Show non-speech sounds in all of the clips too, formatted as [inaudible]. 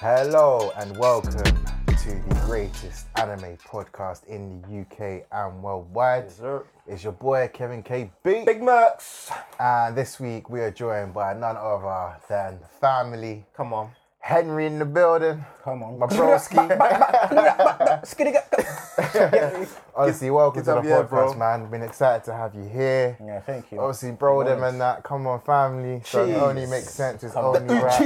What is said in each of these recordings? Hello and welcome to the greatest anime podcast in the UK and worldwide. It's your boy Kevin KB. Big Mercs. And this week we are joined by none other than the family. Come on. Henry in the building. Come on. My [laughs] broski. Skitty Honestly, welcome get to the up here, podcast, bro. man. Been excited to have you here. Yeah, thank you. Obviously, bro, them and that. Come on, family. So it Jeez. only makes sense. It's Come on. only right.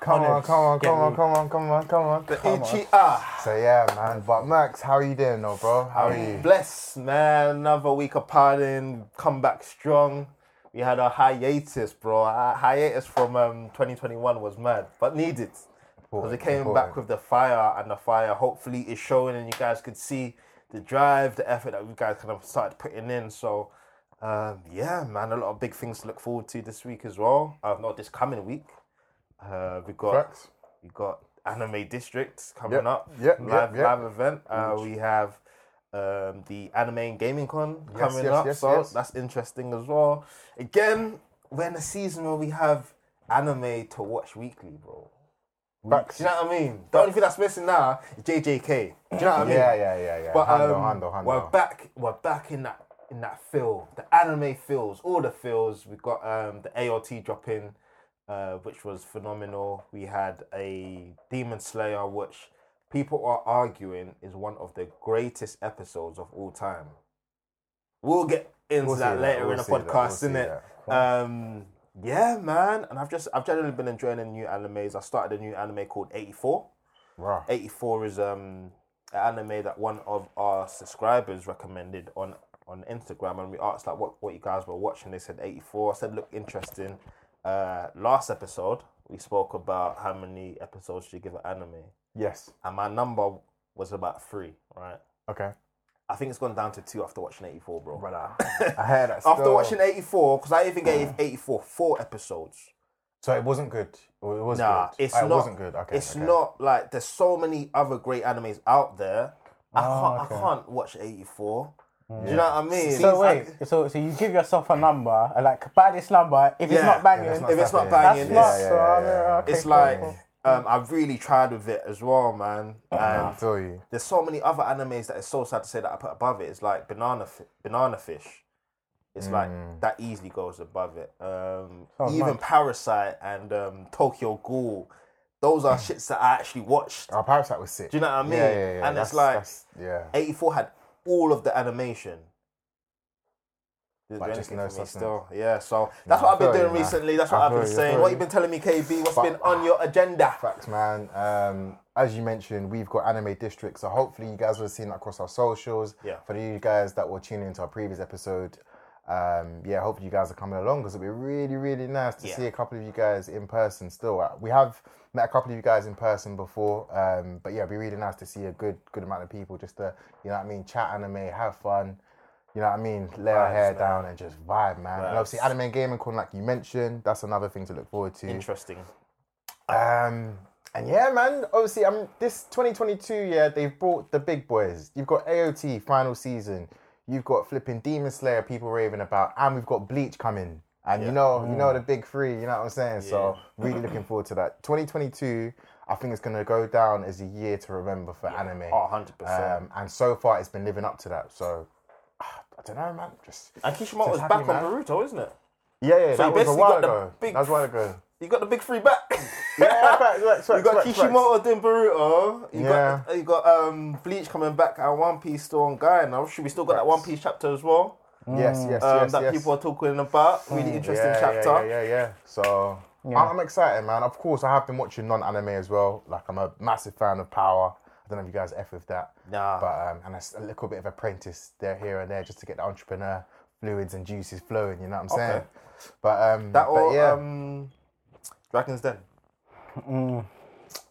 Come on, come on, come on, come on, come on, come on. The Uchiha. So yeah, man. But Max, how are you doing, though, bro? How are you? Bless, man. Another week of partying. Come back strong. We had a hiatus, bro. Our hiatus from um, 2021 was mad, but needed. Because it Important, came important. back with the fire, and the fire hopefully is showing, and you guys could see the drive, the effort that you guys kind of started putting in. So, um, yeah, man, a lot of big things to look forward to this week as well. Uh, not this coming week. Uh, we got Facts. we got Anime District coming Yep, up. yep, yep, live yep. live event. Uh, we have um, the Anime and Gaming Con coming yes, up, yes, so yes. that's interesting as well. Again, we're in a season where we have anime to watch weekly, bro. Facts. Do you know what I mean? The only thing that's missing now is JJK. Do you know what I mean? Yeah, yeah, yeah, yeah. But handle, um, handle, handle. we're back. We're back in that in that feel. The anime feels, all the feels. We got um, the AOT dropping, uh, which was phenomenal. We had a Demon Slayer, which people are arguing is one of the greatest episodes of all time. We'll get into We'll see that that, later we'll in the see that, we'll podcast, see innit? Um, yeah, man. And I've just I've generally been enjoying the new animes. I started a new anime called 84. Rah. 84 is um an anime that one of our subscribers recommended on on Instagram and we asked like what, what you guys were watching. They said 84. I said look interesting. Uh last episode we spoke about how many episodes should you give an anime. Yes. And my number was about three, right? Okay. I think it's gone down to two after watching 84, bro. I heard that. after still. watching 84, because I even gave 84 four episodes. so it wasn't good. Or It was Nah, good. it's Oh, not. It wasn't good. Okay. it's okay. not like there's so many other great animes out there. I Ah, Oh, can't. okay. I can't watch eighty four. Mm. Do you know what I mean? So I- wait, so so you give yourself a number, and like by this number, if it's Yeah. not banging, Yeah, that's if it's not happening. banging, that's not. it's- Yeah, so I'm, uh, okay, it's cool, like cool. um, I've really tried with it as well, man. I And feel you. there's so many other animes that it's so sad to say that I put above it. It's like banana, Fi- banana fish. It's Mm. like that easily goes above it. Um, Oh, Sounds even mad. Parasite and um, Tokyo Ghoul, those [coughs] are shits that I actually watched. Our Parasite was sick. Do you know what I mean? Yeah, yeah, yeah. And That's- it's like that's- yeah. 84 had all of the animation. Didn't But do just anything no for me substance. still. Yeah, so that's Nah, I what I've been feel you, doing man. recently. That's I what I've feel been you, I saying. feel What you. you been telling me, KB? What's But- been on your [laughs] agenda? Facts, man. Um, as you mentioned, we've got anime district, so hopefully you guys will have seen that across our socials. Yeah. For you guys that were tuning into our previous episode, um, yeah, hopefully you guys are coming along because it'd be really, really nice to Yeah. see a couple of you guys in person. Still, Uh, we have met a couple of you guys in person before, um, but yeah, it'd be really nice to see a good, good amount of people just to, you know, what I mean, chat anime, have fun. You know what I mean? Lay our Vibes, hair man. down and just vibe, man. And Vibes. obviously, anime and gaming con, like you mentioned, that's another thing to look forward to. Interesting. Um, and yeah, man. Obviously, I'm this 2022 year. They've brought the big boys. You've got AOT final season. You've got flipping Demon Slayer people raving about, and we've got Bleach coming. And you know, you know the big three. You know what I'm saying? So [laughs] really looking forward to that. 2022. I think it's gonna go down as a year to remember for anime. Oh, 100%. Um, and so far, it's been living up to that. So. [sighs] ah, I don't know, man. Just and Kishimoto's happy, back man. on Naruto, isn't it? yeah, yeah. you that was a basically while got the ago. big- That was a while ago. You got the big three back. [laughs] Yeah, facts, facts, [laughs] You got facts, facts. Kishimoto doing Boruto. You Yeah. got you got um Bleach coming back and One Piece still on guy. Now should we still got that One Piece chapter as well? Yes, yes, Um, yes. that yes. Hmm. people are talking about. Really interesting yeah, chapter. Yeah, yeah, yeah. yeah. So I'm, I'm excited, man. Of course, I have been watching non-anime as well. Like I'm a massive fan of Power. I don't know if you guys f with that. Nah. But um, and it's a little bit of Apprentice there, here and there, just to get the entrepreneur fluids and juices flowing. You know what I'm saying? Okay. But um, That but or yeah, um Dragon's Den. I'm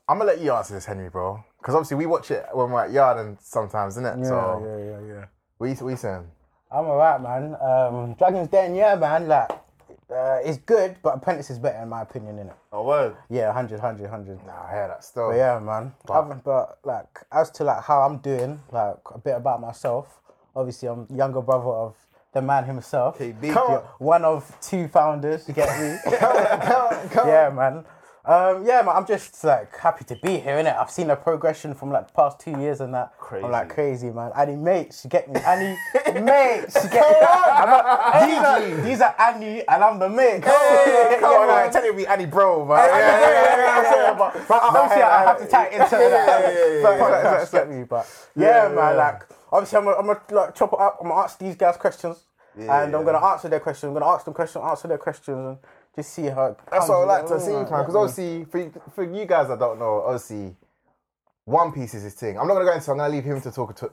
gonna let you answer this, Henry, bro. Because obviously we watch it when we're at yard and sometimes, isn't it? so yeah, yeah, yeah, yeah. we we saying I'm alright, man. Um, Dragon's Den, yeah, man. Like, uh, it's good, but Apprentice is better in my opinion, innit? Oh word. Yeah, 100, 100, 100. nah, I hear that still. But yeah, man. But, but like, as to like how I'm doing, like a bit about myself. Obviously, I'm younger brother of the man himself. KB. One of two founders. You get me? [laughs] come on, come on, come on. yeah, man. Um, yeah, man, I'm just like happy to be here, innit? I've seen the progression from like past two years and that. Crazy. I'm like crazy, man. Annie mates, you get me. Annie [laughs] mates, you get me. I'm not- these, are, these are Annie and I'm the mate. [laughs] Hey, come Yeah, on, man. I'm telling me Annie bro, man. [laughs] Yeah, yeah, yeah, [laughs] yeah, yeah, yeah. But but obviously, I- I have to I- tag into yeah, yeah, yeah, yeah, that. yeah. But- but- but- but- But yeah, yeah, man, yeah. like obviously, I'm gonna I'm gonna, like chop it up. I'm gonna ask these guys questions, and I'm gonna answer their questions. I'm gonna ask them questions, answer their questions, and just see how. It That's comes, what I you like know, to see, man. like, Because Oh, yeah. obviously, for, for you guys that don't know, obviously, One Piece is his thing. I'm not gonna go into. I'm gonna leave him to talk to.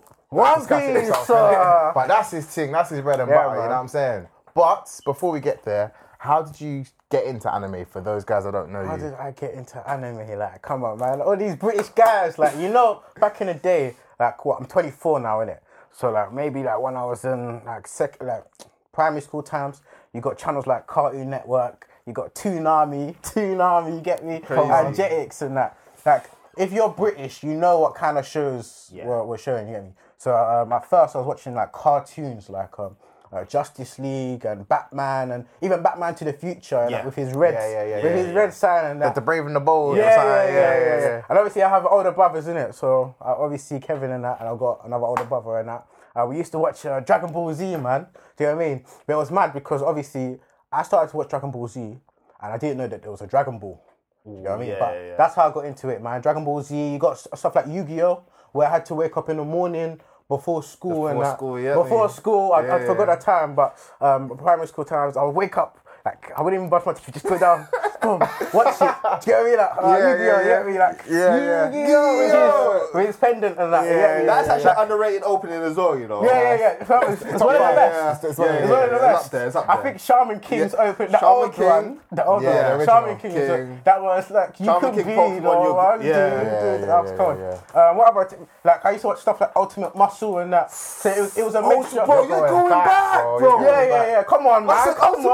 [laughs] One discuss it Piece, himself. uh, [laughs] but that's his thing. That's his bread and Yeah, butter. You man. know what I'm saying? But before we get there, how did you get into anime? For those guys that don't know How you, did I get into anime? Like, come on, man. All these British guys, like, you know, back in the day, like, what, I'm 24 now, innit? So, like, maybe, like, when I was in, like, sec- like primary school times, you got channels like Cartoon Network, you got Toonami, [laughs] Toonami, you get me? And Jetix and that. Like, if you're British, you know what kind of shows were, were showing, you get me? So, um, at first, I was watching, like, cartoons, like, um, uh, Justice League and Batman and even Batman to the Future and, like, Yeah. with his red Yeah, yeah, yeah, with yeah, his yeah. red sign and that. the brave and the bold. or yeah, yeah, yeah, something. yeah, yeah, And obviously, I have older brothers in it, so I obviously Kevin and that, and I've got another older brother and that. Uh, we used to watch uh, Dragon Ball Z, man. Do you know what I mean? But it was mad because obviously I started to watch Dragon Ball Z, and I didn't know that there was a Dragon Ball. You know what I mean? yeah, but yeah. that's how I got into it, man. Dragon Ball Z. You got s- stuff like Yu Gi Oh, where I had to wake up in the morning before school and Before that. school, yeah, before yeah. school, I, I Yeah, forgot yeah. that time, but um, primary school times, I would wake up. Like I wouldn't even brush my teeth, just go down, [laughs] boom, watch it. Do you know what I Yeah, yeah, yeah. mean? Like, yeah, Yu-Gi-Oh, you get me? Like Yeah, yeah. Yu-Gi-Oh, with his- with his pendant and that. you get me? That's yeah, actually an underrated opening as well, you know. yeah, yeah, yeah. It's one of the- It's one of the Yeah, yeah, best. yeah. It's one of the Yeah, yeah, yeah. It's best. up there, it's up I there. think Shaman King's Yeah. open the Shaman old King. one, the old Yeah, the one, original Shaman King, King. that was like you Shaman could King be Pokemon, the one, you're- yeah. dude, Yeah, dude, yeah, that was yeah, cool. yeah, Um, what about like I used to watch stuff like Ultimate Muscle and that. So it was, it was a mixture. bro, of- Oh, you're going back, bro. Yeah, yeah, yeah. Come on, man. That's an Come on.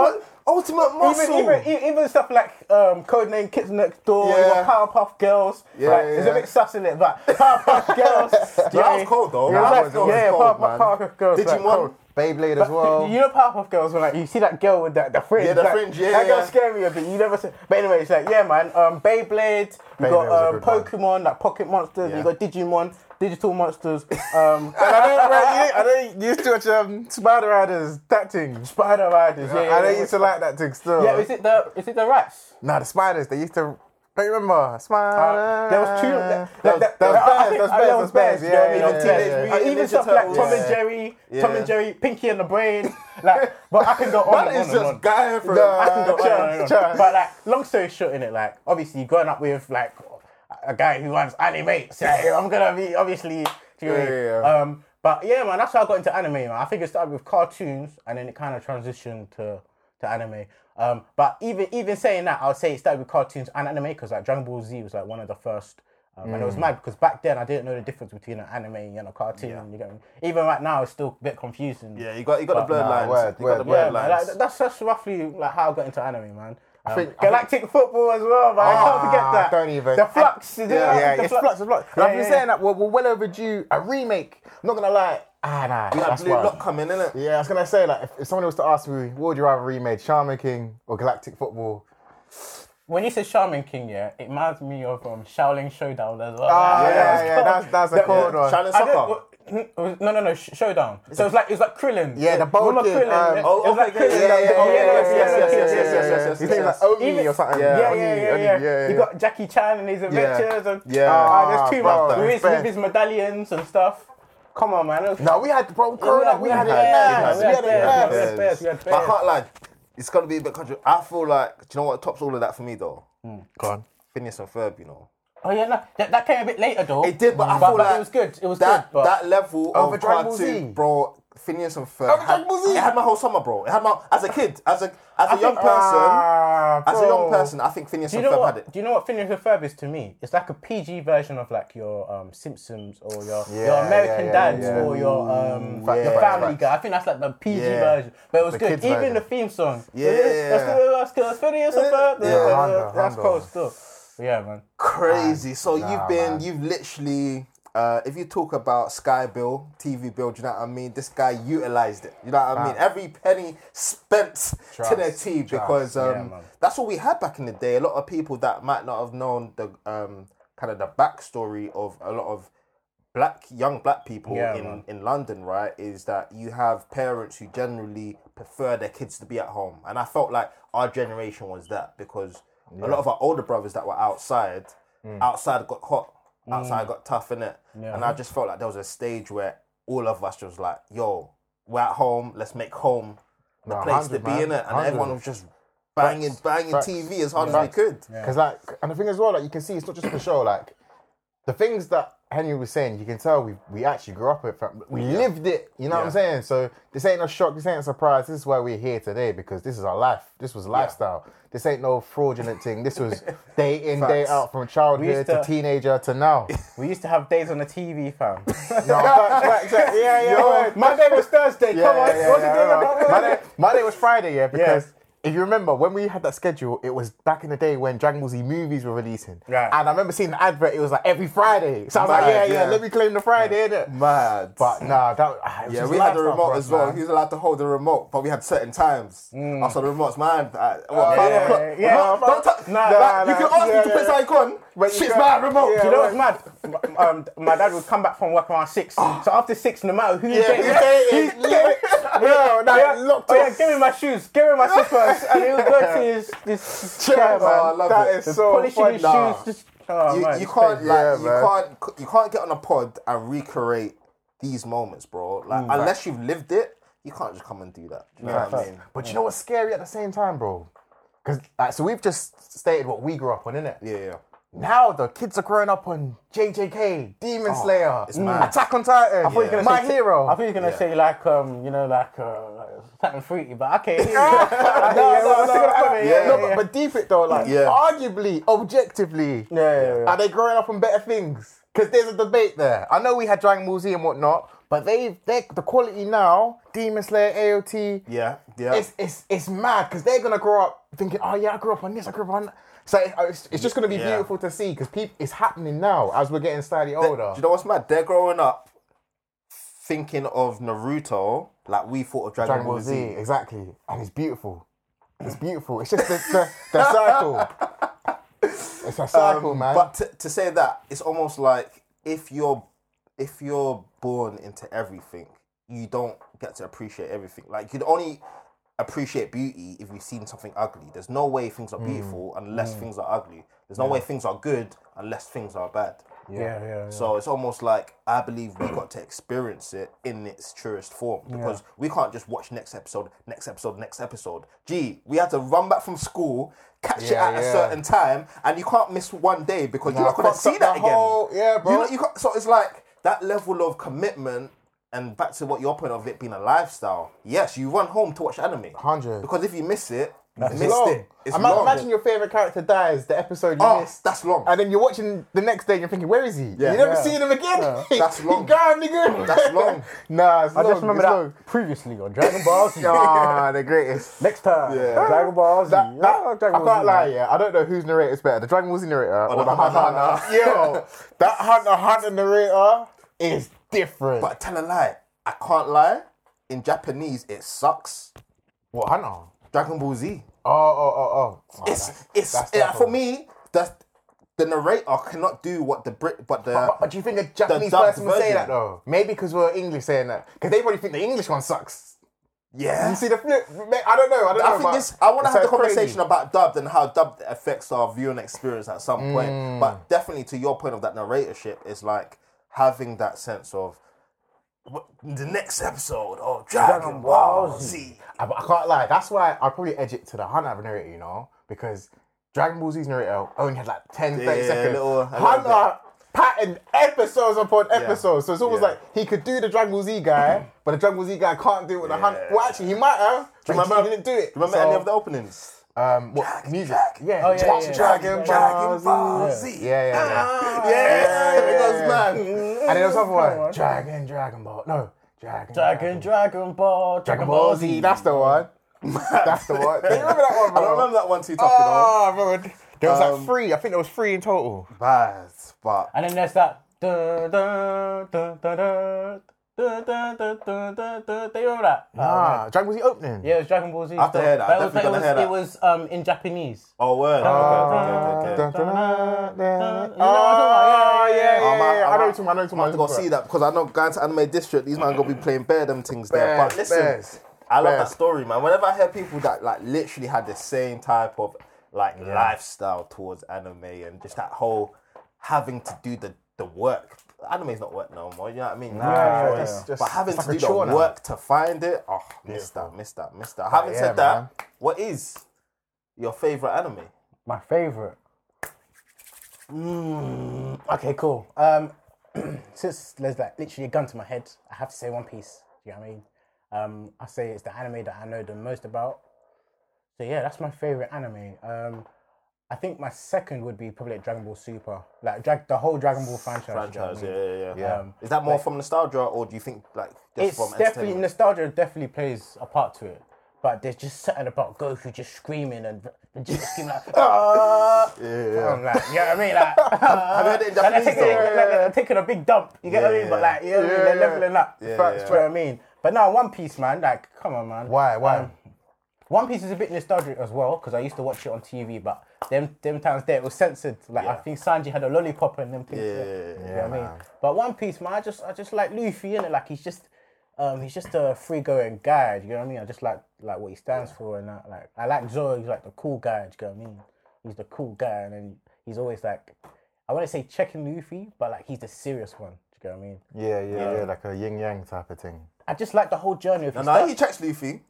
ultimate, ultimate muscle. Even, even e- even stuff like um, Codename Kids Next Door, you Yeah. got Powerpuff Girls. Yeah, like, yeah, It's a yeah. bit sus in it, but [laughs] Powerpuff Girls. that was cold, though. That Yeah, was- like, that was yeah, cold, Powerpuff, man. Powerpuff Girls. Did like, you want? cold. Beyblade as well. You know Powerpuff Girls when like you see that girl with that the fringe. Yeah, the like, fringe, yeah, That girl yeah. scared me a bit. You never see but anyway, it's like, yeah man, um Beyblade, you Beyblade was a got um, good one. Pokemon, like Pocket Monsters, Yeah. you got Digimon, Digital Monsters, [laughs] um And I don't, right, you, I don't you used to watch um, Spider Riders, that thing. Spider Riders, yeah. yeah, I don't yeah. used to like that thing still. Yeah, is it the is it the rats? Nah, the spiders. They used to. Don't you remember? Spider. There was two. Uh, That, There was that [laughs] was bears. bears. That was bears. Yeah, Yeah, even yeah, yeah, yeah. Mutant Even Ninja stuff like Turtles. Tom and Yeah. Jerry, Tom and Jerry, Pinky and the Brain. Like, but I can go on That and on is and on. just guy for Nah. I can go on and on Chance, and on. chance. But like, long story short, in it, like, obviously growing up with like a guy who runs animates, like, [laughs] I'm gonna be obviously. do you know what I mean? Yeah, yeah, Um, but yeah, man, that's how I got into anime. Man, I think it started with cartoons, and then it kind of transitioned to to anime. Um, but even even saying that, I would say it started with cartoons and anime because like Dragon Ball Z was like one of the first. Um, And it Mm. was mad because back then I didn't know the difference between an anime and a cartoon. You get me? Even right now, it's still a bit confusing. Yeah, you got you got the blurred nah, lines. word, you got word, the blurred Yeah, man, lines. like, that's that's roughly like how I got into anime, man. Um, think- I Galactic football as well, man. I can't Ah, forget that. don't even. The flux. you know, yeah, yeah, the it's flux, it's flux. And Yeah, I've been yeah, saying that we're, we're well overdue a remake. I'm not gonna lie. Ah, nah, you got that's blue wild. lock coming, innit? Yeah, I was gonna say like if, if someone was to ask me, what would you rather remade, Shaman King or Galactic Football? When you say Shaman King, yeah, it reminds me of um, Shaolin Showdown as well. Ah, Like, yeah, it's yeah, called- that's that's a the- cold Yeah. one. Challenge I don't- soccer. w- n- No, no, no, sh- Showdown. So it's like it's like Krillin. Yeah, the Remember Balkan, Krillin, um, yeah? oh, It was like okay, Krillin. Yeah, yeah, the- yeah, oh, yeah, yeah, yes, yes, yes, yes, yeah, yes, yes. His name's like Oni or something. Yeah, Oni, yeah, yeah, Oni, yeah. yeah, You yeah. got Jackie Chan and his adventures and Yeah. Ah, there's Ah, too much brother. with, his- with his medallions and stuff. Come on, man. No, we had bro growing up, we had it. had- mad. we We had it. had- mad. Yeah, bears, yeah, But I bears. can't lie. It's gonna be a bit country. I feel like do you know what tops all of that for me though? Phineas and Ferb, you know. Oh yeah, no, that, that came a bit later though. It did, but I but, feel but like it was good. It was that good. But that level Over of Dragon Ball Z. cartoon, bro. Phineas and Ferb. Over Dragon Ball Z. It had my whole summer, bro. It had my as a kid, as a as a young think- uh, person, Ah, as a young bro. person. I think Phineas do you and know Ferb had it. what? Do you know what Phineas and Ferb is to me? It's like a PG version of like your um, Simpsons or your your yeah, American yeah, Dads yeah. or your um Facts, your facts, Family facts. Guy. I think that's like the PG Yeah. version, but it was The good. kids' Even version. the theme song. Yeah, yeah, yeah. That's good. Phineas and Ferb. Yeah, Hondo, That's Hondo. cool still. Yeah, man. Crazy. So you've been, man. you've literally Uh, if you talk about Sky Bill, TV Bill, do you know what I mean? This guy utilized it. You know what I mean? Every penny spent to their Trust, tea trust. because um, Yeah, man. that's what we had back in the day. A lot of people that might not have known the um, kind of the backstory of a lot of black young black people Yeah, in, man. in London, right, is that you have parents who generally prefer their kids to be at home. And I felt like our generation was that because a lot of our older brothers that were outside, outside got hot, outside got tough in it. And I just felt like there was a stage where all of us was like, yo, we're at home, let's make home the No, place to 100, be man. in it. And 100. everyone was just banging, banging Facts. TV as hard as Facts. they could. Because like, and the thing as well, like you can see, it's not just for show. Like the things that Henry was saying, you can tell we we actually grew up with. fam. We lived it. You know what Yeah. I'm saying? So this ain't a shock. This ain't a surprise. This is why we're here today because this is our life. This was lifestyle. This ain't no fraudulent thing. This [laughs] was day in day Facts. out from We childhood used to, to- teenager to [laughs] now. We used to have days on the TV, fam. no, facts, facts, facts. Yeah, yeah. yeah. Monday was Thursday. [laughs] Yeah, Come on, yeah, yeah, what's yeah, the day yeah. about? My day- My day was Friday, yeah, because if you remember when we had that schedule, it was back in the day when Dragon Ball Z movies were releasing. Right. And I remember seeing the advert, it was like every Friday. So I was Mad, like, yeah, yeah, yeah. let me claim the Friday, innit? Mad. But nah, that ah, it was Yeah, just we had the lifestyle remote for us, as well. man. Mm. He was allowed to hold the remote, but we had certain times. I saw the remotes, man. At, what, yeah, five yeah, o'clock? yeah, yeah. No, don't touch. Nah, like, nah, you nah. can ask me Yeah, to put yeah. something on. But you Shit's can't- my remote. Yeah, You know what's mad? M- Um, my dad would come back from work around six. So after six, no matter who's Yeah, there, who's there, he's it- there. [laughs] Yo, [laughs] nah, Yeah. locked oh, yeah, off. give me my shoes. Give me my slippers. and he'll go to his this chair, Oh, I man. love That it. is The so polishing funny. his Nah. shoes. Just oh, You, man, you it's can't crazy. like Yeah, you man. can't you can't get on a pod and recreate these moments, bro. Like Mm. unless you've lived it, you can't just come and do that. Do you know what I mean? But you know what's scary at the same time, bro? Because like, so we've just stated what we grew up on, innit? Yeah, yeah. Now the kids are growing up on JJK, Demon Slayer, it's mad. Attack on Titan, Oh, I thought you were gonna My say- Hero. I thought you were gonna Yeah. say like um, you know, like uh, like something fruity, but okay. [laughs] no, [laughs] no, no, no, yeah, no, yeah, yeah. but, but deep it though, like Yeah. arguably, objectively, Yeah, yeah, yeah. are they growing up on better things? Because there's a debate there. I know we had Dragon Ball Z and whatnot, but they they the quality now, Demon Slayer, AOT, Yeah, yeah. it's it's it's mad because they're gonna grow up thinking, oh yeah, I grew up on this, I grew up on. That. So it- it's, it's just gonna be Yeah. beautiful to see because people it's happening now as we're getting slightly older. Do you know what's mad? They're growing up thinking of Naruto like we thought of Dragon, Dragon Ball Z, exactly, and it's beautiful. It's beautiful. It's just the, the, [laughs] the cycle. It's a cycle, man. Um, But to, to say that, it's almost like if you're if you're born into everything, you don't get to appreciate everything. Like you'd only appreciate beauty if you've seen something ugly. There's no way things are beautiful unless things are ugly. There's no way things are good unless things are bad. yeah, yeah, yeah. So it's almost like I believe we got to experience it in its truest form because we can't just watch next episode, next episode, next episode. Gee, we had to run back from school, catch Yeah, it at yeah. a certain time, and you can't miss one day because Nah, you're not going to fucked up see that the again. whole- yeah, bro. You know, you can't, so it's like that level of commitment. And back to what your point of it being a lifestyle. Yes, you run home to watch anime. 100. Because if you miss it, you It's missed long. it. It's Ima- long. Imagine your favorite character dies the episode you Oh, missed. that's long. And then you're watching the next day and you're thinking, where is he? Yeah. you never Yeah. seen him again. [laughs] That's long. he gone, nigga. That's long. [laughs] nah, it's I long. just remember it's that [laughs] long. previously on Dragon Ball Z. Ah, the greatest. Next time, Yeah. Dragon Ball Z. That, that, Yeah, I Dragon Ball can't Z, lie, man. yeah. I don't know whose narrator is better, the Dragon Ball Z narrator or, the the Hunter Hunter Hunter. [laughs] Yo, that Hunter Hunter narrator is different. But tell a lie. I can't lie. In Japanese, it sucks. what Hunter? Oh, Dragon Ball Z. oh, oh, oh. It's it's that's yeah, tough, for man. me. That's the narrator cannot do what the Brit, but the But, but do you think a Japanese dubbed person would say version. that though? Maybe because we're English saying that. Because they probably think the English one sucks. yeah. You see the flip? Mate, I don't know. I don't know. I think but this. I want to it have the sounds crazy. conversation about dubbed and how dubbed affects our viewing experience at some Mm. point. But definitely, to your point of that narratorship, is like having that sense of what, the next episode of Dragon, Dragon Ball Ball Z. Z. I, I can't lie. That's why I probably edge it to the Hunter narrator, you know, because Dragon Ball Z's narrator only had like 10, 30 Yeah, seconds. little- a little Hunter patterned episodes upon episodes, so it's almost yeah. like he could do the Dragon Ball Z guy, but the Dragon Ball Z guy can't do it with the Hunter. Yeah. Well, actually, he might have. but he remember- didn't do it. Remember So, any of the openings? um, what music? Yeah, Oh, yeah, Dragon, yeah, Dragon yeah. Ball Dragon Z. Ball Z. Yeah, yeah, yeah. Ah, yeah, yeah, because yeah. man. And then there was another Come one. on. Dragon, Dragon Ball. No, Dragon, Dragon, Dragon Ball, Dragon Ball Z. That's the one. That's [laughs] the one. Do [laughs] you remember that one, I bro? don't remember that one Ah. too tough, Oh, I remember. There was Um, like three. I think there was three in total. you know. Bad, but And then there's that dun, dun, dun, dun, dun, dun, dun, dun, dun, dun, dun. Do you remember that? Oh, man. Ah, Dragon Ball Z opening. yeah, it was Dragon Ball Z. I have to still. hear that. I But it was, definitely it was, gotta it hear was um, in Japanese. Oh, word. Okay, okay, okay, okay, Dun, okay. dun, dun, dun. You know what I'm talking Oh, about? yeah, yeah, I'm out, yeah. I I'm know what you're talking out. about, I know what you're I'm gonna talking go about. see that because I know going to Anime District, these man gonna be playing bear them things there. Bears, But listen, bears, I love that bears. story, man. Whenever I hear people that like literally had the same type of like lifestyle towards anime and just that whole having to do the the work. Anime's not work no more. You know what I mean? yeah, Sure. it's just- but having it's to like a do chore the now. work to find it, oh, missed that, missed that, missed that. Having yeah, said that, what is your favorite anime? My favorite. Mm, okay, cool. Um, [clears throat] since there's like literally a gun to my head, I have to say One Piece. Do you know what I mean? Um, I say it's the anime that I know the most about. So yeah, that's my favorite anime. Um, I think my second would be probably like Dragon Ball Super, like drag- the whole Dragon Ball franchise. do you know what I Franchise, mean? yeah, yeah, yeah. Um, is that more from nostalgia or do you think like just it's from definitely entertainment? nostalgia definitely plays a part to it but there's just something about Goku just screaming and and just screaming like, [laughs] Uh, "Ah!" I'm like, you know what I mean? [laughs] Like, I've heard it in like they're Japanese taking, though. like they're taking a big dump, you get what I mean? But like, you know what I mean? Yeah, They're yeah. leveling up. Yeah, Facts, yeah. do you know what I mean? But now One Piece, man, like, come on, man. Why, why? One Piece is a bit nostalgic as well because I used to watch it on TV, but them them times there it was censored. Like I Yeah. think Sanji had a lollipop and them things. Yeah, there. yeah, you know what I mean. But One Piece, man, I just I just like Luffy in it. Like he's just um he's just a free going guy. Do you know what I mean? I just like like what he stands for and that. Like I like Zoro. He's like the cool guy. Do you know what I mean? He's the cool guy, and then he's always like I want to say checking Luffy, but like he's the serious one. Do you know what I mean? Yeah, yeah, yeah, like a yin yang type of thing. I just like the whole journey of his No, he checks Luffy.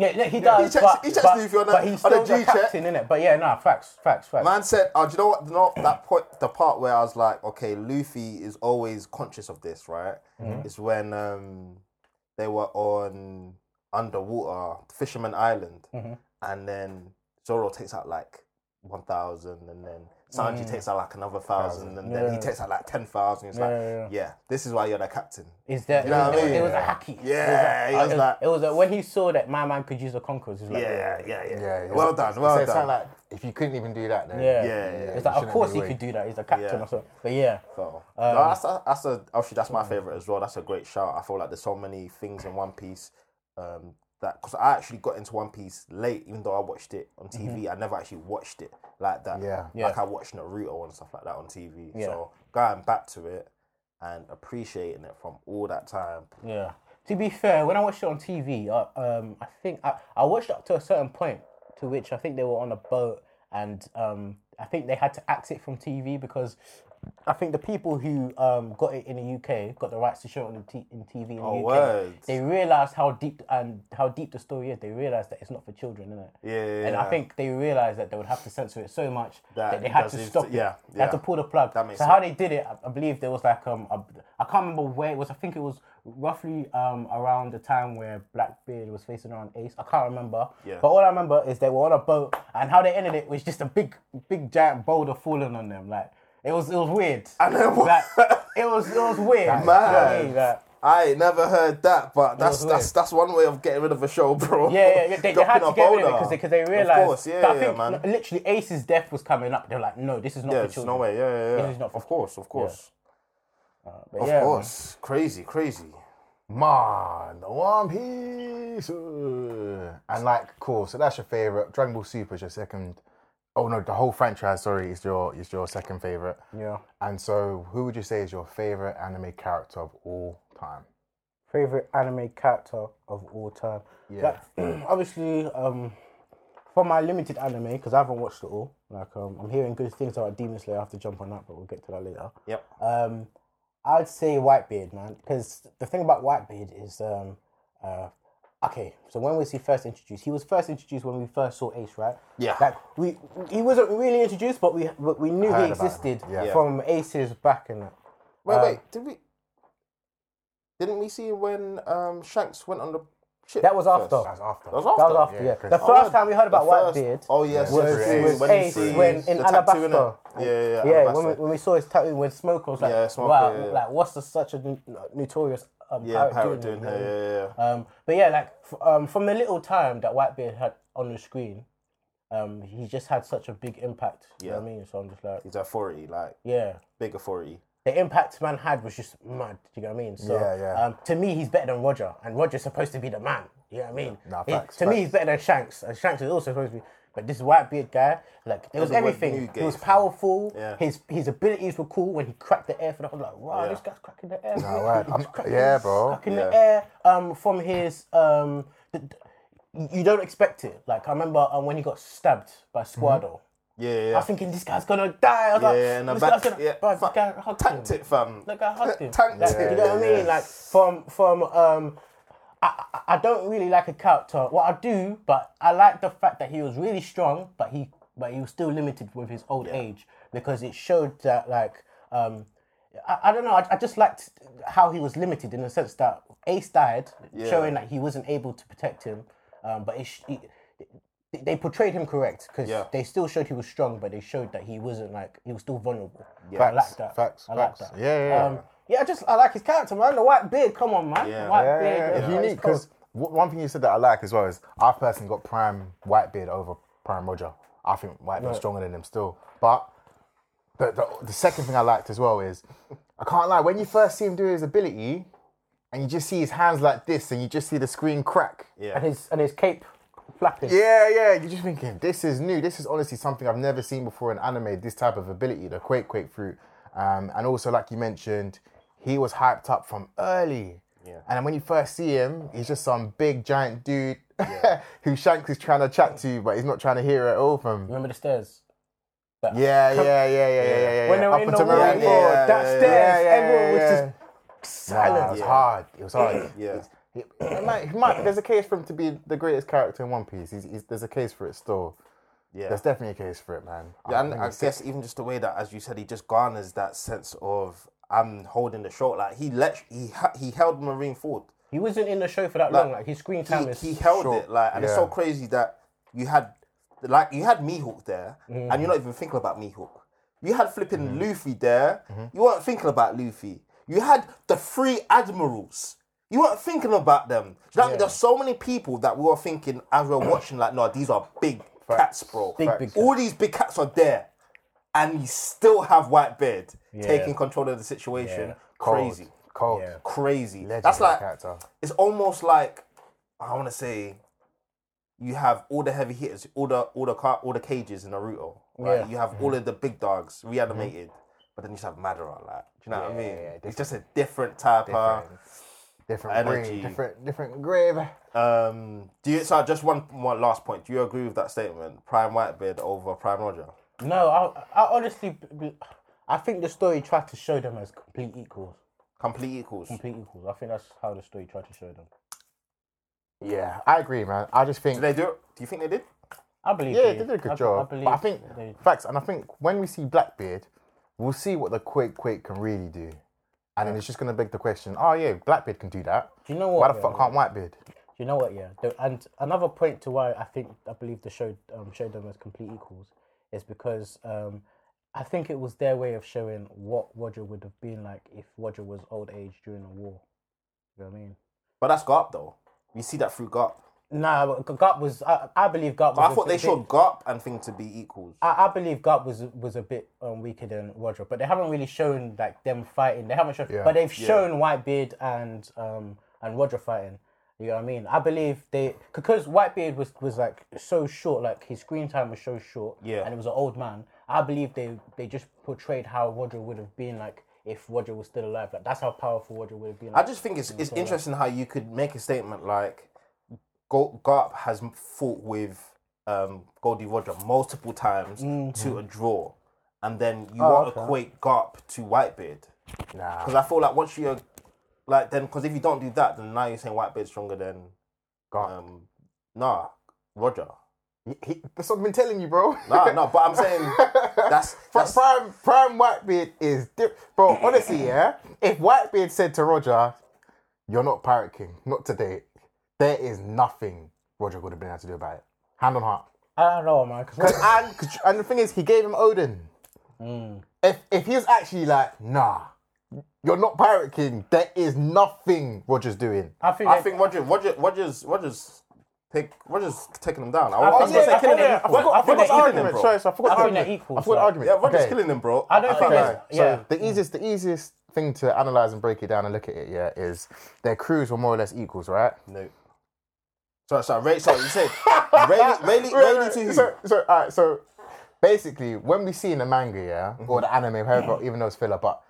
Yeah, yeah, he does. checks- but, he checks but, Luffy on the- but he's on the still the G check. captain, innit? But yeah, nah, facts, facts, facts. Man said, "Oh, do you know what? No, that point, the part where I was like, okay, Luffy is always conscious of this, right? Mm-hmm. It's when um, they were on underwater Fisherman Island, Mm-hmm. and then Zoro takes out like one thousand, and then Sanji takes out like another thousand, and then he Mm. Yeah. takes out like ten thousand. It's like, Yeah, yeah, yeah, this is why you're the captain. Is there? You know what I it, was- it mean? was a hacky. Yeah, it he was, was a, it was, like- it was a, when he saw that my man could use the conquerors. He was like, Yeah, yeah, yeah. Yeah, Well done, well so It's done. not like if you couldn't even do that, then Yeah. Yeah, yeah, It's you like, of shouldn't course be he weak. could do that. He's a captain Yeah. or something. But yeah. So no, that's a, that's a obviously that's my favorite as well. That's a great shout. I feel like there's so many things in One Piece um, that because I actually got into One Piece late, even though I watched it on TV. I never actually watched it like that. Yeah. Yeah. like I watched Naruto and stuff like that on TV. Yeah. So going back to it and appreciating it from all that time. Yeah. To be fair, when I watched it on TV, I, um, I think I, I watched up to a certain point to which I think they were on a boat and um, I think they had to act it from TV because I think the people who um, got it in the UK got the rights to show it on the t- in TV in Oh, the UK. word. They realized how deep and how deep the story is. They realized that it's not for children, isn't it? Yeah, And yeah. I think they realized that they would have to censor it so much that, That they it had to doesn't- stop it. yeah, They had to yeah. pull the plug. That makes so how they did it, I, I believe there was like um, a, I can't remember where it was. I think it was roughly um around the time where Blackbeard was facing around Ace. I can't remember. Yeah. But all I remember is they were on a boat, and how they ended it was just a big, big giant boulder falling on them. Like it was, it was weird. I know. Like, it was, it was weird. You know what I [laughs] mad. mean? Like, I ain't never heard that, but that's was that's that's one way of getting rid of a show, [laughs] bro. Yeah, yeah, yeah. They, they had Dropping a to get rid of it boulder. because they, cause they Of realized. course, yeah, but I yeah, think man. li- literally Ace's death was coming up. They're like, no, this is not Yeah, for there's children. no way. Yeah, yeah, yeah. It is not for- of course, of course, But of yeah, man. course. Crazy, crazy. Man, the One Piece. uh. And like, cool. So that's your favorite. Dragon Ball Super is your second. Oh no, the whole franchise. Sorry, is your is your second favorite. Yeah. And so, who would you say is your favorite anime character of all time? Favorite anime character of all time. Yeah. [clears throat] obviously, um, for my limited anime, because I haven't watched it all. Like, um, I'm hearing good things about Demon Slayer. I have to jump on that, but we'll get to that later. Yep. Um, I'd say Whitebeard, man, because the thing about Whitebeard is, um, uh, okay, so when was he first introduced? He was first introduced when we first saw Ace, right? Yeah. Like we, he wasn't really introduced, but we but we knew Heard he about him, existed yeah. Yeah. from Ace's back and that. Wait, Um, wait. Did we? Didn't we see when um, Shanks went on the ship? That was first? after. That's after. That was That after. was after, yeah, yeah. Chris. The Oh, first time we heard about The first- Whitebeard. Oh yes, was- yes, yes, was when he Ace sees when in the tattoo, Alabaster. innit? Yeah, yeah, yeah. Yeah, when we, Alabaster. when we saw his tattoo, when Smoke was like, Yeah, Smoker, wow, yeah, yeah. like what's the, such a n- notorious um, yeah, pirate, pirate doing? doing yeah, yeah, yeah. Um, but yeah, like f- um, from the little time that Whitebeard had on the screen, um, he just had such a big impact. You know what I mean? So I'm just like, He's authority, like yeah, big authority. the impact man had was just mad. Do you know what I mean? So Yeah, yeah. Um, to me, he's better than Roger, and Roger's supposed to be the man. You know what I mean? Nah, He- facts, to me, he's better than Shanks, and Shanks is also supposed to be. But this white beard guy, like it was Doesn't work everything. new He was gates, man. powerful. Yeah. His his abilities were cool when he cracked the air for the. I'm like, wow, this guy's cracking the air. man. word. He's I'm- cracking- yeah, bro. Cracking the air. Um, from his um, the, you don't expect it. Like I remember um, when he got stabbed by Squado. Mm-hmm. Yeah, I yeah. was thinking this guy's gonna die. I was like, Yeah, and a this back- guy's gonna, yeah, bro, this fuck- guy hugged Tanked him. it, [laughs] fam. That guy hugged him. Tanked Like, it. You know what I mean? Like from from um, I, I I don't really like a character. Well, I do, but I like the fact that he was really strong, but he but he was still limited with his old age because it showed that like um. I, I don't know. I, I just liked how he was limited in the sense that Ace died, showing that he wasn't able to protect him. Um, but it, sh- it, they- they portrayed him correct because Yeah. they still showed he was strong, but they showed that he wasn't like he was still vulnerable. I Facts, like that. facts, I like facts. that. Yeah, yeah, yeah. Um, yeah, I just I like his character, man. The white beard, come on, man. Yeah. The white Yeah, beard. yeah, yeah, it's it's unique cold. because one thing you said that I like as well is I personally got Prime Whitebeard over Prime Roger. I think Whitebeard's stronger than him still. But the, the, the second thing I liked as well is I can't lie, when you first see him do his ability and you just see his hands like this and you just see the screen crack. and Yeah. his and his cape flapping. Yeah, yeah, you're just thinking, this is new. This is honestly something I've never seen before in anime, this type of ability, the Quake Quake Fruit. Um, and also, like you mentioned, he was hyped up from early. Yeah. And when you first see him, he's just some big giant dude [laughs] who Shanks is trying to chat to, but he's not trying to hear it all from. Remember the stairs? Yeah, yeah, yeah, yeah, yeah, yeah. yeah. When they were Up in the until war, Marine yeah, Corps. yeah, that yeah, stairs, yeah, yeah, everyone was yeah. just Nah, it silent. was hard. It was [clears throat] hard. Yeah. It, it might, it might, there's a case for him to be the greatest character in One Piece. He's, he's, there's a case for it still. Yeah. There's definitely a case for it, man. Yeah, and think I it's- guess even just the way that, as you said, he just garners that sense of I'm holding the short. Like he let he ha- he held Marine Ford. He wasn't in the show for that long. Like his screen time He, is he held short. it like, and it's so Yeah. crazy that you had like you had Mihawk there, and you're not even thinking about Mihawk. You had flipping Luffy there. You weren't thinking about Luffy. You had the three admirals. You weren't thinking about them. Do you know what I mean? There's so many people that we were thinking as we were watching. Like, no, these are big cats, bro. Big, big All these big cats are there and you still have White Beard taking control of the situation. Yeah. Crazy, Cold. Yeah. crazy. That's Legendary like character. it's almost like I want to say you have all the heavy hitters, all the all the car, all the cages in Naruto. Right? Yeah. You have all of the big dogs reanimated, but then you just have Madara. Like, do you know what I mean? it's just a different type of. Different energy. breed, different, different grave. Um, do you? So just one one last point. Do you agree with that statement? Prime Whitebeard over Prime Roger. No, I, I honestly, b- b- I think the story tried to show them as complete equals. Complete equals. Complete equals. I think that's how the story tried to show them. Yeah, I agree, man. I just think Did they do it? Do you think they did? I believe. yeah, they they did a good I, job. I believe. but I think they- facts, and I think when we see Blackbeard, we'll see what the Quake Quake can really do, and then it's just gonna beg the question: Oh yeah, Blackbeard can do that. Do you know Why what, the yeah? fuck can't Whitebeard? You know what? Yeah, The- and another point to why I think I believe the show um, showed them as complete equals is because um, I think it was their way of showing what Roger would have been like if Roger was old age during a war. You know what I mean? But that's Garp though. You see that through Garp. Nah, but G- Garp was. I, I believe Garp. Was I a thought bit- they showed Garp and Thing to be equals. I, I believe Garp was was a bit um, weaker than Roger, but they haven't really shown like them fighting. They haven't shown, Yeah. but they've shown Whitebeard and um and Roger fighting. You know what I mean? I believe they because Whitebeard was was like so short, like his screen time was so short, Yeah. and it was an old man. I believe they they just portrayed how Roger would have been like if Roger was still alive. Like that's how powerful Roger would have been. I Like, just think it's it's interesting how you could make a statement like Go- Garp has m- fought with um, Goldie Roger multiple times Mm-hmm. to a draw, and then Oh, you want to equate Garp to Whitebeard Nah, because I feel like once you're like then because if you don't do that, then now you're saying Whitebeard's stronger than Garp. um, nah Roger. He- he- that's what I've been telling you, bro. Nah, no, but [laughs] I'm saying that's, Pri- that's Prime Prime Whitebeard is di- bro. Honestly, yeah. If Whitebeard said to Roger, "You're not Pirate King, not today," there is nothing Roger would have been able to do about it. Hand on heart. I don't know, man. 'cause- And 'cause- and the thing is, he gave him Odin. If if he was actually like, nah, you're not Pirate King. There is nothing Roger's doing. I think I they- think Roger, Roger, Rogers, Rogers take Roger's taking them down. I, I I was think- gonna I say killing think- them. I equals. think- I I think forgot they're the killing argument. them. Sorry, so I forgot I the think they're argument. equals, I forgot the yeah. argument. Yeah, Roger's Okay. killing them, bro. I don't can't think lie. it's- yeah. So the easiest the easiest thing to analyze and break it down and look at it, yeah, is their crews were more or less equals, right? No. Sorry, sorry, Ray, sorry, you [laughs] say Rayleigh, Rayleigh, Rayleigh to who? So, so, all right, so basically, when we see in the manga, yeah, or the anime, however, even though it's filler, but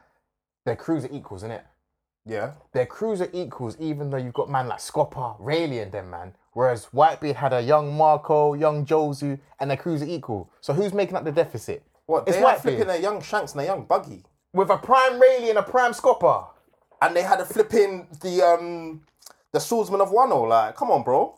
their crews are equals, innit? Yeah. Their crews are equals, even though you've got man like Scopper, Rayleigh, and them, man. Whereas Whitebeard had a young Marco, young Jozu, and their crews are equal. So who's making up the deficit? What? It's They had Whitebeard. flipping their young Shanks and their young Buggy. With a prime Rayleigh and a prime Scopper. And they had a flipping the um the swordsman of Wano. Like, come on, bro.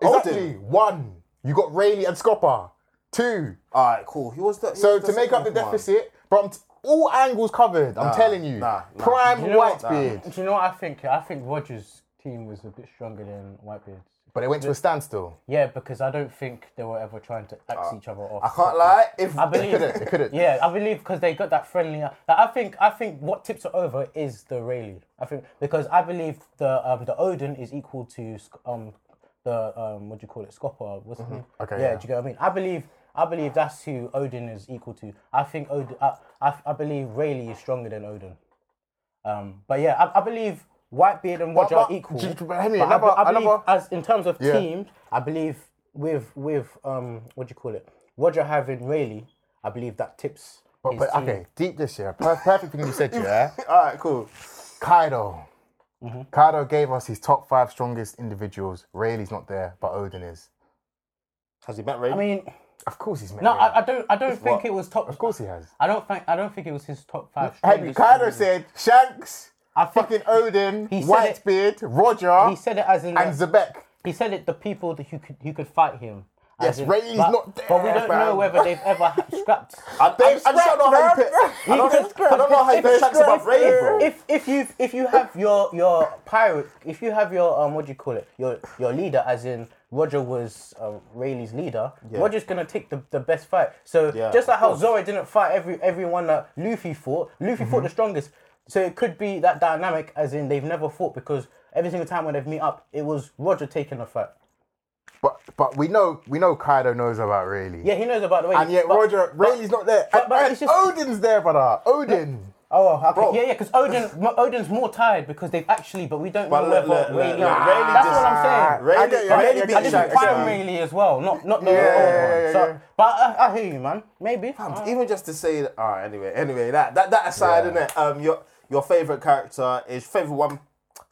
Exactly. Odin. One, you got Rayleigh and Scopper. Two, Alright, cool. He was the he So was to make up the second one. deficit, but I'm t- all angles covered. I'm telling you, nah, nah. prime You Whitebeard. know what? Do you know what I think? I think Rogers' team was a bit stronger than Whitebeard's. But they went to a standstill. Yeah, because I don't think they were ever trying to axe each other off. I can't lie, if [laughs] I believe couldn't, Uh, they couldn't. Yeah, I believe because they got that friendly. uh, Like, I think I think what tips are over is the Rayleigh. I think because I believe the um, the Odin is equal to Sc- um the um what do you call it Scopper? What's it? Mm-hmm. Okay, yeah. Yeah, do you get what I mean? I believe I believe that's who Odin is equal to. I think Odin. I, I, I believe Rayleigh is stronger than Odin. Um, but yeah, I, I believe Whitebeard and Roger but- are equal. do you- but Henry, But I be- another- I believe another- as in terms of Yeah. team, I believe with with um what do you call it? Roger having Rayleigh, I believe that tips. But, his but team. okay, deep this year. Per- perfect thing you said, yeah. Alright, cool. Kaido. Kaido gave us his top five strongest individuals. Rayleigh's not there, but Odin is. Has he met Ray? I mean, Of course he's met. no, Rayleigh. I, I don't I don't think what? it was top. Of course he has. I don't think I don't think it was his top five. Henry strongest Kaido team. said Shanks, I think- fucking Odin, He said it- Whitebeard, Roger, he said it as in and the- Zebek. he said it the people that who could who could fight him. Yes, As in- Rayleigh's but- not But we there, don't know fam. whether they've ever ha- scrapped. I, I, I just don't know how you pick. I [laughs] don't, know- I don't know how you pick Shanks above Ray, bro. If if you if you have your your pirate, if you have your um, what do you call it? Your your leader, as in Roger was um, Rayleigh's leader. Roger's gonna take the, the best fight. So Yeah, just like of how course. Zoro didn't fight every everyone that Luffy fought, Luffy fought Mm-hmm. the strongest. So it could be that dynamic, as in they've never fought because every single time when they've meet up, it was Roger taking the fight. But but we know we know Kaido knows about Rayleigh. Yeah, he knows about the way. And yet but- Roger Rayleigh's not there. but- And- but and it's just- Odin's there, brother. Odin. Oh, okay. Bro. yeah, yeah, because Odin, mo- Odin's more tired because they've actually, but we don't But know look, whether look, look, Rayleigh. look, Rayleigh That's just- what I'm saying. Rayleigh- I get you, I Rayleigh get you, beat I I get just you. Shanks, prime man. Rayleigh as well, not not the yeah, old yeah, one. yeah, so, yeah. but I, I hear you, man. Maybe. Um, Uh, even just to say that. All right. Anyway, anyway, that that, that aside, innit? Um, your your favorite character is favorite one,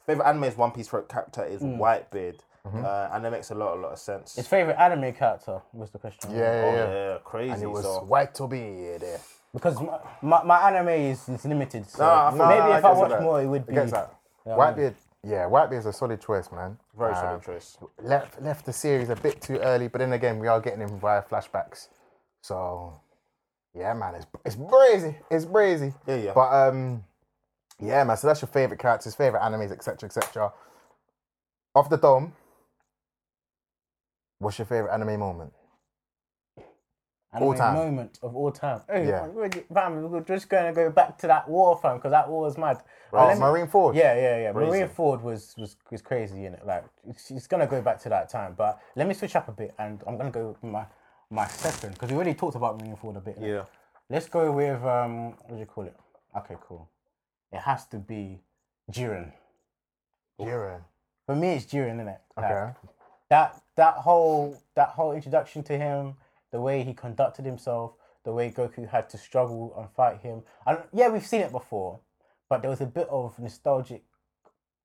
favorite anime is One Piece. Favorite character is Whitebeard, uh, and that makes a lot a lot of sense. his favorite anime character was the question. Yeah, oh, yeah, yeah. yeah, crazy. And it was so. White Toby there. Because my, my, my anime is, is limited. So Nah, I feel- maybe nah, I if I, get watch that. more, it would be. Against that. Whitebeard, yeah, Whitebeard's a solid choice, man. very Uh, solid choice. Left left the series a bit too early, but then again, we are getting him via flashbacks. So, yeah, man, it's it's brazy, it's brazy. Yeah, yeah. But um, yeah, man. So that's your favorite characters, favorite animes, etc., etc. Off the dome, what's your favorite anime moment? anime all time. moment of all time. Hey, Yeah. man, we're ju- fam, we're just going to go back to that war, fam, because that war was mad. And Oh, let me- Marine Ford. Yeah, yeah, yeah. Marine Ford was was was crazy in it. Like it's, it's gonna go back to that time. But let me switch up a bit, and I'm gonna go with my my second because we already talked about Marine Ford a bit. innit? Yeah. Let's go with um what do you call it? Okay, cool. It has to be Jiren. Jiren. For me, it's Jiren, innit? Like, Okay. That that whole that whole introduction to him, the way he conducted himself, the way Goku had to struggle and fight him. And yeah, we've seen it before, but there was a bit of nostalgic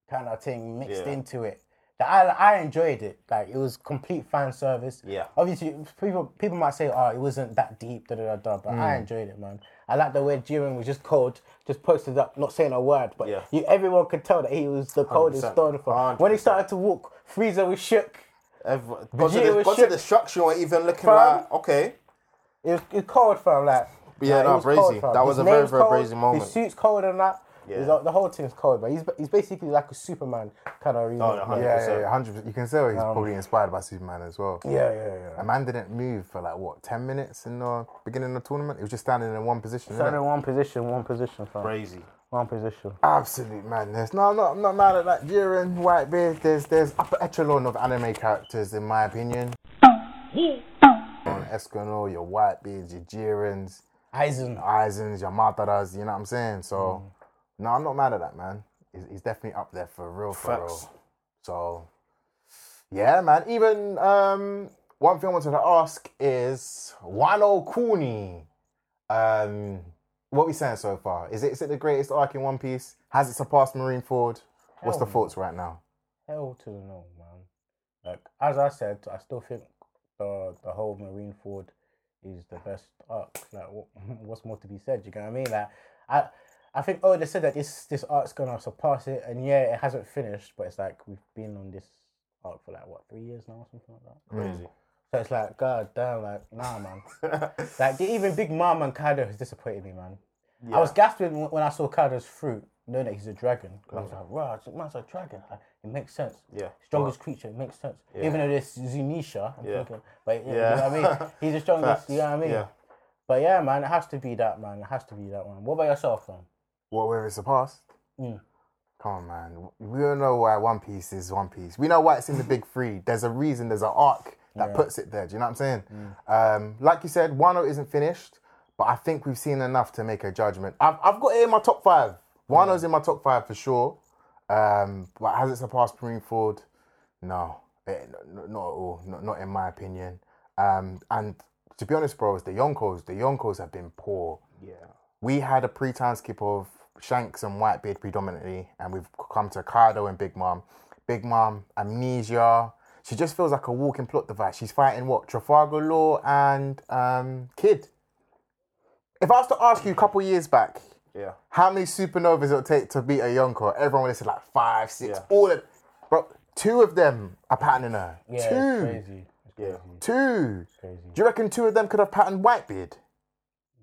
kind of thing mixed Yeah. into it. That I I enjoyed it. Like it was complete fan service. Yeah. Obviously, people people might say, "Oh, it wasn't that deep." Da da da. da but Mm. I enjoyed it, man. I like the way Jiren was just cold, just posted up, not saying a word, but Yeah. you, everyone could tell that he was the coldest 100%. stone for. When he started to walk, Frieza was shook. Every, got to Vegeta the, was got to shook. the structure, weren't even looking Fam. like okay. It was, it was cold for him, like. Yeah, like, it nah, was brazy. fam. That was His a very, name's very cold, brazy moment. His suit's cold and that. It's Yeah. like- the whole thing's cold, but he's he's basically like a Superman kind of. Oh, yeah, Yeah, 100%. yeah, yeah, hundred percent. You can tell he's probably inspired by Superman as well. yeah, yeah, yeah. A man didn't move for like what ten minutes in the beginning of the tournament. He was just standing in one position. innit? in one position, one position, fam. Crazy. one position. Absolute madness. No, I'm not, I'm not mad at Nigerian white beard. There's there's upper echelon of anime characters in my opinion. On Escanor, your white beards, your Jirins, Eisen. Aizens, your Mataras, you know what I'm saying? So Mm-hmm. no, I'm not mad at that, man. He's, he's definitely up there for real, for Facts. real. So yeah, man. Even um one thing I wanted to ask is Wano Kuni. Um what we saying so far? Is it is it the greatest arc in One Piece? Has it surpassed Marine Ford? What's the Hell no. thoughts right now? Hell to the no, man. Like as I said, I still think the the whole Marine Ford is the best arc. Like what, [laughs] what's more to be said? You know what I mean? Like I I think Oda said that this this arc's gonna surpass it, and yeah, it hasn't finished, but it's like we've been on this arc for like what three years now, or something like that. Crazy. So it's like, god damn, like nah, [laughs] man. like the, even Big Mom and Kaido has disappointed me, man. I was gasping when when I saw Kaido's fruit, knowing that he's a dragon. 'Cause I was like, rah, this man's a dragon. Like, it makes sense. Yeah. Strongest creature, it makes sense. Even though there's Zunisha, I'm Yeah. thinking, but yeah, Yeah. you know [laughs] what I mean? He's the strongest, Facts. you know what I mean? Yeah. But yeah, man, it has to be that, man. It has to be that one. What about yourself, man? What whether it's surpassed? Mm. Come on, man. We all know why One Piece is One Piece. We know why it's in the big three. There's a reason, there's an arc that puts it there. Do you know what I'm saying? Um, like you said, Wano isn't finished, but I think we've seen enough to make a judgment. I've, I've got it in my top five. Wano's in my top five for sure. Um, but has it surpassed Marine Ford? No, Eh, n- n- not at all. Not, not in my opinion. Um, and to be honest, bro, it's the Yonkos. The Yonkos have been poor Yeah. we had a pre-time skip of Shanks and Whitebeard predominantly, and we've come to Kaido and Big Mom. Big Mom, amnesia. She just feels like a walking plot device. She's fighting what Trafalgar Law and um, Kid. If I was to ask you a couple years back, Yeah. how many supernovas it'll take to beat a Yonko? Everyone would have said like five, six, Yeah. all of. Bro, two of them are patterning her. Yeah, it's two, crazy. It's Yeah. crazy. two. Crazy. Do you reckon two of them could have patterned Whitebeard?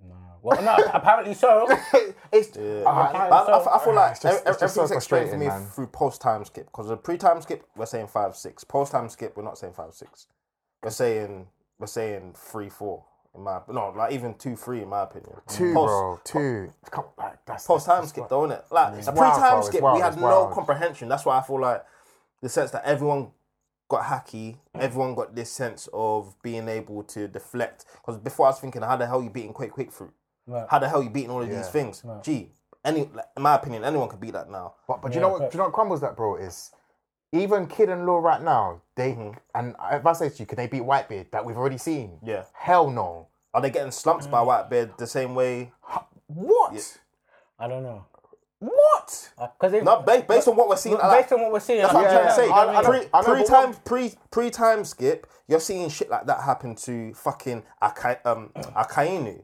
Nah. Well, no, [laughs] apparently so. [laughs] it's ah, I, I- I, I, feel like It's just- ev- it's just so everything's explained to frustrating, me man. through post time skip because the pre time skip we're saying five six post time skip we're not saying five six we're saying we're saying three four in my no like even two three in my opinion Two, post, bro. Two. Come on, like, that's post time skip though innit? like the pre wild, bro, time it's skip wild, we had it's no wild. comprehension that's why I feel like the sense that everyone got hacky everyone got this sense of being able to deflect because before I was thinking how the hell you beating quick quick fruit Right. how the hell you beating all of Yeah. these things gee any like, in my opinion anyone could beat that now. But, but do you know what? Do you know what crumbles that, bro? Is even Kid and Law right now. They and if I say to you, can they beat Whitebeard that we've already seen? Mm-hmm. Yeah. Hell no. Are they getting slumped by Mm. Whitebeard the same way? What? I don't know. What? Because if No, based, based on what we're seeing, like, based on what we're seeing, that's what Yeah, I'm trying to yeah, say. I- I know- pre, I know, but time pre pre time skip, you're seeing shit like that happen to fucking Akai, um, Akainu.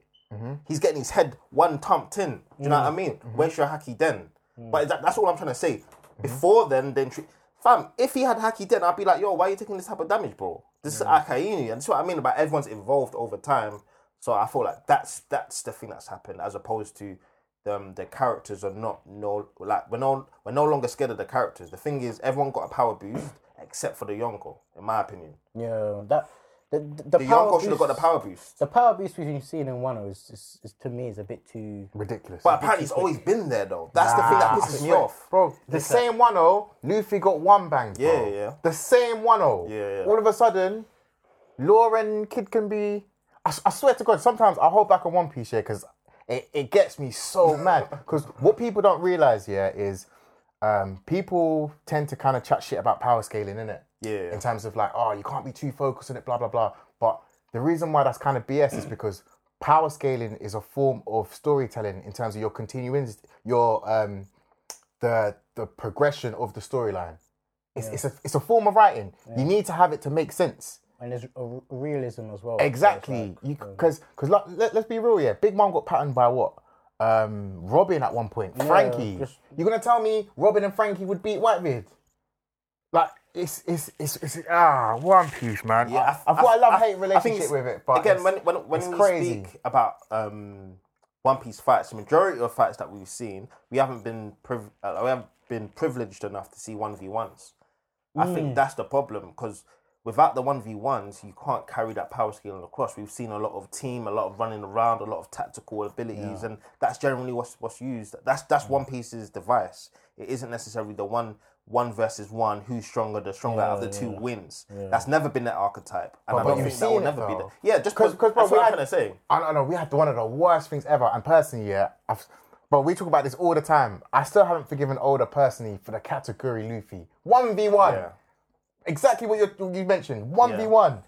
He's getting his head one thumped in. Do you know what I mean? Where's your hacky den? Mm. But that, that's all I'm trying to say. Before then, then tre- fam, if he had hacky den, I'd be like, yo, why are you taking this type of damage, bro? This is Akainu, and that's what I mean about everyone's evolved over time. So I feel like that's that's the thing that's happened, as opposed to um, the characters are not no like we're no we're no longer scared of the characters. The thing is, everyone got a power boost except for the Yonko, in my opinion. yeah, that the The the, power Yonko should have got the boost- power boost. The power boost we've been seeing in Wano is, is, is to me is a bit too. Ridiculous. But apparently, it's always been there though. That's the thing that Ah, pisses I me swear. off. Bro, the same 1 0, Luffy got one bang. Bro. Yeah, yeah. The same 1 0. Yeah, yeah. All of a sudden, Law and Kid can be. I, s- I swear to God, sometimes I hold back on One Piece here because it, it gets me so [laughs] mad. Because what people don't realize here is um, people tend to kind of chat shit about power scaling, innit? Yeah. In terms of like, oh, you can't be too focused on it, blah, blah, blah. But the reason why that's kind of BS is because power scaling is a form of storytelling in terms of your continuing, your um, the the progression of the storyline. It's, it's, a, it's a form of writing. You need to have it to make sense. And there's a r- realism as well. Exactly. You because because like, let, us be real here. Big Mom got patterned by what? Um, Robin at one point. Frankie. just- You're gonna tell me Robin and Frankie would beat Whitebeard? Like it's it's it's, it's ah One Piece man. Yeah, I, I- have got a I- love I- hate I think relationship it's- with it. But again, it's- when when when it's we crazy. speak about um, One Piece fights, the majority of fights that we've seen, we haven't been priv- uh, we haven't been privileged enough to see one v ones. I think that's the problem because without the 1v1s, you can't carry that power scaling across. We've seen a lot of team, a lot of running around, a lot of tactical abilities, and that's generally what's what's used. That's that's One Piece's device. It isn't necessarily the one one versus one, who's stronger, the stronger out of the two wins. That's never been that archetype. And I but don't you've think that will seen it, never be though. that. Yeah, just Because- because 'cause, bro, that's we what I'm had- trying to say. I don't know. We had one of the worst things ever. And personally, yeah, I've, but we talk about this all the time. I still haven't forgiven Oda personally for the category Luffy one v one. Yeah. Exactly what you you mentioned. One v one.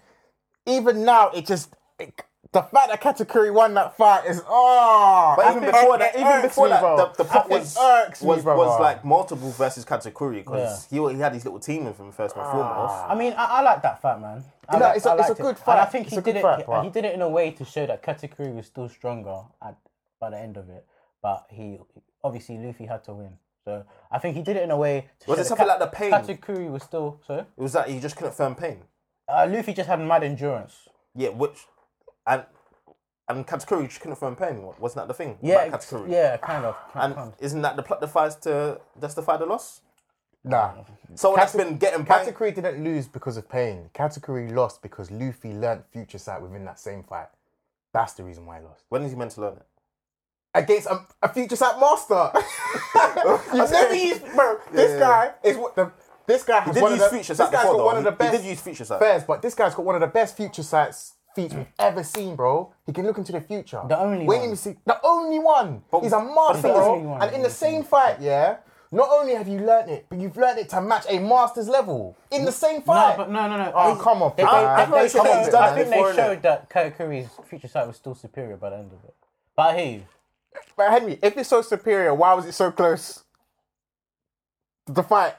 Even now, it just it, the fact that category won that fight is oh. But even before that, even before that, the, the plot plot was irks me, was, bro. was like multiple versus Katakuri because he he had his little team with him first and foremost. I mean, I, I like that fight, man. I No, like- it's a- I it's a liked it. good And I fight. think It's he a good did it. fight, he- but- he did it in a way to show that Katakuri was still stronger at by the end of it. But he obviously Luffy had to win. So I think he did it in a way. Was To show it that something Kat- like the pain? Katakuri was still so. It was that he just couldn't firm pain. Uh, Luffy just had mad endurance. Yeah, which and and Katakuri just couldn't firm pain. Wa- Wasn't that the thing? Yeah, about Katakuri. yeah, kind of. kind And of. isn't that the plot that fights to justify the loss? nah. Someone that's been getting back. Katakuri didn't lose because of pain. Katakuri lost because Luffy learnt Future Sight within that same fight. That's the reason why he lost. When is he meant to learn it? against a, a future sap [laughs] master. You've never used, bro. This guy is what the. This guy has did one of use the. feature This sight guy's before, got though. one of the He best. did use feature sight. Fairs, but this guy's got one of the best future sights feats we've ever seen, bro. He can look into the future. The only when one. You see, the only one. He's a master, the bro. only one And in the we've same fight, yeah. Not only have you learnt it, but you've learnt it to match a master's level in the same no, fight. but no, no, no. Oh, They- come on, they- fam. they- I've they- always they- said he's done I it think they before, innit? showed that Katakuri's future sight was still superior by the end of it. But I hear you. But Henry, if it's so superior, why was it so close? The fight.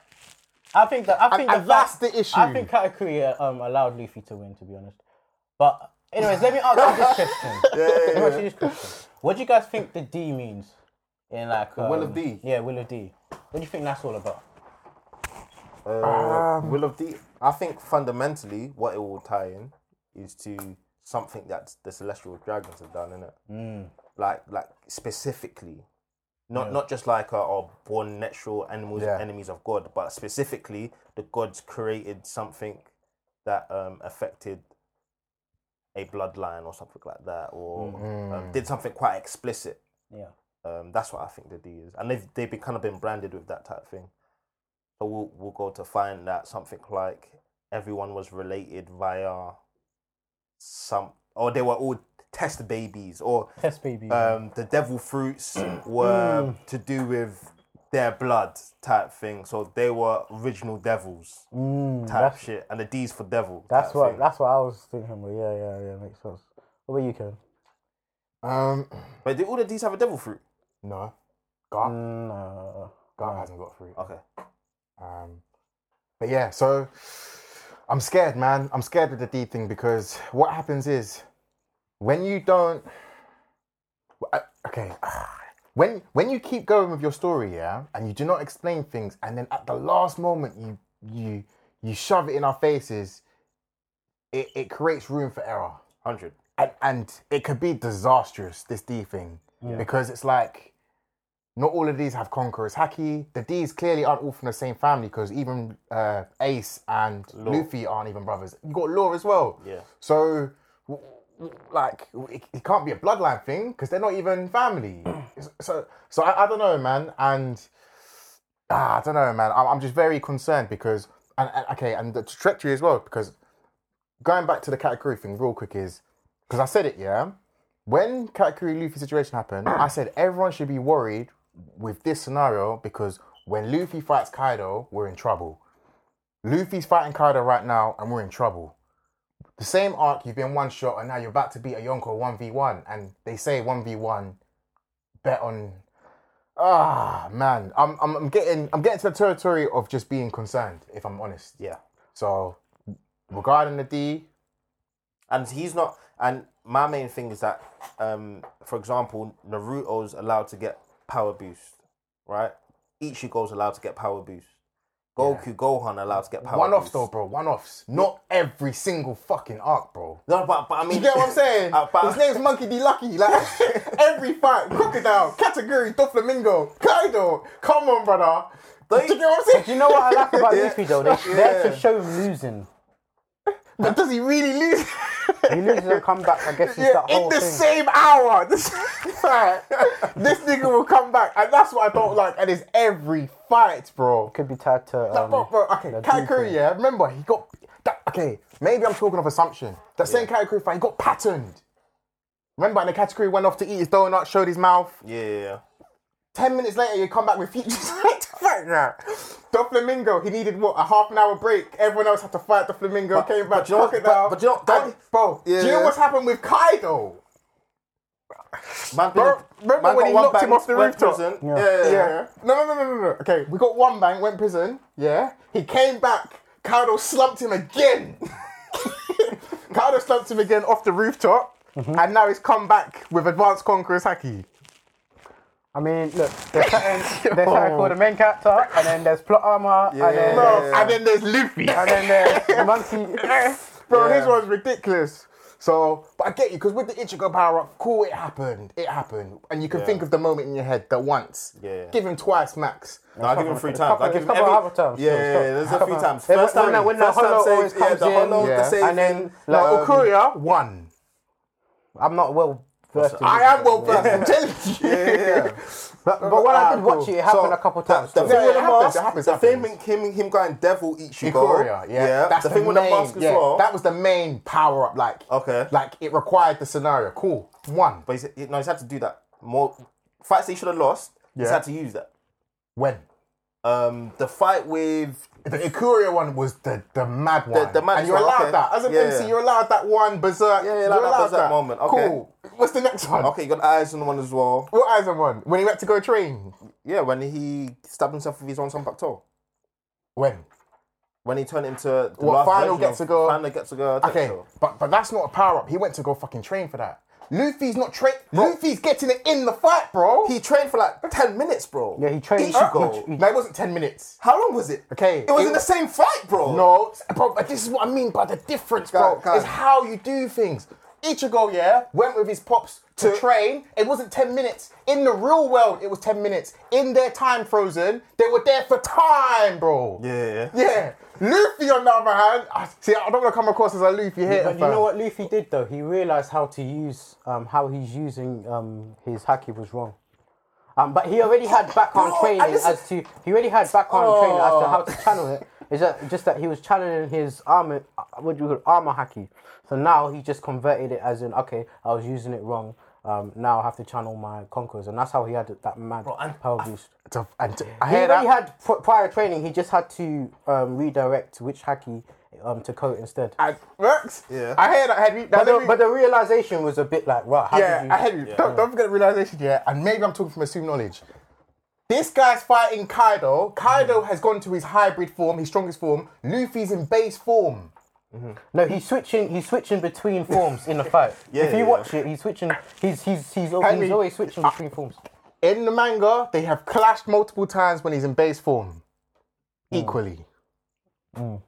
I think that I think and the fact- that's the issue. I think Katakuri um, allowed Luffy to win, to be honest. But anyways, let me ask you [laughs] this question. Let me ask you this question. What do you guys think the D means in like um, Will of D? Yeah, Will of D. What do you think that's all about? Uh, Will of the I think fundamentally what it will tie in is to something that the celestial dragons have done, innit? Mm. Like like specifically. Not not just like uh, oh, born natural animals Yeah. enemies of God, but specifically the gods created something that um, affected a bloodline or something like that, or um, did something quite explicit. Yeah. Um, that's what I think the D is, and they've they've been kind of been branded with that type of thing. So we'll we'll go to find that something like everyone was related via some, or they were all test babies, or Test Uh, baby. Mm-hmm. um, the [clears throat] devil fruits were Mm. to do with their blood type thing. So they were original devils type shit, and the D's for devil. Mm, That's type what thing. that's what I was thinking. But yeah, yeah, yeah, makes sense. What about you, Kevin? Um, But do all the D's have a devil fruit? no. God. Mm. Mm, No. God hasn't got fruit. Okay. Um, but yeah, so I'm scared, man. I'm scared with the D thing because what happens is when you don't. Well, I- Okay. [sighs] When, when you keep going with your story, yeah, and you do not explain things, and then at the last moment you you you shove it in our faces, it, it creates room for error Hundred. and, and it could be disastrous this D thing because it's like not all of these have conquerors haki. The D's clearly aren't all from the same family because even uh, Ace and Luffy aren't even brothers. You got Law as well. Yeah. So w- w- like it, it can't be a bloodline thing because they're not even family. It's- so so I, I don't know, man, and. Ah, I don't know, man. I'm, I'm just very concerned because, and, and okay, and the trajectory as well. Because going back to the Katakuri thing real quick is because I said it, yeah. When Katakuri Luffy situation happened, I said everyone should be worried with this scenario because when Luffy fights Kaido, we're in trouble. Luffy's fighting Kaido right now, and we're in trouble. The same arc, you've been one shot, and now you're about to beat a Yonko one v one, and they say one v one, bet on. Ah man, I'm, I'm I'm getting I'm getting to the territory of just being concerned, if I'm honest. Yeah. So regarding the D, and he's not and my main thing is that um for example naruto's allowed to get power boost right ichigo's allowed to get power boost goku gohan allowed to get power one offs boost though, bro. One offs. Not every single fucking arc, bro. no but, but i mean You get what I'm [laughs] saying? [laughs] Uh, but- His name's Monkey D. Lucky. Like every fight, crocodile, category, Doflamingo, Kaido. Come on, brother. Do you get what I'm saying? [laughs] you know what I like about Yeah. Luffy though? They, they had to show him losing. But does he really lose? He loses [laughs] and come back. I guess it's Yeah, that in whole the thing. same hour. [laughs] This, Right. This nigga will come back, and that's what I don't like. And it's every fight, bro. Could be tied to. Um, Bro, bro, okay, Kai Curry, yeah, remember he got that, okay, maybe I'm talking of assumption. That same Kai Curry fight, he got patterned. Remember, and the category went off to eat his donut, showed his mouth. Yeah, yeah, yeah. Ten minutes later, you come back with features [laughs] like the fact that the flamingo. He needed what a half an hour break. Everyone else had to fight the flamingo. came back, but you know- knock it but- down. but you know- that- And- bro, Yeah, do you know yeah. what's happened with Kaido? Man, Bro, remember when got he one knocked back, him off the went rooftop? prison. Yeah. Yeah, yeah, yeah. Yeah. No, no, no, no, no, no. Okay, we got one bang, went prison. Yeah. He came back. Kaido slumped him again. [laughs] Kaido slumped him again off the rooftop, Mm-hmm. and now he's come back with advanced conquerors haki. I mean, look, [laughs] there's something, there's something called the main character, and then there's plot armor, and then Bro, there's, Yeah. and then there's Luffy. and then there's monkey. [laughs] Bro, Yeah. his one's ridiculous. So, but I get you because with the Ichigo power up, cool, it happened, it happened, and you can think of the moment in your head that once. Yeah. Give him twice max. No, I give him three a times. couple- I give him a couple every of other times, Yeah, still, yeah, still. yeah, there's a few Couple- times. Yeah, First when time, that- when that first time hollow always save, yeah, comes the in, hollow, yeah. the save, And then, Like like, um, Okuria, one. I'm not well versed. in I this, am well versed. I'm telling [laughs] you. [laughs] but, but when I Ah, did watch cool. it, it happened a couple times. still. The thing Yeah, with it the happens, mask, it happens, the happens. thing with him, him going devil eat you Ikoria, yeah. That's the thing with the main- mask as yeah, well. That was the main power up. Like, Okay. like it required the scenario. Cool, one. But he's, he- no, he's had to do that more fights. He should have lost. He's Yeah. had to use that. When Um, the fight with the Ikuria one was the the mad one, the mad and you're one, allowed okay. that as an Yeah, MC. yeah. You're allowed that one berserk. Yeah, you're allowed that berserk moment, okay. Cool. What's the next one? okay, you got eyes on one as well. What Aizen one? When he went to go train? Yeah, when he stabbed himself with his own sunback toe. When? When he turned into the What, last final version gets of- to go? Final gets to go. Okay, Tetsuo. but but that's not a power up. He went to go fucking train for that. Luffy's not train. Luffy's getting it in the fight, bro. Uh, He trained for like ten minutes, bro. Yeah, he trained- Ichigo. no, it wasn't ten minutes. How long was it? Okay, It was it in the was- same fight, bro. No, bro, but this is what I mean by the difference, bro. Guy- guy. It's how you do things. Ichigo, yeah, went with his pops to train. It wasn't 10 minutes. In the real world, it was 10 minutes. In their time frozen, they were there for time, bro. Yeah. Yeah. Luffy, on the other hand, I, see, I don't want to come across as a Luffy hater. But you know what Luffy did though? He realized how to use um, how he's using um, his haki was wrong. Um, but he already had background Bro, and training this as to he already had background training as to how to channel it. Is that just that he was channeling his armor? uh, What do you call it? armor haki? So now he just converted it as in okay, I was using it wrong. Um, now I have to channel my conquerors, and that's how he had that mad and power boost. To, and to- I He hear that. already had pr- prior training. He just had to um, redirect which haki um, to coat instead. I, works. Yeah. I hear that. Henry. Now, let But the, me- but the realization was a bit like, right, how yeah, did you? I hear you. Don't, don't forget the realization, yeah, and maybe I'm talking from assumed knowledge. This guy's fighting Kaido. Kaido Mm. has gone to his hybrid form, his strongest form. Luffy's in base form. no, he's switching. He's switching [laughs] between forms in the fight. if you yeah. watch it, he's switching. He's he's he's, al- I he's mean- always switching between forms. In the manga, they have clashed multiple times when he's in base form. Mm. Equally. Man,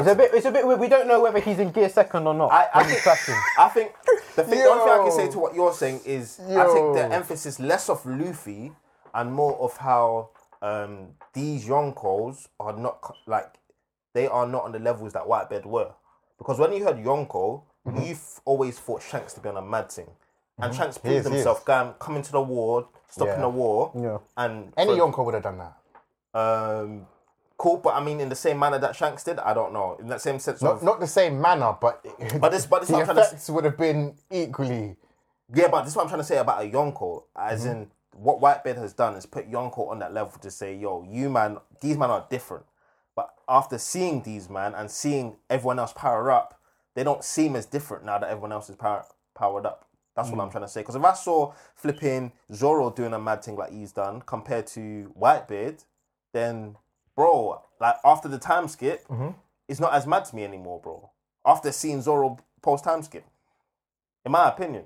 It's a bit. It's a bit weird. We don't know whether he's in gear second or not. I, I when he's think, crashing. I think the thing, the only thing I can say Yo. to what you're saying is I think Yo. the emphasis less of Luffy and more of how um, these young Yonkos are not co- like they are not on the levels that Whitebeard were. Because when you heard Yonko, you've always thought Shanks to be on a mad thing. And Shanks proved is, Mm-hmm. he is. himself going, coming to the war, stopping Yeah. the war. Yeah. And Any Yonko would have done that. um, cool, but I mean in the same manner that Shanks did, I don't know. In that same sense Not, of not the same manner, but, [laughs] but this but this the is what I'm trying to effects would have been equally. Yeah, but this is what I'm trying to say about a Yonko, as in what Whitebeard has done is put Yonko on that level to say, yo, you man, these men are different. But after seeing these man and seeing everyone else power up, they don't seem as different now that everyone else is power, powered up. That's what I'm trying to say. Because if I saw flipping Zoro doing a mad thing like he's done compared to Whitebeard, then bro, like after the time skip, it's not as mad to me anymore, bro. After seeing Zoro post time skip, in my opinion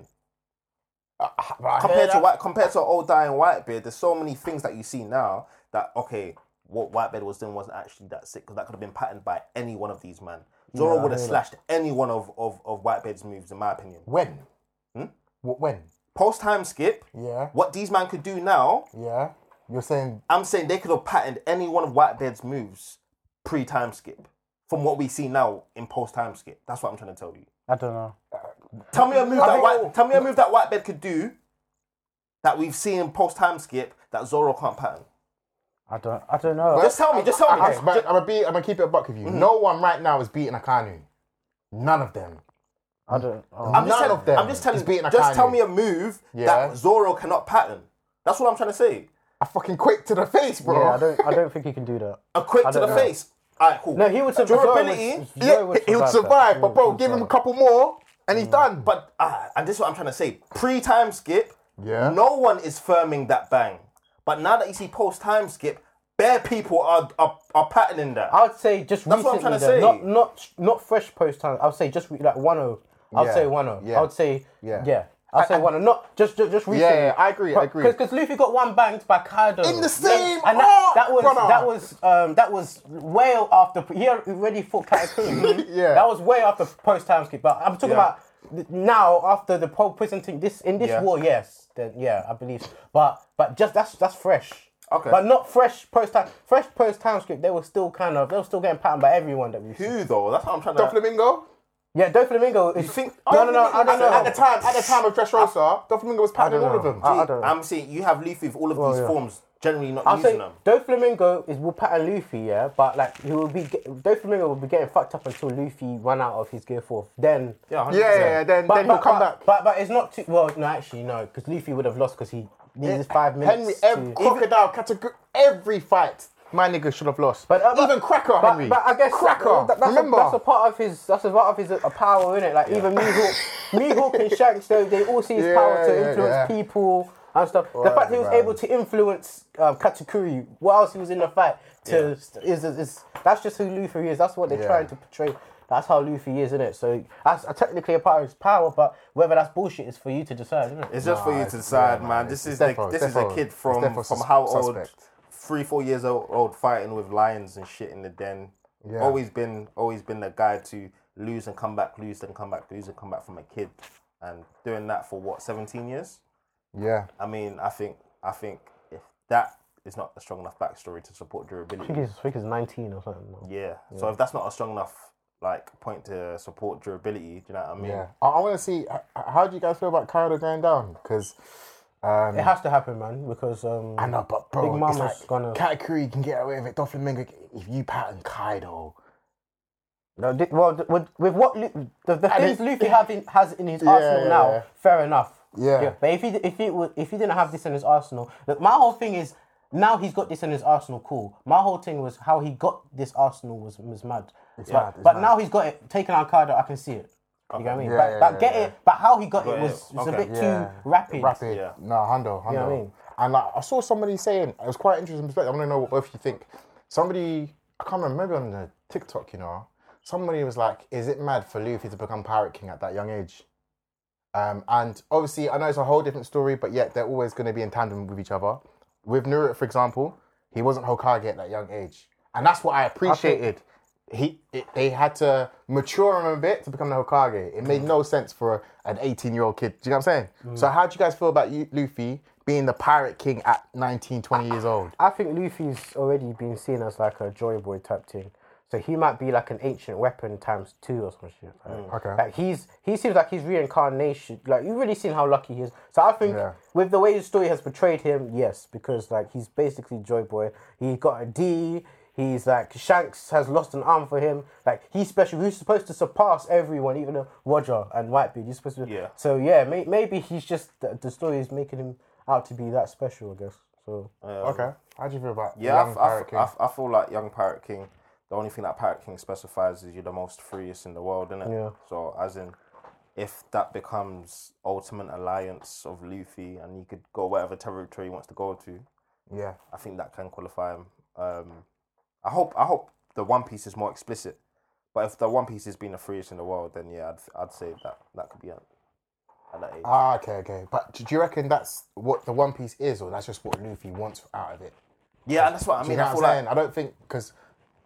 uh, compared to white, compared to old dying Whitebeard, there's so many things that you see now that okay, what Whitebeard was doing wasn't actually that sick because that could have been patterned by any one of these man. Zoro would have slashed any one of, of of Whitebeard's moves, in my opinion. When? Hmm? Wh- When? Post time skip, Yeah. what these man could do now, Yeah. You're saying I'm saying they could have patterned any one of Whitebeard's moves pre time skip. from what we see now in post time skip. That's what I'm trying to tell you. I don't know. Tell me a move that white, tell me a move that Whitebed could do that we've seen in post time skip that Zoro can't pattern. I don't. I don't know. Just tell me. Just tell me. I'm gonna be. I'm gonna keep it a buck with you. No one right now is beating Akanu. None of them. I don't. oh. I'm just None telling, of them I'm just telling is beating you. a Just tell Kanye. me a move Yeah. that Zoro cannot pattern. That's what I'm trying to say. I fucking quick to the face, bro. yeah, I don't. I don't think he can do that. A quick to the don't know. face. All right, cool. No, he would survive. Durability. Yeah, he would survive, Mm. but bro, give him a couple more and he's done. But But ah, and this is what I'm trying to say. Pre time skip. Yeah. No one is firming that bang. But now that you see post time skip, bare people are are, are patterning that. I would say just That's what I'm trying recently. to though, say. Not not not fresh post time. I would say just re- like one o. I would Yeah, say one o. I yeah, would say yeah. yeah. Yeah. I'd say one o. Not just just, just recently. yeah, I agree, I agree. Because Luffy got one banged by Kaido In the Then- same and that, arc, that was brother. that was um that was way after he already fought [laughs] Katakuri. Yeah. that was way after post time skip. But I'm talking Yeah. about th- now after the whole prison thing. This in this Yeah. war, yes, then yeah, I believe. so. But but just that's that's fresh. Okay. But not fresh post time. Fresh post time skip. They were still kind of they were still getting patterned by everyone that we. Who though? That's what I'm trying the to. Flamingo. Yeah, Doflamingo is. You think- no, no, no. I don't know. At the time, at the time of Dressrosa, Doflamingo was patterning all of them. I- I don't know. I'm saying you have Luffy with all of Oh, these yeah. forms generally not I'll using say them. Doflamingo is will pattern Luffy, yeah, but like he will be get, Doflamingo will be getting fucked up until Luffy run out of his gear fourth. Then Yeah, 100%. yeah, yeah, yeah, Then, but, then but, he'll come but, back. But but it's not too well. No, actually, no, because Luffy would have lost because he needs his five minutes. Henry, to- every, crocodile category, every fight, my nigga should have lost. But, uh, even Cracker, but, Henry. But I guess Cracker. that- that's remember, a, that's a part of his. That's a part of his uh, power, isn't it? Like even [laughs] Mihawk, Mihawk and Shanks, though they all see his Yeah, power to yeah, influence yeah. people and stuff. the fact he was man. able to influence uh, Katakuri whilst he was in the fight to is, is is that's just who Luffy is. That's what they're Yeah. trying to portray. That's how Luffy is, isn't it? So that's uh, technically a part of his power, but whether that's bullshit is for you to decide, isn't it? It's just for you to decide, man. This is the, defo- this is a defo- kid it's from defo from sus- how old, suspect. three four years old, old fighting with lions and shit in the den. Yeah. Always been always been the guy to lose and come back, lose and come back, lose and come back from a kid, and doing that for what seventeen years. yeah. I mean, I think I think if that is not a strong enough backstory to support I think durability, he's, I think he's 19 or something. yeah. So if that's not a strong enough like point to support durability, do you know what I mean? Yeah, I, I want to see h- h- how do you guys feel about Kaido going down? Because um, It has to happen, man, because um, I know, but bro, Big it's Mama's like gonna- Katakuri can get away with it. Doflamingo, if you pattern Kaido, No, thi- well, th- with, with what Lu- the, the things it- Luffy have in, has in his Yeah, arsenal yeah, now, yeah. fair enough. Yeah. but if he d- if he wa- if he didn't have this in his arsenal, look, my whole thing is now he's got this in his arsenal. Cool. My whole thing was how he got this arsenal was was mad. but mad, it's but mad. now he's got it taken out Kaido. I can see it. You know what I mean? Yeah, but yeah, but yeah, get yeah. it. But how he got it Yeah, was, was okay. a bit Yeah. too rapid. rapid, Yeah. no, Hundo, Hundo. know what I mean? And like, I saw somebody saying it was quite interesting perspective. I want to know what both you think. Somebody, I can't remember maybe on the TikTok, you know, somebody was like, "Is it mad for Luffy to become Pirate King at that young age?" Um, and obviously, I know it's a whole different story, but yet they're always going to be in tandem with each other. With Naruto, for example, he wasn't Hokage at that young age, and that's what I appreciated. He it, they had to mature him a bit to become the Hokage. It made no sense for a, an 18 year old kid. Do you know what I'm saying? So how do you guys feel about you, Luffy being the Pirate King at 19, 20 years old? I think Luffy's already been seen as like a joy boy type thing. So he might be like an ancient weapon times two or some shit. Like, Okay. Like he's he seems like he's reincarnation. Like you've really seen how lucky he is. So I think Yeah. with the way the story has portrayed him, yes, because like he's basically joy boy. He got a D. He's like Shanks has lost an arm for him. Like he's special. He's supposed to surpass everyone, even though Roger and Whitebeard. He's supposed to. Yeah. So yeah, may, maybe he's just the, the story is making him out to be that special. I guess. So. okay, how do you feel about the Yeah, I young f- I, Pirate f- King? I f- I feel like Young Pirate King, the only thing that Pirate King specifies is you're the most freest in the world, innit? Yeah. So, as in, if that becomes Ultimate Alliance of Luffy and he could go whatever territory he wants to go to, yeah, I think that can qualify him. Um, I hope I hope the One Piece is more explicit. But if the One Piece is being the freest in the world, then yeah, I'd, I'd say that that could be at, at that age. ah, okay, okay. But do you reckon that's what the One Piece is, or that's just what Luffy wants out of it? yeah, and that's what I Do you mean. know I what I'm feel saying? like, I don't think because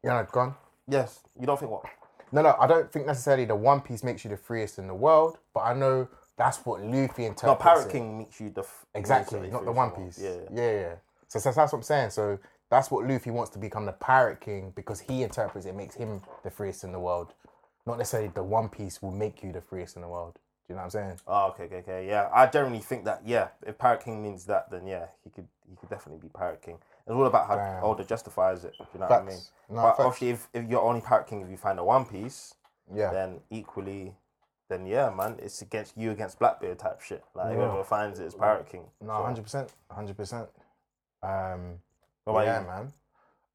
you know, gone. yes, you don't think what? No, no, I don't think necessarily the One Piece makes you the freest in the world, but I know that's what Luffy interprets. No, Pirate it. King makes you the. F- Exactly, means not that you're the free One in Piece. world. yeah, yeah. So, so that's what I'm saying. So That's what Luffy wants to become the Pirate King because he interprets it makes him the freest in the world. Not necessarily the One Piece will make you the freest in the world. Do you know what I'm saying? Oh, okay, okay, okay. Yeah, I generally think that. Yeah, if Pirate King means that, then yeah, he could he could definitely be Pirate King. It's all about how Damn. older justifies it. You know what I mean? Facts. No, but facts. obviously, if, if you're only Pirate King if you find a One Piece, Yeah. then equally, then yeah, man, it's against you against Blackbeard type shit. Like whoever finds it is Pirate King. No, hundred percent, hundred percent. Um, about yeah, you? man.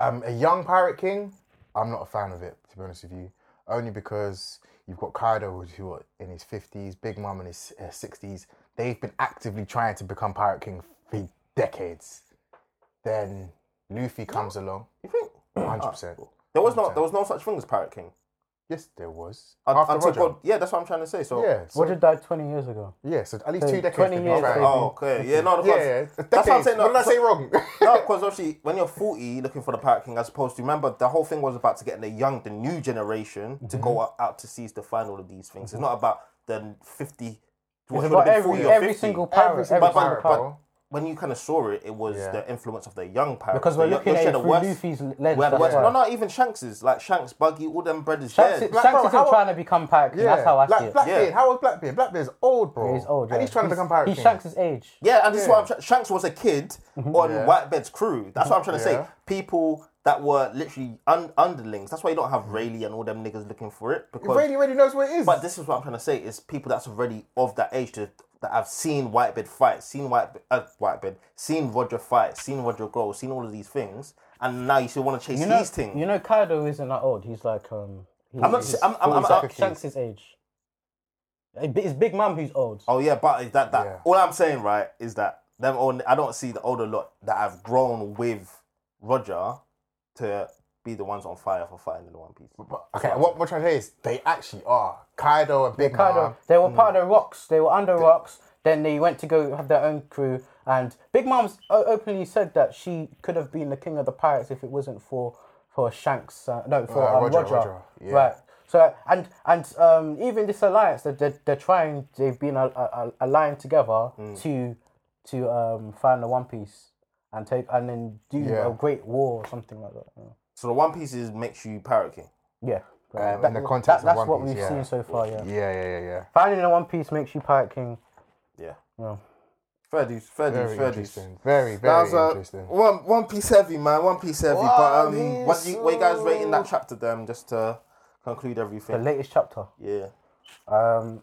Um, a young pirate king. I'm not a fan of it, to be honest with you. Only because you've got Kaido, who's who are in his fifties, Big Mom in his uh, sixties. They've been actively trying to become pirate king for decades. Then Luffy comes along. You think? Hundred percent. There was no there was no such thing as Pirate King. Yes, there was. Un- After until Roger. God, yeah, that's what I'm trying to say. So Yeah. So, What did die 20 years ago? yeah. So at least Say two decades. 20 they've years been ago. trying. Oh, okay. Yeah, no, Yeah, because yeah. that's what I'm decades. saying. No, what did I so- say wrong? [laughs] No, because obviously when you're 40, looking for the Pirate King, as opposed to remember the whole thing was about to get the young, the new generation to Mm-hmm. go out, out to seas to find all of these things. It's not about the 50. What It's should have about been every, 40 or every 50. single pirate. Every Every single single but- pirate. but- When you kind of saw it, it was the influence of the young pirate. because we're looking at it through Luffy's lens. that's West, why. no, not even Shanks's, like Shanks, Buggy, all them brothers. Shanks, yeah. is- Like, Shanks bro, isn't how- trying to become pirate king. That's how I see Black- it. Blackbeard. Yeah. How old Blackbeard? Blackbeard's old, bro. He's old. Yeah. And he's trying to become pirate He's king. Shanks' age. Yeah, and this is what I'm trying. Shanks was a kid on Whitebeard's crew. That's what I'm trying to Yeah. say. People that were literally un- underlings. That's why you don't have Rayleigh and all them niggas looking for it because. Brady already knows what it is. But this is what I'm trying to say is people that's already of that age to, that have seen Whitebeard fight, seen White uh, Whitebeard, seen Roger fight, seen Roger grow, seen all of these things, and now you still want to chase You know, these things. you know, Kaido isn't that old. He's like um. He's, I'm not- he's I'm- I'm- I'm- 40, I'm- Shanks' age. It's Big Mom who's old. Oh yeah, but is that that Yeah. all I'm saying, right, is that them old, I don't see the older lot that have grown with Roger to be the ones on fire for fighting in the One Piece. okay, what we're trying to say is they actually are Kaido and Big Kaido, Mom. they were part of the rocks. They were under rocks. Then they went to go have their own crew. And Big Mom's o- openly said that she could have been the king of the pirates if it wasn't for for Shanks. Uh, no, for Uh, um, Roger, Roger. Roger, yeah. Right. So and and um, even this alliance that they're, they're trying, they've been a, a, a- aligned together Hmm. to to um, find the One Piece and take and then do Yeah. a great war or something like that. Yeah. So the One Piece is makes you Parrot King. Yeah. Um, in the that, context that's of One what Piece, we've yeah. seen so far. Yeah. Yeah, yeah, yeah, yeah. Finding the One Piece makes you pirate king. Yeah. Yeah. Fair dues, fair dues, Very fair dues. interesting. Very, That very was, uh, interesting. one One Piece heavy, man. One Piece heavy. but One um, what do you, what you guys rating that chapter? Them just to conclude The everything. latest chapter. Yeah. Um,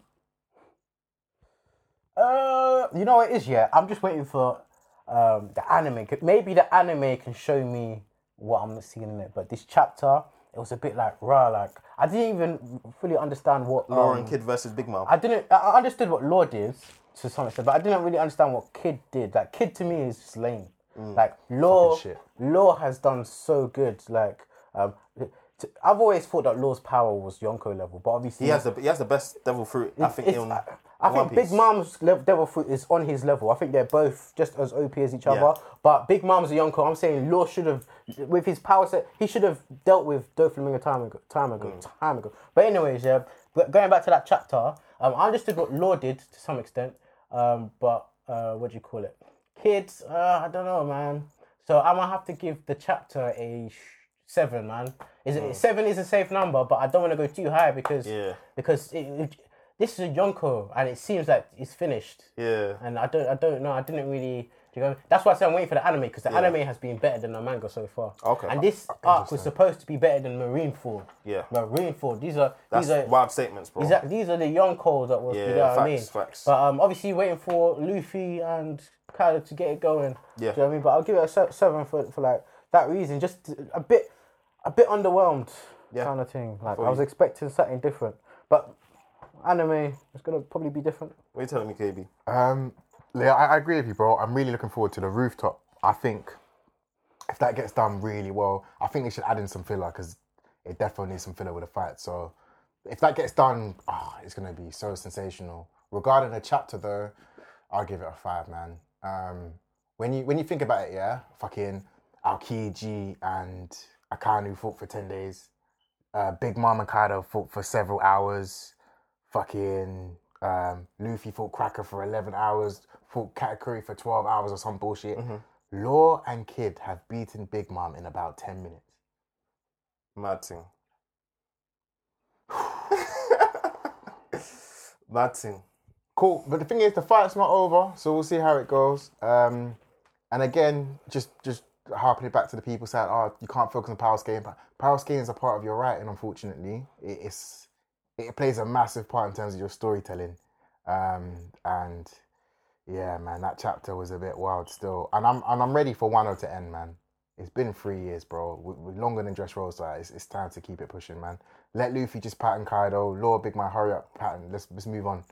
uh, you know what it is, yeah. I'm just waiting for um, the anime. C- Maybe the anime can show me what I'm seeing in it. But this chapter, it was a bit like raw. Like I didn't even fully understand what um, Lauren Kid versus Big Mom. I didn't. I- I understood what Law did to some extent, but I didn't really understand what Kid did. Like Kid to me is just lame. Like Law, Fucking shit. Law has done so good. Like um, t- I've always thought that Law's power was Yonko level, but obviously he has the he has the best devil fruit. I think. it's- in, I, I in One think Big Piece. Mom's level, Devil Fruit is on his level. I think they're both just as OP as each Yeah. other. But Big Mom's a Yonko. I'm saying Law should have, with his power set, he should have dealt with Doflamingo time ago, time ago, Mm. time ago. But anyways, yeah. But going back to that chapter, um, I understood what Law did to some extent. Um, but uh, what do you call it? Kids, uh, I don't know, man. So I'm gonna have to give the chapter a sh- seven, man. Is it seven is a safe number, but I don't want to go too high because Mm. Yeah. because it, it, this is a Yonko and it seems like it's finished. Yeah. And I don't, I don't know. I didn't really. do You know, that's why I said I'm waiting for the anime because the anime has been better than the manga so far. Okay. And this arc was supposed to be better than Marineford. Yeah. Marineford. These are That's these are wild statements, bro. these are, these are the Yonko that was. Yeah, you know what I facts, mean? facts. But um, obviously waiting for Luffy and Kaido to get it going. Yeah. Do you know what I mean? But I'll give it a se- seven for, for like that reason. Just a bit, a bit underwhelmed. Yeah. Kind of thing. Like feel I was you. expecting something different, but anime is gonna probably be different. What are you telling me, KB? Um, yeah, I, I agree with you, bro. I'm really looking forward to the rooftop. I think if that gets done really well, I think they should add in some filler because it definitely needs some filler with a fight. So if that gets done, ah, it's gonna be so sensational. Regarding the chapter though, I'll give it a five, man. Um, when you when you think about it, yeah, fucking Aokiji and Akanu fought for ten days. Uh, Big Mom and Kaido fought for several hours fucking um, Luffy fought Cracker for 11 hours, fought Katakuri for 12 hours or some bullshit. Law and Kid have beaten Big Mom in about 10 minutes. Mad thing. Mad thing. Cool. But the thing is, the fight's not over, so we'll see how it goes. Um, and again, just just harping it back to the people saying, "Oh, you can't focus on power scaling." But power scaling is a part of your writing, unfortunately. It is it plays a massive part in terms of your storytelling. Um, and yeah, man, that chapter was a bit wild still. And I'm and I'm ready for 1-0 to end, man. It's been three years, bro. We- We're longer than just Rolls. Like, it's, it's time to keep it pushing, man. Let Luffy just pattern Kaido. Law, Big Man, hurry up, pattern. Let's let's move on.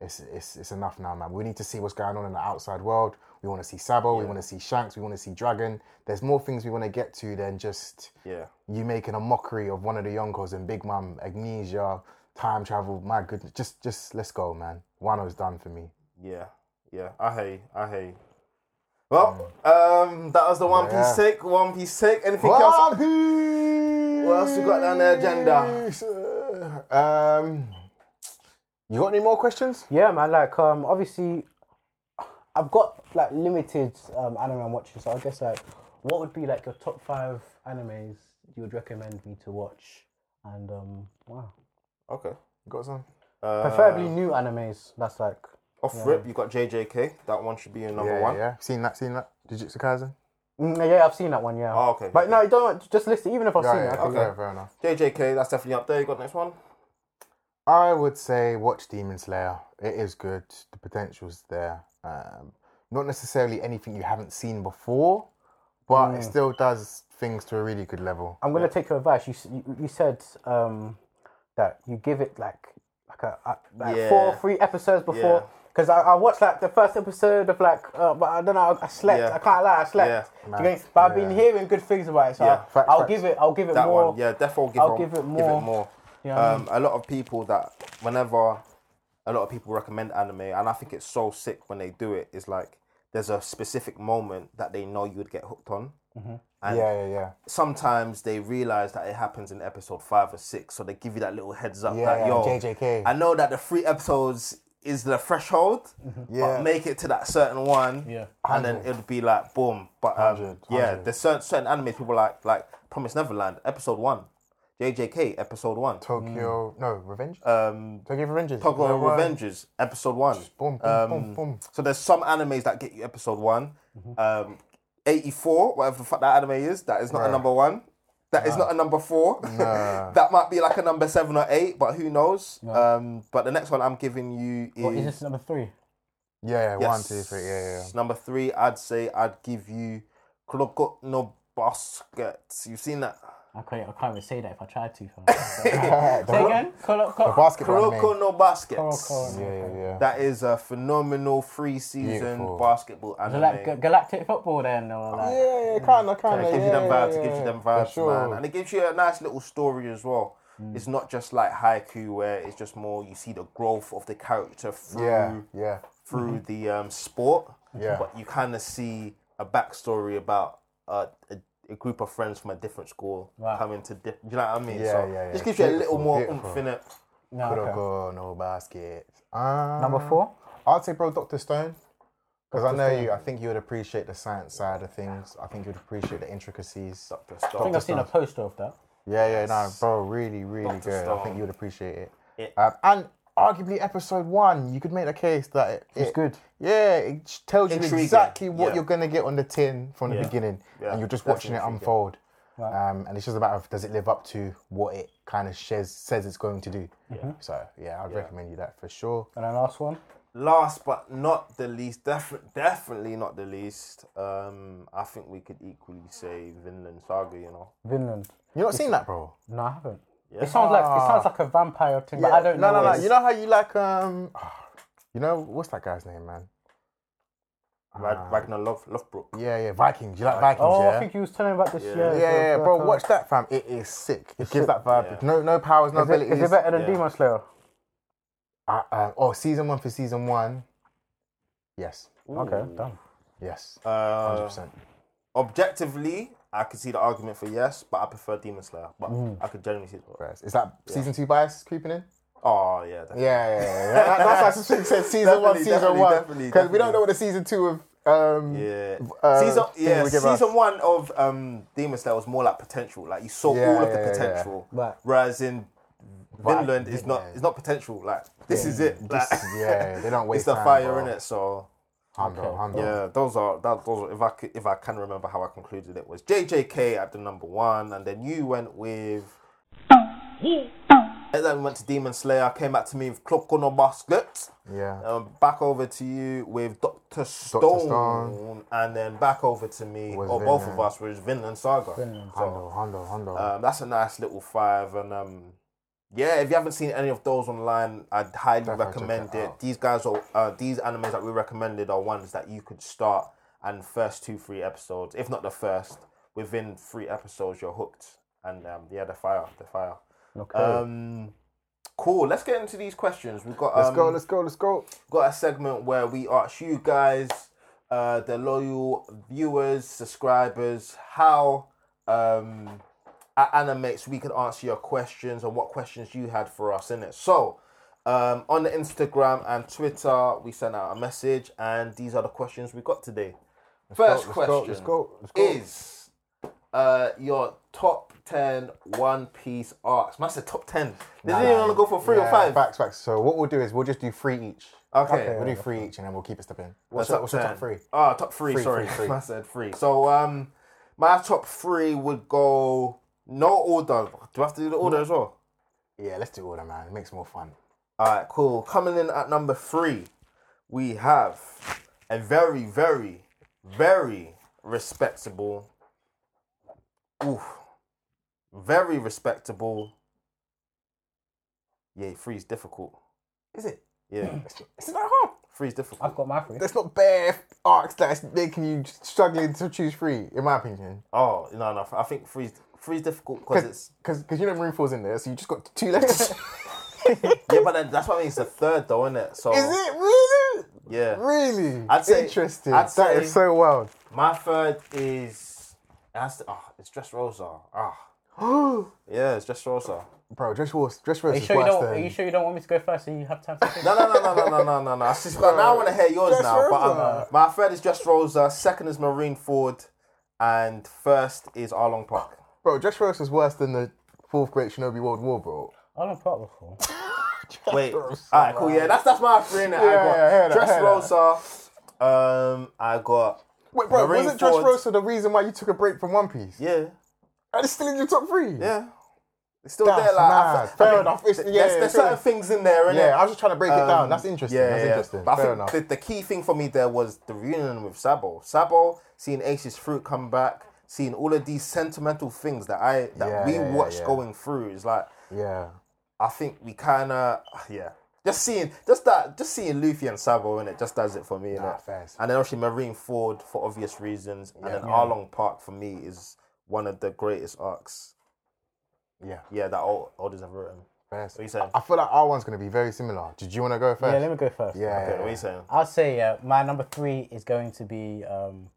It's, it's it's enough now, man. We need to see what's going on in the outside world. We want to see Sabo. We want to see Shanks. We want to see Dragon. There's more things we want to get to than just Yeah. you making a mockery of one of the Yonkos and Big Mum, amnesia, time travel. My goodness, just just let's go, man. Wano's done for me. Yeah, yeah. I hate, I hate. Well, Mm. um, that was the One Yeah. Piece take. One Piece take. Anything else? One Piece. What else we got on the agenda? Um, you got any more questions? Yeah, man. Like, um, obviously, I've got like limited um anime I'm watching, so I guess like, what would be like your top five animes you would recommend me to watch? And um, wow, Okay. Got some. Uh, preferably new animes. That's like, off rip. You got JJK. That one should be your number Yeah, one. yeah. Seen that? Seen that? Jujutsu Kaisen. Mm, yeah, I've seen that one. Yeah. Oh, okay, But okay. no, you don't just list it. Even if I've seen Yeah, it, yeah, I okay, okay. fair enough. JJK. That's definitely up there. You got next one. I would say watch Demon Slayer. It is good. The potential's there. Um, not necessarily anything you haven't seen before, but Mm. it still does things to a really good level. I'm gonna take your advice. You, s- you you said um that you give it like like a uh, like Yeah. four three episodes before. Yeah. Cause I, I watched like the first episode of like, uh, but I don't know. I, I slept. Yeah. I can't lie. I slept. Yeah. Do you get it? but I've been Yeah. hearing good things about it, so Yeah. Fact- I'll facts. give it. I'll give it That more. one. Yeah, definitely give, I'll on- give it Give more. it more. Yeah, I Um, a lot of people that whenever a lot of people recommend anime, and I think it's so sick when they do it. Is like there's a specific moment that they know you would get hooked on. And Yeah, yeah, yeah. sometimes they realize that it happens in episode five or six, so they give you that little heads up Yeah, that yo, JJK. I know that the three episodes is the threshold, Mm-hmm. Yeah. but make it to that certain one, yeah, and then it'll be like boom. But um, Hundred, yeah, hundred. there's certain certain animes people like like Promise Neverland episode one, JJK episode one, Tokyo, no, Revenge. mm. um, Tokyo Revenge. Tokyo Revengers episode one. Boom, boom, um, boom, boom. So there's some animes that get you episode one. Mm-hmm. Um, 84, whatever the fuck that anime is, that is not a number one. That is not a number four. Uh, that might be like a number seven or eight, but who knows? Um, but the next one I'm giving you is, Is this number three? Yeah, yeah, one, two, Yes. three. Yeah, yeah. yeah. Number three, I'd say I'd give you Krokot no Basket. You've seen that? I can't. I can't even say that if I tried to. [laughs] Say again. Call, The basketball. anime. Kuroko no Basket. Yeah, yeah, yeah. That is a phenomenal three season Beautiful. basketball anime. galactic football then, or like. yeah, yeah, kind of, kind It of. gives yeah, you them vibes, yeah, it gives you yeah. them For vibes, sure. Mm. man. And it gives you a nice little story as well. It's not just like haiku where it's just more you see the growth of the character through Yeah, yeah. through the um, sport. Mm-hmm. Yeah. But you kind of see a backstory about uh, a, a group of friends from a different school coming to di- you know what I mean? Yeah, so yeah, yeah. Just gives you a little Beautiful, more beautiful. oomph in it. No, okay. Kuroko no basket. Um, Number four. I'd say, bro, Doctor Stone, because I know you. I think you would appreciate the science side of things. I think you'd appreciate the intricacies. Dr. I think Stone. I've seen a poster of that. Yeah, yeah, no, bro, really, really Dr. good. I Stone. think you would appreciate it. Yeah. Um, and arguably, episode one, you could make a case that it, it's good. Yeah, it j- tells you Intriguing, exactly what yeah. you're gonna get on the tin from the beginning, Yeah, and you're just definitely watching it intriguing. unfold. Um, and it's just a matter of does it live up to what it kind of says says it's going to do. Mm-hmm. So yeah, I'd recommend you that for sure. And then last one. last but not the least, def- definitely not the least, um, I think we could equally say Vinland Saga, you know. Vinland. You not seen that, bro? No, I haven't. Ah. It sounds like it sounds like a vampire thing, but I don't no, know. No, what no, it You know how you like um, [sighs] you know what's that guy's name, man? Rag- Ah. Ragnar Love- Lothbrok. Yeah, yeah, Vikings. You like Vikings? Oh, yeah? I think you was telling about this. Yeah, Yeah, it's yeah, like bro. a- Watch that, fam. It is sick. It gives that vibe. Yeah. No, no powers, no Is it, abilities. is it better than Yeah. Demon Slayer? Uh, uh, oh, season one for season one. Yes, Okay, done. yes, hundred Uh, percent. objectively, I could see the argument for yes, but I prefer Demon Slayer. But I could generally see. Is that season two bias creeping in? Oh yeah, definitely. Yeah, yeah, yeah. That- that's why I said season one, Definitely, [laughs] season definitely, one, definitely, because we definitely. don't know what the season two of um, Yeah. uh, season thing yeah, we give us. season one of um Demon Slayer was more like potential. Like you saw Yeah, all of the yeah, yeah. potential. Right. Whereas in But- Vinland is not it's not potential. Like this is it. Like, [laughs] yeah, they don't waste [laughs] It's the time, fire bro. in it, so Humble, humble. yeah, those are that those are, if I could, if I can remember how I concluded it was JJK at the number one, and then you went with. And then we went to Demon Slayer. Came back to me with Clock on a Basket. Yeah. Um, back over to you with Doctor Stone, Stone. and then back over to me Was or both of Vinland. us was Vinland Saga. Humble, humble, humble. Um, that's a nice little five, and um, yeah, if you haven't seen any of those online, I'd highly Definitely check recommend it it. out. These guys are uh, these animes that we recommended are ones that you could start and first two three episodes, if not the first, within three episodes you're hooked. And um, yeah, the fire, the fire. Uh, Okay. Um, cool. Let's get into these questions. We've got um, let's go, let's go, let's go. got a segment where we ask you guys, uh, the loyal viewers, subscribers, how um, at Animates we can answer your questions and what questions you had for us in it. So, um, on the Instagram and Twitter, we sent out a message, and these are the questions we got today. let's First go, question let's go, let's go. is uh, your top 10 One Piece arcs. Man, I said top 10. They didn't even want to go for three or Yeah, five. Facts, facts. So what we'll do is we'll just do three each. okay. We'll do three each and then we'll keep it stepping. What's What's up? What's your top three? Oh, top three. Three, sorry, three, three. [laughs] I said three. So um, my top three would go no order. Do I have to do the order as well? Yeah, let's do all that, man. It makes more fun. All right, cool. Coming in at number three, we have a very, very, very respectable. Oof. Very respectable. Yeah, three's difficult. Is it? Yeah, Is it that hard? three's difficult. I've got my three. That's not bare arcs that's making you struggling to choose three, in my opinion. Oh no, no. I think three's three's difficult because it's Because because you know Moonfall's in there, so you just got two [laughs] left. [laughs] Is Yeah, but then that's what I mean. It's the third, though, isn't it? So it really? yeah, Really? I'd say- interesting. I'd that say- is so wild. my third is that's the, oh, it's Dress Rosa. [gasps] Ah, yeah, it's Dress Rosa. Bro, Dress Wars, Dress Wars Are you is sure you worse don't? Are you than. sure you don't want me to go first, so you have time to think? No, no, no, no, no, no, no, no, no. It's just- now I want to hear yours Dress now. But um, Rosa. my third is Dress Rosa. Second is Marine Ford, and first is [laughs] Arlong Park. Bro, Dress Wars is worse than the fourth Great Shinobi World War, bro. I don't part before. Wait, all right, cool. Yeah, that's that's my three. innit? I Yeah, got yeah, I heard that, I Dress heard Rosa. Um, I got Wait, bro, Marine wasn't Dress Ford. Rosa the reason why you took a break from One Piece? yeah, And it's still in your top three. yeah. It's still That's there, like I mad. fe- I Fair mean, enough. It's- th- yeah, there's, there's fair certain enough. things in there, innit? Yeah, I was just trying to break it down. Um, That's interesting. Yeah, That's yeah. interesting. But I Fair think enough. The, the key thing for me there was the reunion with Sabo. Sabo seeing Ace's fruit come back, seeing all of these sentimental things that I that Yeah, we yeah, yeah, watched yeah. going through is like yeah. I think we kind of [sighs] yeah. Just seeing, just that, just seeing Luffy and Sabo in it, just does it for me. Nah, innit? fair. And then obviously Marine Ford for obvious reasons, and then Arlong Park for me is one of the greatest arcs. Yeah. Yeah, that all olders have written. Fair. What are you saying? I feel like our one's going to be very similar. Did you want to go first? [laughs] Yeah, let me go first. Yeah. Okay, what are you saying? I'll say uh, my number three is going to be um,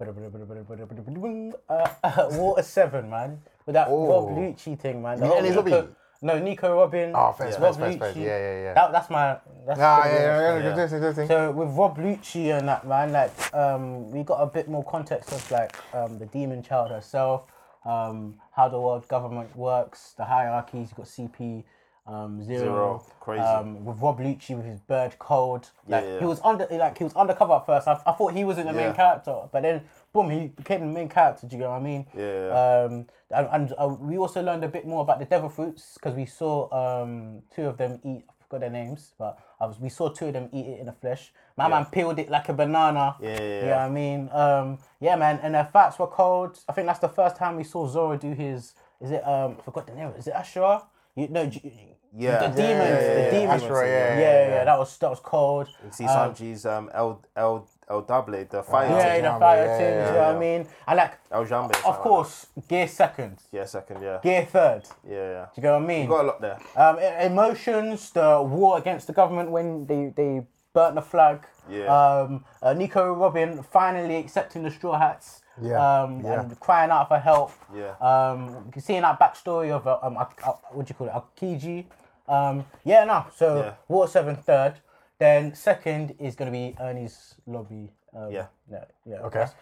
[laughs] uh, Water Seven, man. With that Rob Oh. Lucci thing, man. The Ni- whole Nico Robin? No, Nico Robin. Oh, fair, fair, Rob fair, fair. Lucci. Yeah, yeah, yeah. That, that's my. That's Nah, gonna yeah, be my- yeah, yeah, Yeah. good thing, good thing. So with Rob Lucci and that man, like um, we got a bit more context of like um, the demon child herself, um, how the world government works, the hierarchies. You got CP um, zero, Zero, crazy. Um, with Rob Lucci with his bird code, like Yeah, yeah. he was under, like he was undercover at first. I, I thought he wasn't the Yeah. main character, but then boom, he became the main character. Do you know what I mean? Yeah. Um, and and uh, we also learned a bit more about the devil fruits because we saw um, two of them eat. I forgot their names, but I was, we saw two of them eat it in the flesh. My man peeled it like a banana. Yeah, yeah, You know yeah. what I mean, um, yeah, man. And their facts were cold. I think that's the first time we saw Zoro do his. Is it um? I forgot the name. of it. Is it Ashura? You no. J- Yeah. The demons. Yeah, yeah, yeah, yeah. The demons. Ashura, yeah, yeah, yeah, yeah, That was that was cold. See Sanji's um El El El Double, the fire. Yeah, team. the Jamba, fire yeah, team. yeah, you know what yeah. I mean? And like, El Jambe. of course, gear second, Yeah, second. Yeah. gear third. Yeah, yeah. Do you know what I mean? Got a lot there. Um, e- emotions, the war against the government when they, they burnt the flag. Yeah. Um, uh, Nico Robin finally accepting the Straw Hats. Yeah, Um, yeah. And crying out for help. Yeah. Um, seeing that backstory of uh, um, Ak- Ak- what do you call it, Akiji. Um, yeah, no. So Yeah. Water Seven third, then second is gonna be Ernie's Lobby Um, Yeah. yeah, yeah. Okay. that's,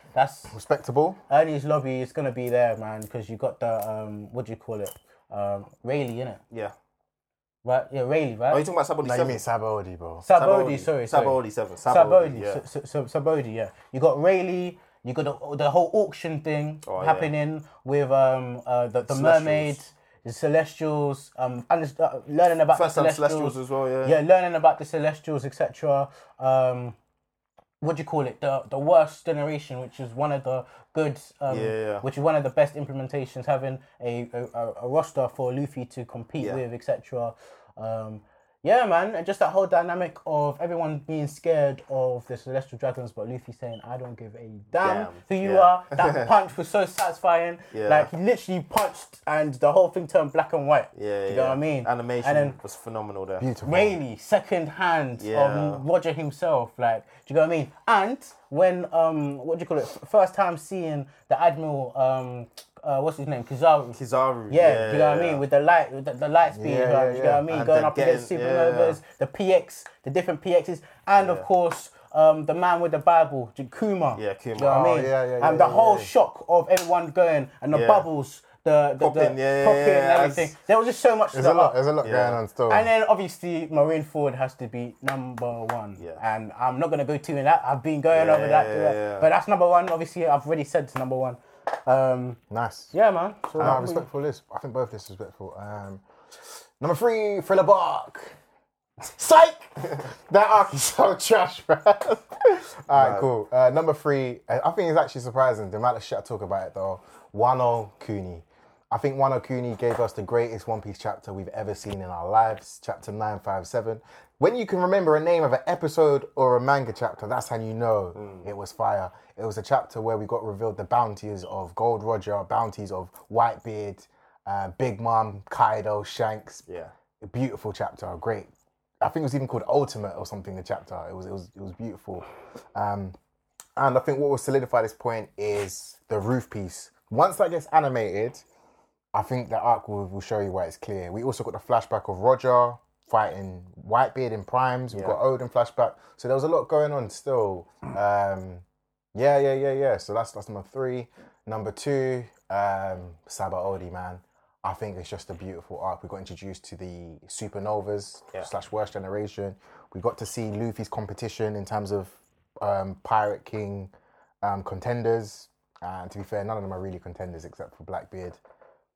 that's Respectable. Ernie's lobby is gonna be there, man, because you got the um, what do you call it, um, Rayleigh in it, Yeah. right? Yeah, Rayleigh, Are you right? talking about Sabodi No, you Seven? mean Sabaody, bro. Sabodi, sorry, sorry. Sabodi Seven. Sabodi. Sabodi, Yeah. so, so, so, Sabodi, yeah. You got Rayleigh. You got the, the whole auction thing Oh, yeah. happening with um uh, the, the mermaid, the celestials, um and uh, learning about First the time celestials, Celestials as well. Yeah. yeah, learning about the Celestials, etc. Um, what do you call it? The the worst generation, which is one of the good, um, Yeah, yeah. which is one of the best implementations, having a a, a- a roster for Luffy to compete with, etc. Um, yeah, man, and just that whole dynamic of everyone being scared of the Celestial Dragons, but Luffy saying, "I don't give a damn, Damn, who you yeah. are." [laughs] That punch was so satisfying. Yeah. Like he literally punched, and the whole thing turned black and white. Yeah, do you yeah. know what I mean? Animation And then was phenomenal there. Beautiful. Rayleigh, second hand Yeah. of Roger himself. Like, do you know what I mean? And when um, what do you call it? F- First time seeing the admiral um, uh, what's his name? Kizaru. Kizaru. Yeah, do you know what I yeah. mean? With the light, with the, the light speed, Yeah, like, yeah, do you know what I yeah. mean? And Going then up against getting- supernovas, the PX, the different PXs, and of course. Um, the man with the Bible, J- Kuma. Yeah, Do you Kuma. know what I Oh, mean? yeah, yeah, and yeah, the yeah, whole yeah. shock of everyone going and the Yeah. bubbles, the, the, Popping, the yeah, yeah, popping yeah, and as- everything. There was just so much There's a to lot. up. There's a lot Yeah. going on still. And then obviously Marine Ford has to be number one. Yeah. And I'm not gonna go two in that. I've been going over that, Yeah, yeah, yeah. but that's number one. Obviously, I've already said it's number one. Um, nice. yeah, man. So No, respectful list. I think both lists are respectful. Um, number three, Thriller Bark. Psych! [laughs] that arc is so trash, [laughs] bro. All right, cool. Uh, number three, I I think it's actually surprising the amount of shit I talk about it though. Wano Kuni. I think Wano Kuni gave us the greatest One Piece chapter we've ever seen in our lives, chapter 957. When you can remember a name of an episode or a manga chapter, that's how you know it was fire. It was a chapter where we got revealed the bounties of Gold Roger, bounties of Whitebeard, uh, Big Mom, Kaido, Shanks, Yeah. a beautiful chapter, a great. I think it was even called Ultimate or something. The chapter it was it was it was beautiful, um, and I think what will solidify this point is the roof piece. Once that gets animated, I think the arc will, will show you why it's clear. We also got the flashback of Roger fighting Whitebeard in primes. We've got Odin flashback. So there was a lot going on still. Um, yeah, yeah, yeah, yeah. So that's that's number three. Number two, um, Sabaody, man. I think it's just a beautiful arc. We got introduced to the supernovas slash worst generation. We got to see Luffy's competition in terms of um, Pirate King um, contenders. And to be fair, none of them are really contenders except for Blackbeard.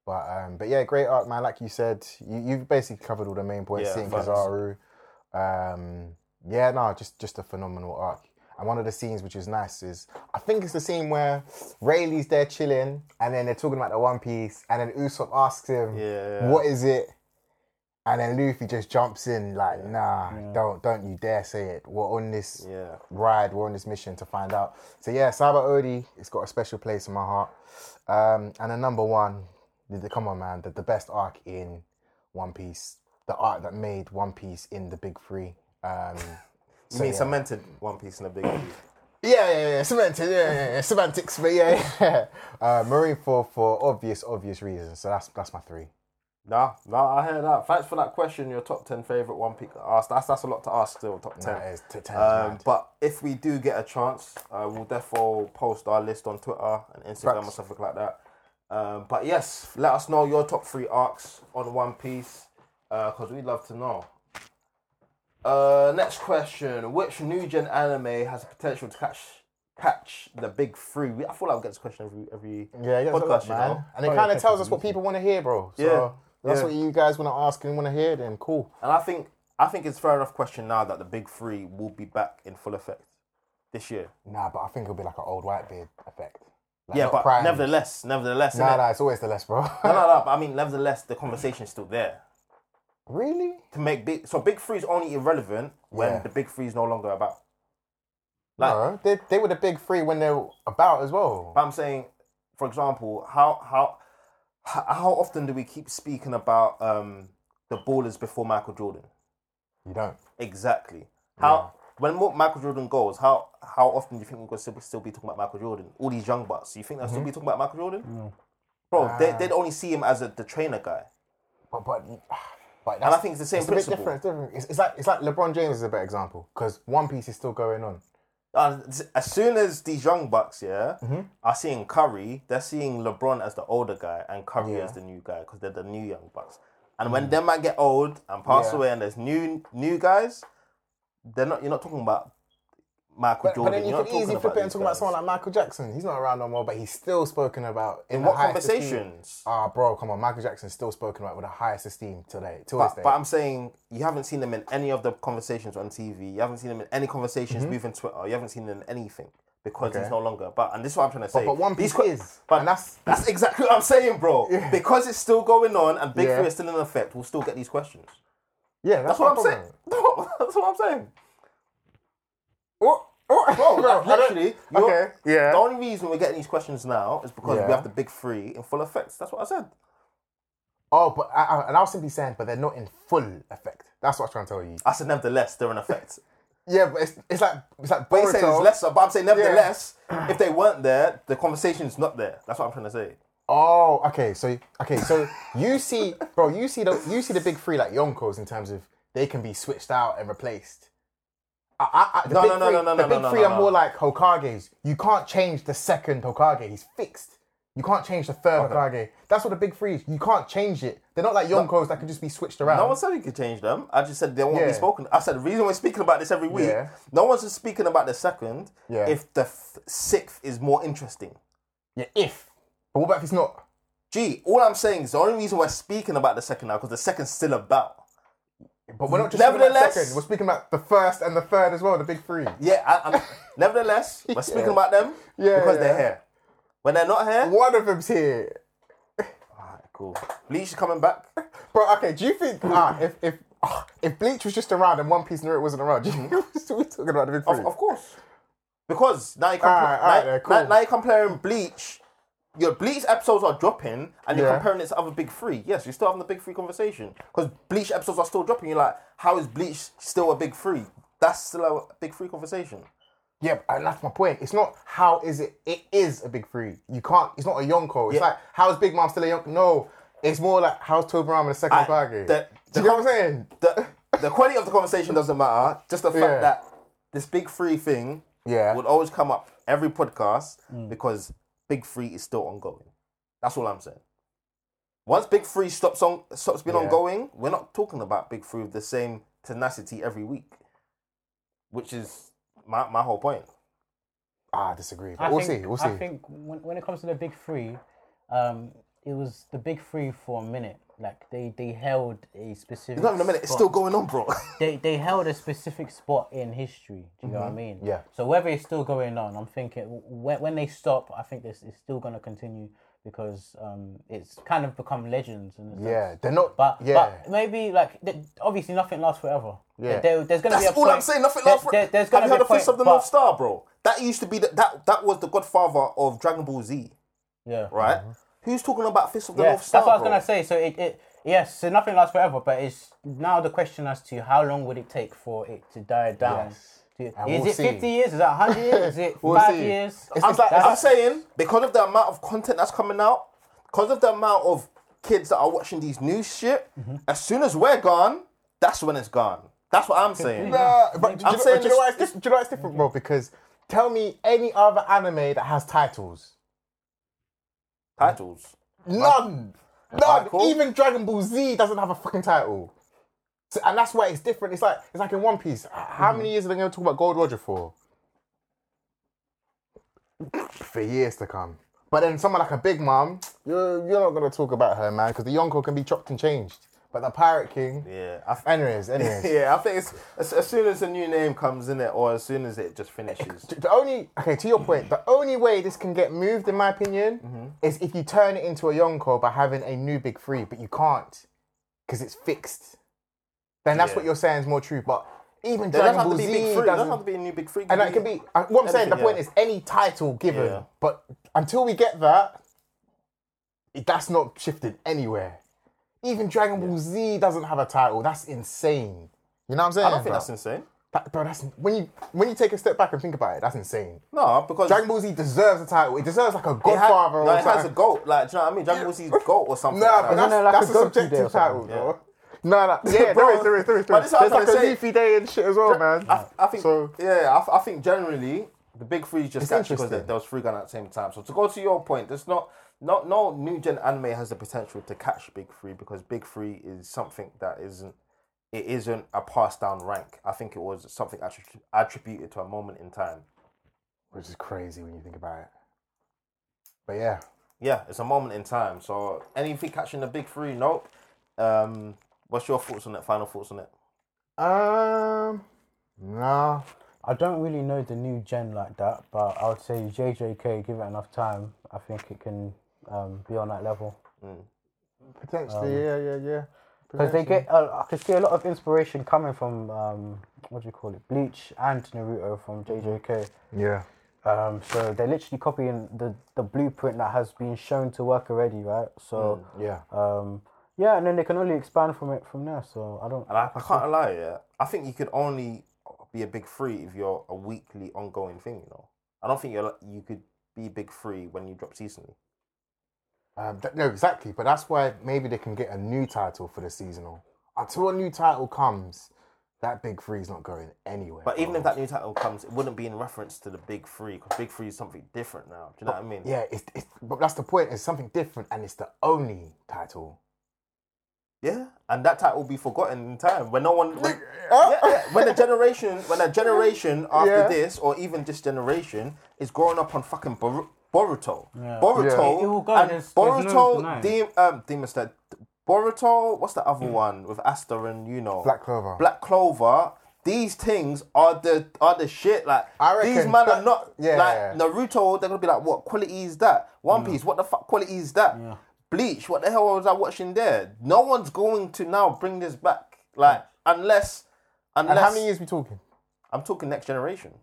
But um, but yeah, great arc, man. Like you said, you, you've basically covered all the main points. Yeah, seeing thanks. Kizaru, um, yeah, no, just just a phenomenal arc. And one of the scenes which is nice is I think it's the scene where Rayleigh's there chilling, and then they're talking about the One Piece, and then Usopp asks him, Yeah. "What is it?" And then Luffy just jumps in like, "Nah, don't don't you dare say it. We're on this Yeah. ride. We're on this mission to find out." So yeah, Cyber Odi, it's got a special place in my heart. Um, and the number one, the, the- come on, man, the, the best arc in One Piece, the arc that made One Piece in the Big Three. Um, You mean cemented One Piece in a [laughs] big. yeah, yeah, yeah, semantics, yeah, yeah, yeah, semantics, but yeah, yeah. [laughs] Uh, Marine Four for obvious, obvious reasons. So that's that's my three. Nah, nah, I hear that. Thanks for that question. Your top ten favorite One Piece. Ask that's that's a lot to ask still. Top ten. That is t- ten. Um, but if we do get a chance, uh, we'll definitely post our list on Twitter and Instagram and Facts. stuff like that. Um, but yes, let us know your top three arcs on One Piece because we'd love to know. Uh, next question: Which new gen anime has the potential to catch catch the big three? We- I feel like we get this question every every yeah, yeah, podcast, podcast, you man. know? And it kind of tells us what people want to hear, bro. So Yeah, that's yeah. what you guys want to ask and want to hear. Then cool. And I think I think it's a fair enough question now that the big three will be back in full effect this year. Nah, but I think it'll be like an old white beard effect. Like, Yeah, not but prime. nevertheless, nevertheless, Nah, innit? nah, it's always the less, [laughs] bro. [laughs] no, no, no. But I mean, nevertheless, the conversation's still there really? to make big. So big three is only irrelevant when Yeah. the big three is no longer about. Like- No, they, they were the big three when they were about as well. But I'm saying, for example, how how h- how often do we keep speaking about um, the ballers before Michael Jordan? You don't. Exactly. How when when Michael Jordan goes, how how often do you think we're gonna still, still be talking about Michael Jordan? All these young bucks, you think they'll still be talking about Michael Jordan? Bro, Ah. they, they'd only see him as a, the trainer guy, But but but and that's I think it's the same it's a bit principle. different. It's different. It's, it's like it's like LeBron James is a better example because One Piece is still going on. Uh, as soon as these young bucks, yeah, are seeing Curry, they're seeing LeBron as the older guy and Curry as the new guy because they're the new young bucks. And when them man get old and pass away, and there's new new guys, they're not. You're not talking about Michael But, Jordan. but then you you're not could easily talking flip about it and these talk about guys. someone like Michael Jackson. He's not around no more, but he's still spoken about in, In the what highest esteem. conversations? Ah, bro, come on. Michael Jackson's still spoken about with the highest esteem today, till this But, day. but I'm saying you haven't seen them in any of the conversations on TV. You haven't seen them in any conversations Mm-hmm. moving Twitter. You haven't seen them in anything because it's no longer. But and this is what I'm trying to say. but One These Piece que- is, But and that's that's- that's exactly what I'm saying, bro. Because it's still going on and Big Yeah. Three is still in effect. We'll still get these questions. yeah, that's, That's what I'm my saying. [laughs] problem. No, that's what I'm saying. Oh, oh, [laughs] Bro, bro, like, literally. you're- Okay, yeah. The only reason we're getting these questions now is because we Yeah. have the Big Three in full effect. That's what I said. Oh, but I, I, and I was simply saying, but they're not in full effect. That's what I was trying to tell you. I said nevertheless they're in effect. Yeah, but it's, it's like it's like But you say it's Boruto. lesser, but I'm saying nevertheless, if they weren't there, the conversation's not there. That's what I'm trying to say. Oh, okay. So okay, so you see, bro, you see the you see the big three like Yonkos in terms of they can be switched out and replaced. I, I, I, the No, big no, no, three, no, no, The no, big no, three no, are no. more like Hokages. You can't change the second Hokage. He's fixed. You can't change the third Hokage. That's what the big three is. You can't change it. They're not like Yonkos that can just be switched around. No one said you could change them. I just said they won't be Yeah. spoken. I said the reason we're speaking about this every week. Yeah. No one's just speaking about the second. Yeah. If the f- sixth is more interesting. yeah, if. But what about if it's not? Gee, all I'm saying is the only reason we're speaking about the second now because the second's still about. But we're not just speaking about Nevertheless- second. We're speaking about the first and the third as well. The big three. Yeah. I, [laughs] I'm, nevertheless, we're speaking about them Yeah, because yeah. they're here. When they're not here, One of them's here. Alright, cool. Bleach is coming back. Bro, okay, do you think ah, if if ah, if Bleach was just around and One Piece Naruto wasn't around, [laughs] do you think we're still talking about the big three? Of, of course. Because now you compare, Alright, alright, now, yeah, cool. now- now you're comparing Bleach. Your Bleach episodes are dropping, and you're Yeah. comparing it to other big three. Yes, you're still having the big three conversation because Bleach episodes are still dropping. You're like, how is Bleach still a big three? That's still a big three conversation. yeah, and that's my point. It's not how is it? It is a big three. You can't. It's not a Yonko. It's Yeah. like how is Big Mom still a Yonko? No, it's more like how's Tobirama the second I- Hokage? the- do you know what I'm saying? The the quality of the conversation doesn't matter. Just the fact Yeah. that this big three thing Yeah. would always come up every podcast Mm. because Big Three is still ongoing. That's all I'm saying. Once Big Three stops on stops being ongoing, we're not talking about Big Three with the same tenacity every week, which is my, my whole point. Ah, I disagree. But I we'll think, see. We'll I see. think when, when it comes to the big three, um, it was the big three for a minute. Like they, they held a specific. Not even a minute, it's spot. still going on, bro. They they held a specific spot in history. Do you know what Mm-hmm. I mean? Yeah. So whether it's still going on, I'm thinking when when they stop, I think this is still going to continue because um, it's kind of become legends. In a sense. Yeah, they're not. But yeah, but maybe like th- obviously nothing lasts forever. Yeah. There, there's [laughs] gonna That's be a all point, I'm saying. Nothing there- else. for- there- there's Have gonna you heard be a of Fist point, of the but- North Star, bro? That used to be the, that that was the godfather of Dragon Ball Z, Yeah. right? Who's talking about Fist of the Mm-hmm. Yeah, North Star? That's what I was bro? gonna say. So it, it yes, so nothing lasts forever, but it's now the question as to how long would it take for it to die down. To- And is we'll it see. fifty years? Is that hundred years? Is [laughs] it We'll five see. years? It's- I'm, it's like- I'm that's- saying because of the amount of content that's coming out, because of the amount of kids that are watching these new shit. Mm-hmm. As soon as we're gone, that's when it's gone. That's what I'm saying. Nah, but do, I'm you, know- saying do you know why it's- it's different? Do you know why it's different, bro? Because tell me any other anime that has titles. Titles. None. None. Alright, cool. Even Dragon Ball Z doesn't have a fucking title. So- and that's why it's different. It's like it's like in One Piece. H- How Hmm. many years are they going to talk about Gold Roger for? For years to come. But then someone like a Big Mom, you're, you're not going to talk about her, man, because the Yonko can be chopped and changed. But the Pirate King. Yeah. I f- Anyways, [laughs] anyways. yeah, I think it's as, as soon as a new name comes in it, or as soon as it just finishes. The only okay to your point, the only way this can get moved, in my opinion, Mm-hmm. is if you turn it into a yonko by having a new big three, but you can't because it's fixed. Then that's Yeah. what you're saying is more true. But even There Dragon doesn't have to Ball be Z big three. There doesn't have to doesn't, be a new big three. and that can be. uh, What I'm saying, the Everything, point yeah. is any title given, Yeah. but until we get that, it- that's not shifted anywhere. Even Dragon Ball Z doesn't have a title. That's insane. You know what I'm saying? I don't think bro? that's insane. That- bro, that's when you when you take a step back and think about it, that's insane. No, because Dragon Ball Z deserves a title. It deserves like a it, had, Godfather no, or it has a something. goat. Like, do you know what I mean? Dragon Ball Z's goat or something. [laughs] Nah, like but that. that's, there like that's a a Goku Day or subjective something? title, bro. No, no, yeah, there is, there is, there is. There is. this is what I There's was like a gonna say. leafy day and shit as well, man. I, I think so. yeah, I, th- I think generally the big three just catch because there, interesting. there was three gone at the same time. So to go to your point, there's not not no new gen anime has the potential to catch big three because big three is something that isn't it isn't a passed down rank. I think it was something attri- attributed to a moment in time. Which is crazy when you think about it. But yeah, Yeah, it's a moment in time. So anything catching the big three, nope. Um, what's your thoughts on it? Final thoughts on it? um, nah, I don't really know the new gen like that, but I would say JJK, give it enough time. I think it can um, be on that level. potentially, yeah, yeah, yeah. Because they get, uh, I could see a lot of inspiration coming from, um, what do you call it, Bleach and Naruto from JJK. yeah. Um, so they're literally copying the, the blueprint that has been shown to work already, right? So, Yeah. um, yeah, and then they can only expand from it from there. So I don't. And I, I can't lie, yeah. I think you could only be a big three if you're a weekly ongoing thing, you know. I don't think you're like- you could be big three when you drop seasonally. Um, th- no, exactly. But that's why maybe they can get a new title for the seasonal. Until a new title comes, that big three's not going anywhere. But even bro. if that new title comes, it wouldn't be in reference to the big three because big three is something different now. Do you know what I mean? yeah, it's, it's but that's the point. It's something different, and it's the only title. Yeah. And that title will be forgotten in time when no one. When, yeah, yeah. when a generation, when a [laughs] generation after Yeah. this, or even this generation, is growing up on fucking Bor- Boruto. Boruto. It- it will go, and there's- there's no Boruto. denying. Dem- um, Demon Slayer. Boruto. What's the Hmm. other one with Asta and you know Black Clover. Black Clover. These things are the are the shit. Like I reckon these man are that- not yeah. Mm. like Naruto. They're gonna be like, what quality is that? One Piece. What the fuck quality is that? Bleach. What the hell was I watching there? No one's going to now bring this back. Like unless unless and how many years we talking? I'm talking next generation.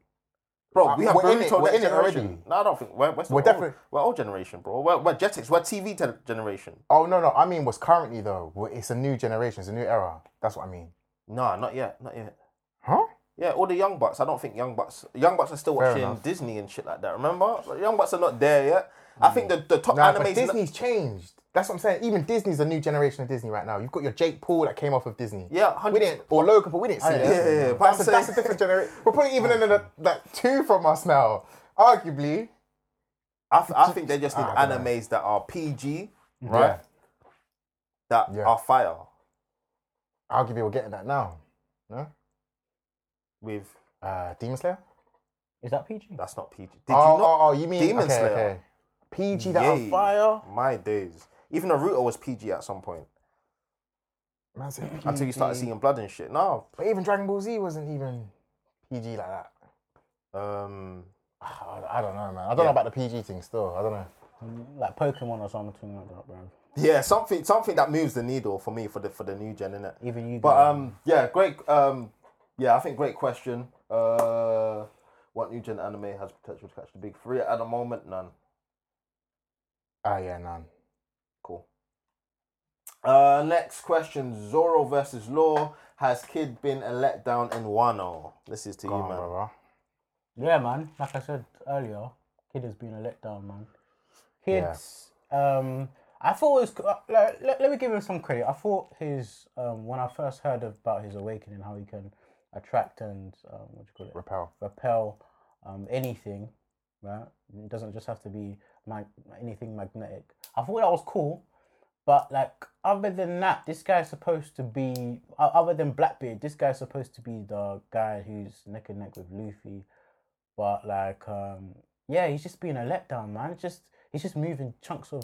Bro, Uh, we have we're in Naruto it- we're next in it generation. already. No, I don't think we're we're, still We're old. definitely- we're old generation, bro. We're, we're Jetix. We're TV te- generation. Oh no, no. I mean, what's currently though? Well, It's a new generation. It's a new era. That's what I mean. No, not yet. Not yet. Huh? Yeah, all the young bucks. I don't think young bucks. Young bucks are still watching enough. Disney and shit like that. Remember, Like, young bucks are not there yet. I think the, the top Mm. Nah, anime but Disney's changed. That's what I'm saying. Even Disney's a new generation of Disney right now. You've got your Jake Paul that came off of Disney. Yeah, 100%. we didn't or Logan, but we didn't see that. yeah, yeah, yeah, but that's, a, I'm that's a saying- different generation. We're probably even in a, like two from us now, arguably. I, th- I think they just need Ah, I don't know. animes that are PG, right? Yeah. That Yeah. are fire Arguably, we're getting that now. No, with. uh, Demon Slayer. Is that PG? That's not PG. Did oh, you not? oh, oh, you mean Demon okay, Slayer. okay. PG that Yay. on fire. My days. Even Naruto was PG at some point Man said until you started PG. seeing blood and shit. No, But even Dragon Ball Z wasn't even PG like that. [sighs] um, I, I don't know, man. I don't know about the PG thing still. I don't know. Hmm, Like Pokemon or something like that, bro. yeah, something something that moves the needle for me for the for the new gen, innit? Even you. But um, yeah, great. Um, yeah, I think great question. Uh, what new gen anime has potential to catch the big three at the moment? None. Oh yeah, none. Cool. Uh, next question: Zoro versus Law. Has Kid been a letdown in Wano? This is to you, Come on, man. brother. Yeah, man. Like I said earlier, kid has been a letdown, man. Kids. Um, I thought it was. co- uh, Like, let, let me give him some credit. I thought his um, when I first heard about his awakening, how he can attract and um, what do you call it, Repel. repel um, anything, right? It doesn't just have to be mag- anything magnetic. I thought that was cool, but like other than that, this guy's supposed to be o- other than Blackbeard. This guy's supposed to be the guy who's neck and neck with Luffy, but like um, yeah, he's just being a letdown, man. Just he's just moving chunks of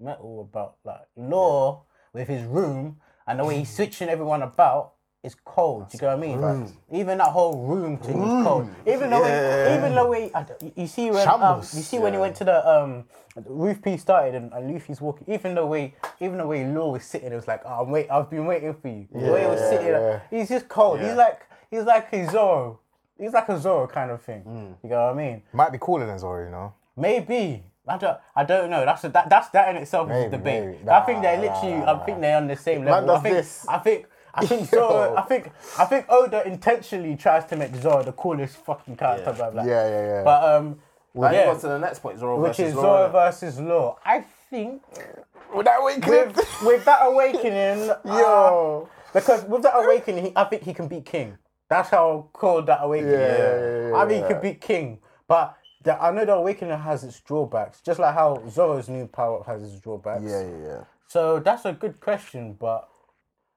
metal about like law with his room and the way he's switching everyone about is cold. Do you get what I mean? Even that whole room thing is cold. Even though, he, even though he, I d- you see when um, you Shambles. see when he went to the um, roof piece started and, and Luffy's walking. Even the way, even the way Law was sitting, it was like, oh, I'm wait, I've been waiting for you. the way he was sitting, like, he's just cold. He's like, he's like a Zoro. He's like a Zoro kind of thing. You know what I mean? Might be cooler than Zoro, you know. Maybe. I don't, I don't know. That's a, that. That's that in itself is a Maybe, debate. maybe. I think they're Nah, literally. nah, nah, I think they're on the same level. I does think. this. I think. [laughs] I think Zoro. I think. I think Oda intentionally tries to make Zoro the coolest fucking character. Blah, blah. Yeah, yeah, yeah. But um, Now you yeah, go to the next point, Zoro which versus is Law. Zoro innit? versus Law. I think With that way, with, with that awakening, yo, [laughs] Yo. because with that awakening, he, I think he can beat King. That's how cold that awakening Yeah, is. yeah, yeah, I mean, he yeah. could beat King, but the, I know the awakening has its drawbacks, just like how Zoro's new power up has its drawbacks. Yeah, yeah, yeah. So that's a good question, but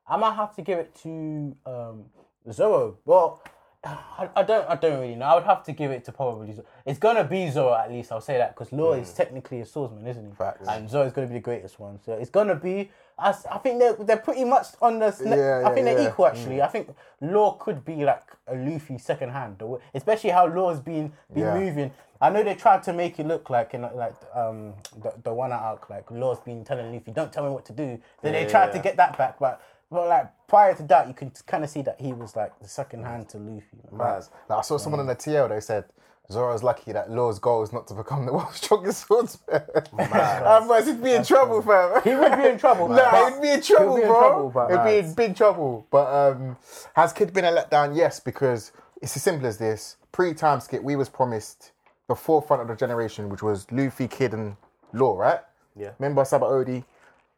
I might have to give it to um, Zoro. Well, [sighs] I, I don't, I don't really know. I would have to give it to probably. Zoro. It's gonna be Zoro at least. I'll say that because Law is technically a swordsman, isn't he? Mm. Facts. And Zoro's gonna be the greatest one. So it's gonna be. I, s- I think they're they're pretty much on the. s- ne- Yeah, I think yeah, they're yeah. Mm. equal actually. I think Law could be like a Luffy second hand, the way- especially how Law's been been Yeah. moving. I know they tried to make it look like, you know, like um, the, the one at Ark, like Law's been telling Luffy, "Don't tell me what to do." Then they Yeah, tried to yeah. get that back, but but like prior to that, you can kind of see that he was like the second hand to Luffy. Maz. Like, I saw someone on the TL, they said, Zoro's lucky that Law's goal is not to become the [laughs] world's strongest swordsman. [laughs] Otherwise, he'd be in trouble, fam. He would be in [laughs] trouble. Nah, but- he'd be in trouble, be in bro. trouble, but- he'd be in big trouble. But um, has Kid been a letdown? Yes, because it's as simple as this. Pre-time skip, we was promised the forefront of the generation, which was Luffy, Kid, and Law, right? Yeah. Remember Sabaody?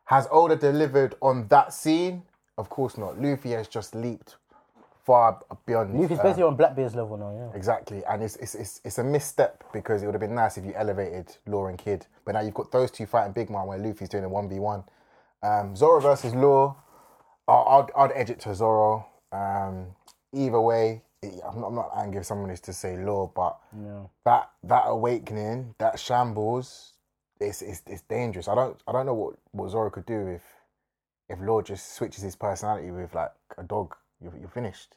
Has Oda delivered on that scene? Of course not. Luffy has just leaped far beyond. Luffy's uh, basically on Blackbeard's level now. Yeah. Exactly, and it's, it's it's it's a misstep because it would have been nice if you elevated Law and Kid, but now you've got those two fighting Big Man where Luffy's doing a one v one. Um, Zoro versus Law, I- I'd I'd edge it to Zoro. Um, either way, it- I'm not, I'm not angry if someone is to say Law, but that that awakening, that shambles, it's, it's it's dangerous. I don't I don't know what what Zoro could do if if Law just switches his personality with like a dog. You're, you're finished.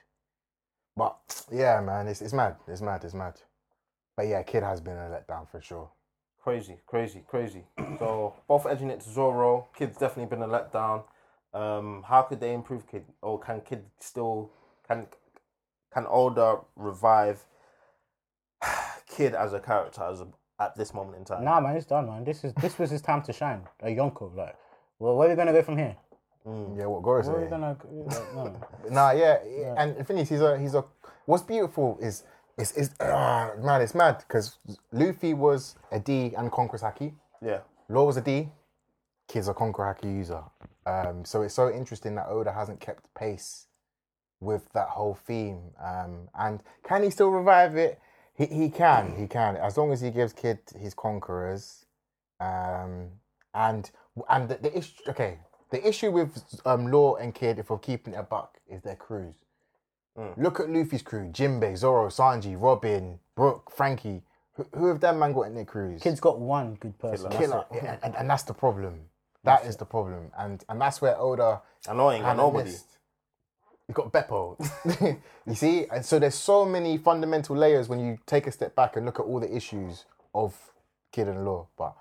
But yeah, man, it's it's mad. It's mad. It's mad. But yeah, kid has been a letdown for sure. Crazy, crazy, crazy. [clears throat] So both edging it to Zoro. Kid's definitely been a letdown. Um, how could they improve Kid? Or can Kid still can can older revive [sighs] Kid as a character as a, at this moment in time? Nah, man, it's done, man. This is this was his time to shine. A Yonko, like, well, where are we gonna go from here? Yeah, what Goro Where are we said. gonna? go- Like, no. Nah, yeah, yeah. and the thing is, he's a he's a. What's beautiful is is is ah, man, it's mad because Luffy was a D and Conquest Haki. Yeah. Law was a D. Kids are Conquer Haki user. Um, so it's so interesting that Oda hasn't kept pace with that whole theme. Um, and can he still revive it? He, he can, he can, as long as he gives Kid his Conquerors. Um, and and the, the issue, okay, the issue with um, Law and Kid, if we're keeping it a buck, is their crews. Look at Luffy's crew: Jinbei, Zoro, Sanji, Robin, Brook, Frankie. Who, who have them man got in their crews? Kid's got one good person. that's killer, it. and, and, and that's the problem. That is the problem, and and that's where Oda Annoying. had And a nobody. missed. You got Beppo. [laughs] you see, and so there's so many fundamental layers when you take a step back and look at all the issues of Kid and Law. But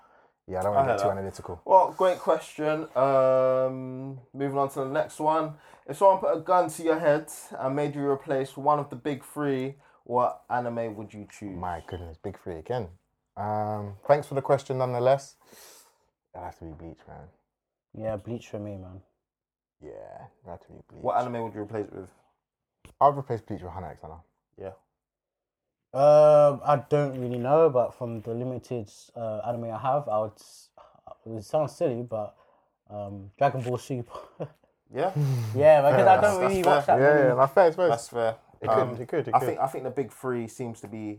yeah, I don't want to heard get too that. analytical. Well, great question. Um, moving on to the next one. If someone put a gun to your head and made you replace one of the big three, what anime would you choose? My goodness, big three again. Um, thanks for the question, nonetheless. That has to be Bleach, man. Yeah, bleach for me, man. Yeah, that has to be Bleach. What anime would you replace it with? I'd replace Bleach with Hannah X Hannah. Yeah. Um, I don't really know, but from the limited uh, anime I have, I would. s- It sounds silly, but um, Dragon Ball Super. [laughs] Yeah, yeah, because I That's- don't really that's watch that. Yeah, many. yeah, my fair, fair. that's fair. It could, it could, it I could. think I think the big three seems to be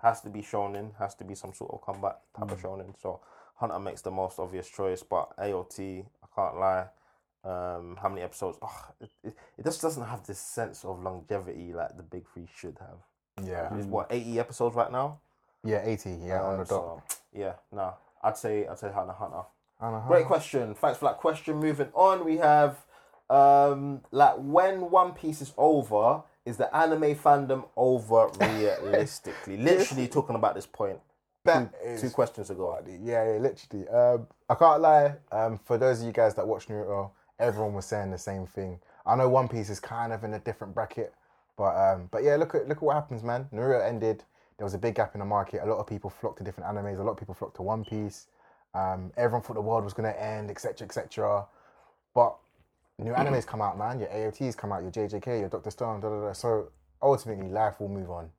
has to be shonen, has to be some sort of combat type Hmm. of shonen. So Hunter makes the most obvious choice, but AOT, I can't lie. Um, how many episodes? Oh, it, it, it just doesn't have this sense of longevity like the big three should have. Yeah, It's what eighty episodes right now. yeah, eighty. Yeah, on the Um, dot. so, yeah, no, I'd say I'd say Hunter Hunter. Hannah, Great question. Thanks for that question. Moving on, we have um like when One Piece is over, is the anime fandom [laughs] over realistically? Literally talking about this point That is two questions ago. Yeah, yeah, literally. Um, I can't lie. Um, for those of you guys that watch Naruto, everyone was saying the same thing. I know One Piece is kind of in a different bracket, but um, but yeah, look at look at what happens, man. Naruto ended. There was a big gap in the market. A lot of people flocked to different animes. A lot of people flocked to One Piece. Um, everyone thought the world was gonna end, etc., etc. But new animes come out, man. Your AOTs come out. Your JJK, your Doctor Stone, da da da. So ultimately, life will move on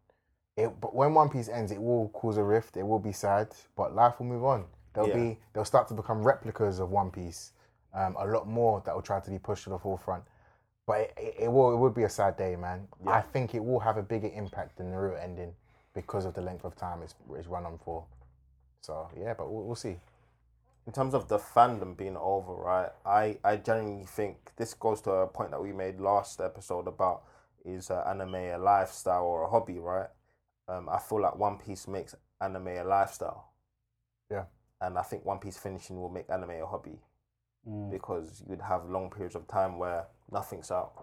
it but when One Piece ends, it will cause a rift. It will be sad, but life will move on. They'll Yeah. be they'll start to become replicas of One Piece. Um, a lot more that will try to be pushed to the forefront. But it, it, it will it would be a sad day, man. I think it will have a bigger impact than the real ending because of the length of time it's, it's run on for. So yeah, but we'll, we'll see. in terms of the fandom being over, right? I, I genuinely think this goes to a point that we made last episode about is uh, anime a lifestyle or a hobby, right? Um, I feel like One Piece makes anime a lifestyle, Yeah. and I think One Piece finishing will make anime a hobby Mm. because you'd have long periods of time where nothing's out.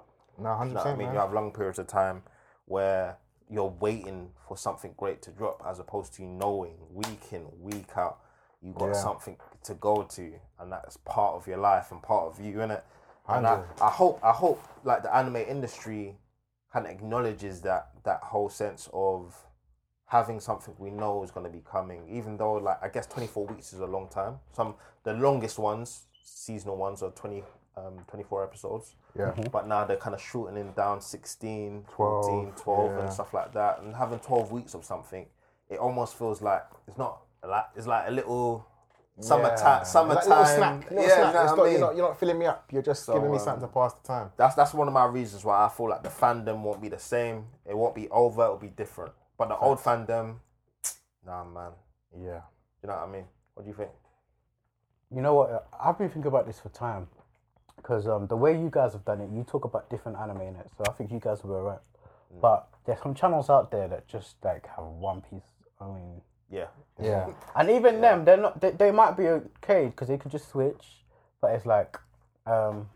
No, hundred You know what I percent, mean, man. you have long periods of time where you're waiting for something great to drop, as opposed to knowing week in, week out, you got something to go to, and that's part of your life and part of you, innit? And I, I hope, I hope, like the anime industry, kind of acknowledges that that whole sense of having something we know is going to be coming even though like i guess 24 weeks is a long time some the longest ones seasonal ones are 20 um 24 episodes Yeah. but now they're kind of shortening down 16 12, 14 12 yeah. and stuff like that and having 12 weeks of something it almost feels like it's not like it's like a little summer Yeah. ta- summertime Like a little snack. little yeah snack. you know It's what I not- you're, mean? um, not, you're not filling me up. You're just giving me something to pass the time. that's that's one of my reasons why I feel like the fandom won't be the same. It won't be over. It'll be different. But the old fandom, nah, man. Yeah. You know what I mean? What do you think? You know what? I've been thinking about this for time, because um, the way you guys have done it, you talk about different anime in it, so I think you guys will be alright. Mm. But there's some channels out there that just like have One Piece only, Yeah, [laughs] Yeah. and even them, they're not. They, they might be okay because they could just switch, but it's like, um,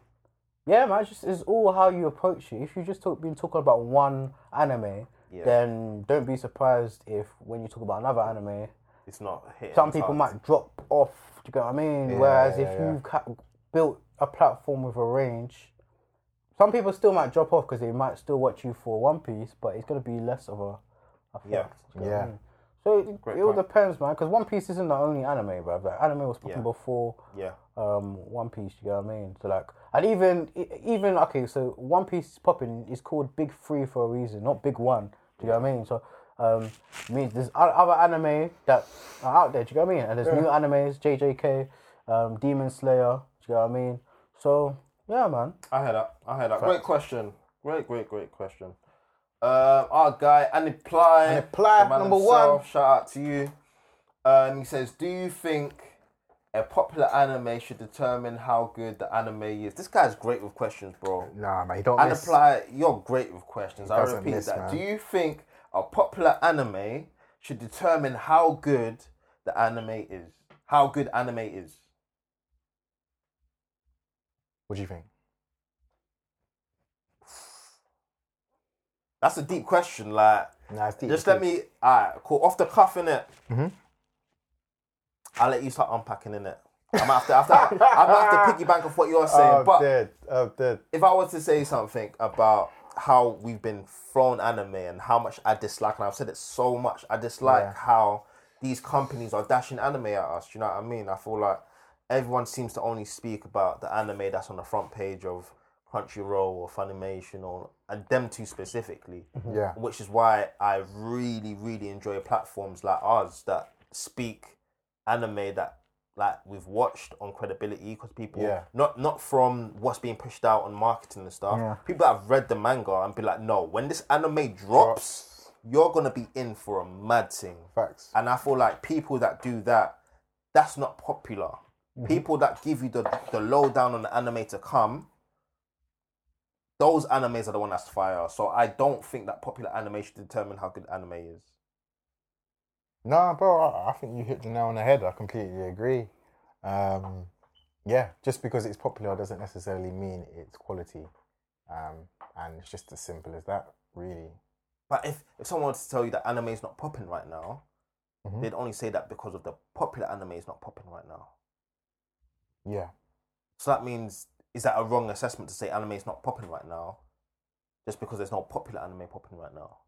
yeah, man, it's just it's all how you approach it. If you just talk, been talking about one anime, Yeah. then don't be surprised if when you talk about another anime, it's not hit. some people might drop off. Do you get what I mean? Whereas if you've ca- built a platform with a range, some people still might drop off because they might still watch you for One Piece, but it's gonna be less of a effect. Yeah. do you get what I Yeah. mean? So it, it all point. depends, man. Because One Piece isn't the only anime, bro. Like anime was fucking Yeah. before Yeah, um One Piece. You know what I mean? So like, and even e- even okay, so One Piece is popping is called Big Three for a reason, not Big One. Do you know what I mean? So um means there's o- other anime that are out there. Do you know what I mean? And there's new animes, JJK, um, Demon Slayer. Do you know what I mean? So yeah, man. I heard that. I heard that. Great question. Great, great, great question. Um, our guy Aniply, Aniply, the man number one. Shout out to you. Um, he says, "Do you think a popular anime should determine how good the anime is?" This guy's great with questions, bro. Nah, man. You don't And miss. apply, you're great with questions. I doesn't repeat miss, that. man. Do you think a popular anime should determine how good the anime is? How good anime is? What do you think? That's a deep question. Like, Nah, it's deep, just it's let deep. me. Alright, cool. Off the cuff, innit? Mhm. I'll let you start unpacking innit. I'm after after I'm [laughs] after piggy bank of what you're saying, Oh, but dead. Oh, dead. if I was to say something about how we've been thrown anime and how much I dislike, and I've said it so much, I dislike how these companies are dashing anime at us. Do you know what I mean? I feel like everyone seems to only speak about the anime that's on the front page of Crunchyroll or Funimation or and them two specifically. Yeah. Which is why I really, really enjoy platforms like ours that speak anime that like we've watched on credibility because people Yeah. not not from what's being pushed out on marketing and stuff. People that have read the manga and be like, no, when this anime drops, you're gonna be in for a mad thing. Facts. And I feel like people that do that, that's not popular. People that give you the the lowdown on the anime to come, those animes are the one that's fire. So I don't think that popular anime should determine how good anime is. Nah, bro, I, I think you hit the nail on the head. I completely agree. Um, yeah, just because it's popular doesn't necessarily mean it's quality. Um, and it's just as simple as that, really. But if, if someone was to tell you that anime is not popping right now, they'd only say that because of the popular anime is not popping right now. Yeah. So that means, is that a wrong assessment to say anime is not popping right now just because there's no popular anime popping right now?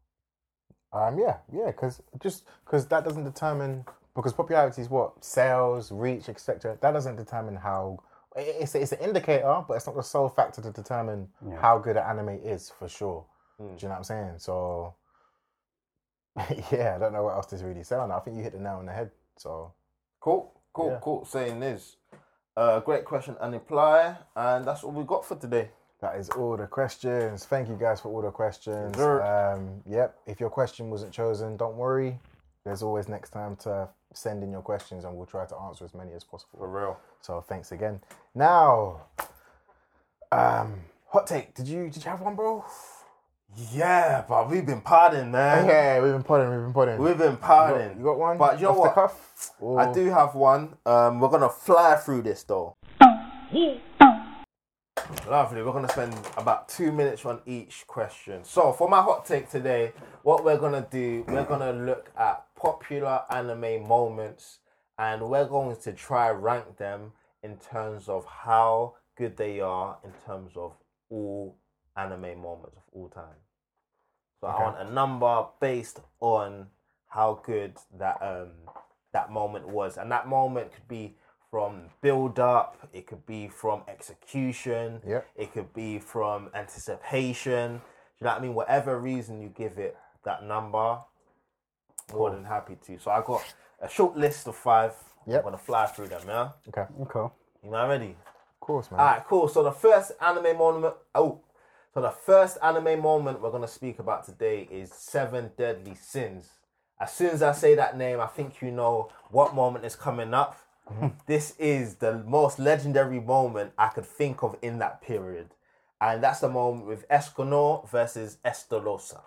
Um, yeah, yeah, because just because that doesn't determine because popularity is what sales, reach, etc. That doesn't determine how i- it's it's an indicator, but it's not the sole factor to determine how good an anime is for sure. Do you know what I'm saying? So [laughs] yeah, I don't know what else to really say on. that. I think you hit the nail on the head. So Cool. Cool, cool. Saying this, uh, great question and reply, and that's all we got for today. That is all the questions. Thank you guys for all the questions. sir. Um, yep. If your question wasn't chosen, don't worry. There's always next time to send in your questions, and we'll try to answer as many as For possible. real. So thanks again. Now, um, hot take. Did you did you have one, bro? Yeah, but we've been partying, man. Yeah, we've been potting. We've been potting. Um, We've been you, partying. got, you got one? But you know Off what? The cuff? I do have one. Um, we're gonna fly through this though. Lovely. We're gonna spend about two minutes on each question. So for my hot take today, what we're gonna do, we're gonna look at popular anime moments, and we're going to try rank them in terms of how good they are in terms of all anime moments of all time. So I want a number based on how good that um that moment was, and that moment could be from build up, it could be from execution, Yep. it could be from anticipation. Do you know what I mean? Whatever reason you give it that number, more than happy to. So I got a short list of five. Yep. I'm gonna fly through them. Yeah, Okay, of Okay. you know ready? course, man. All right, cool. So the first anime moment. Oh, so the first anime moment we're gonna speak about today is Seven Deadly Sins. As soon as I say that name, I think you know what moment is coming up. this is the most legendary moment I could think of in that period, and that's the moment with Escanor versus Estolosa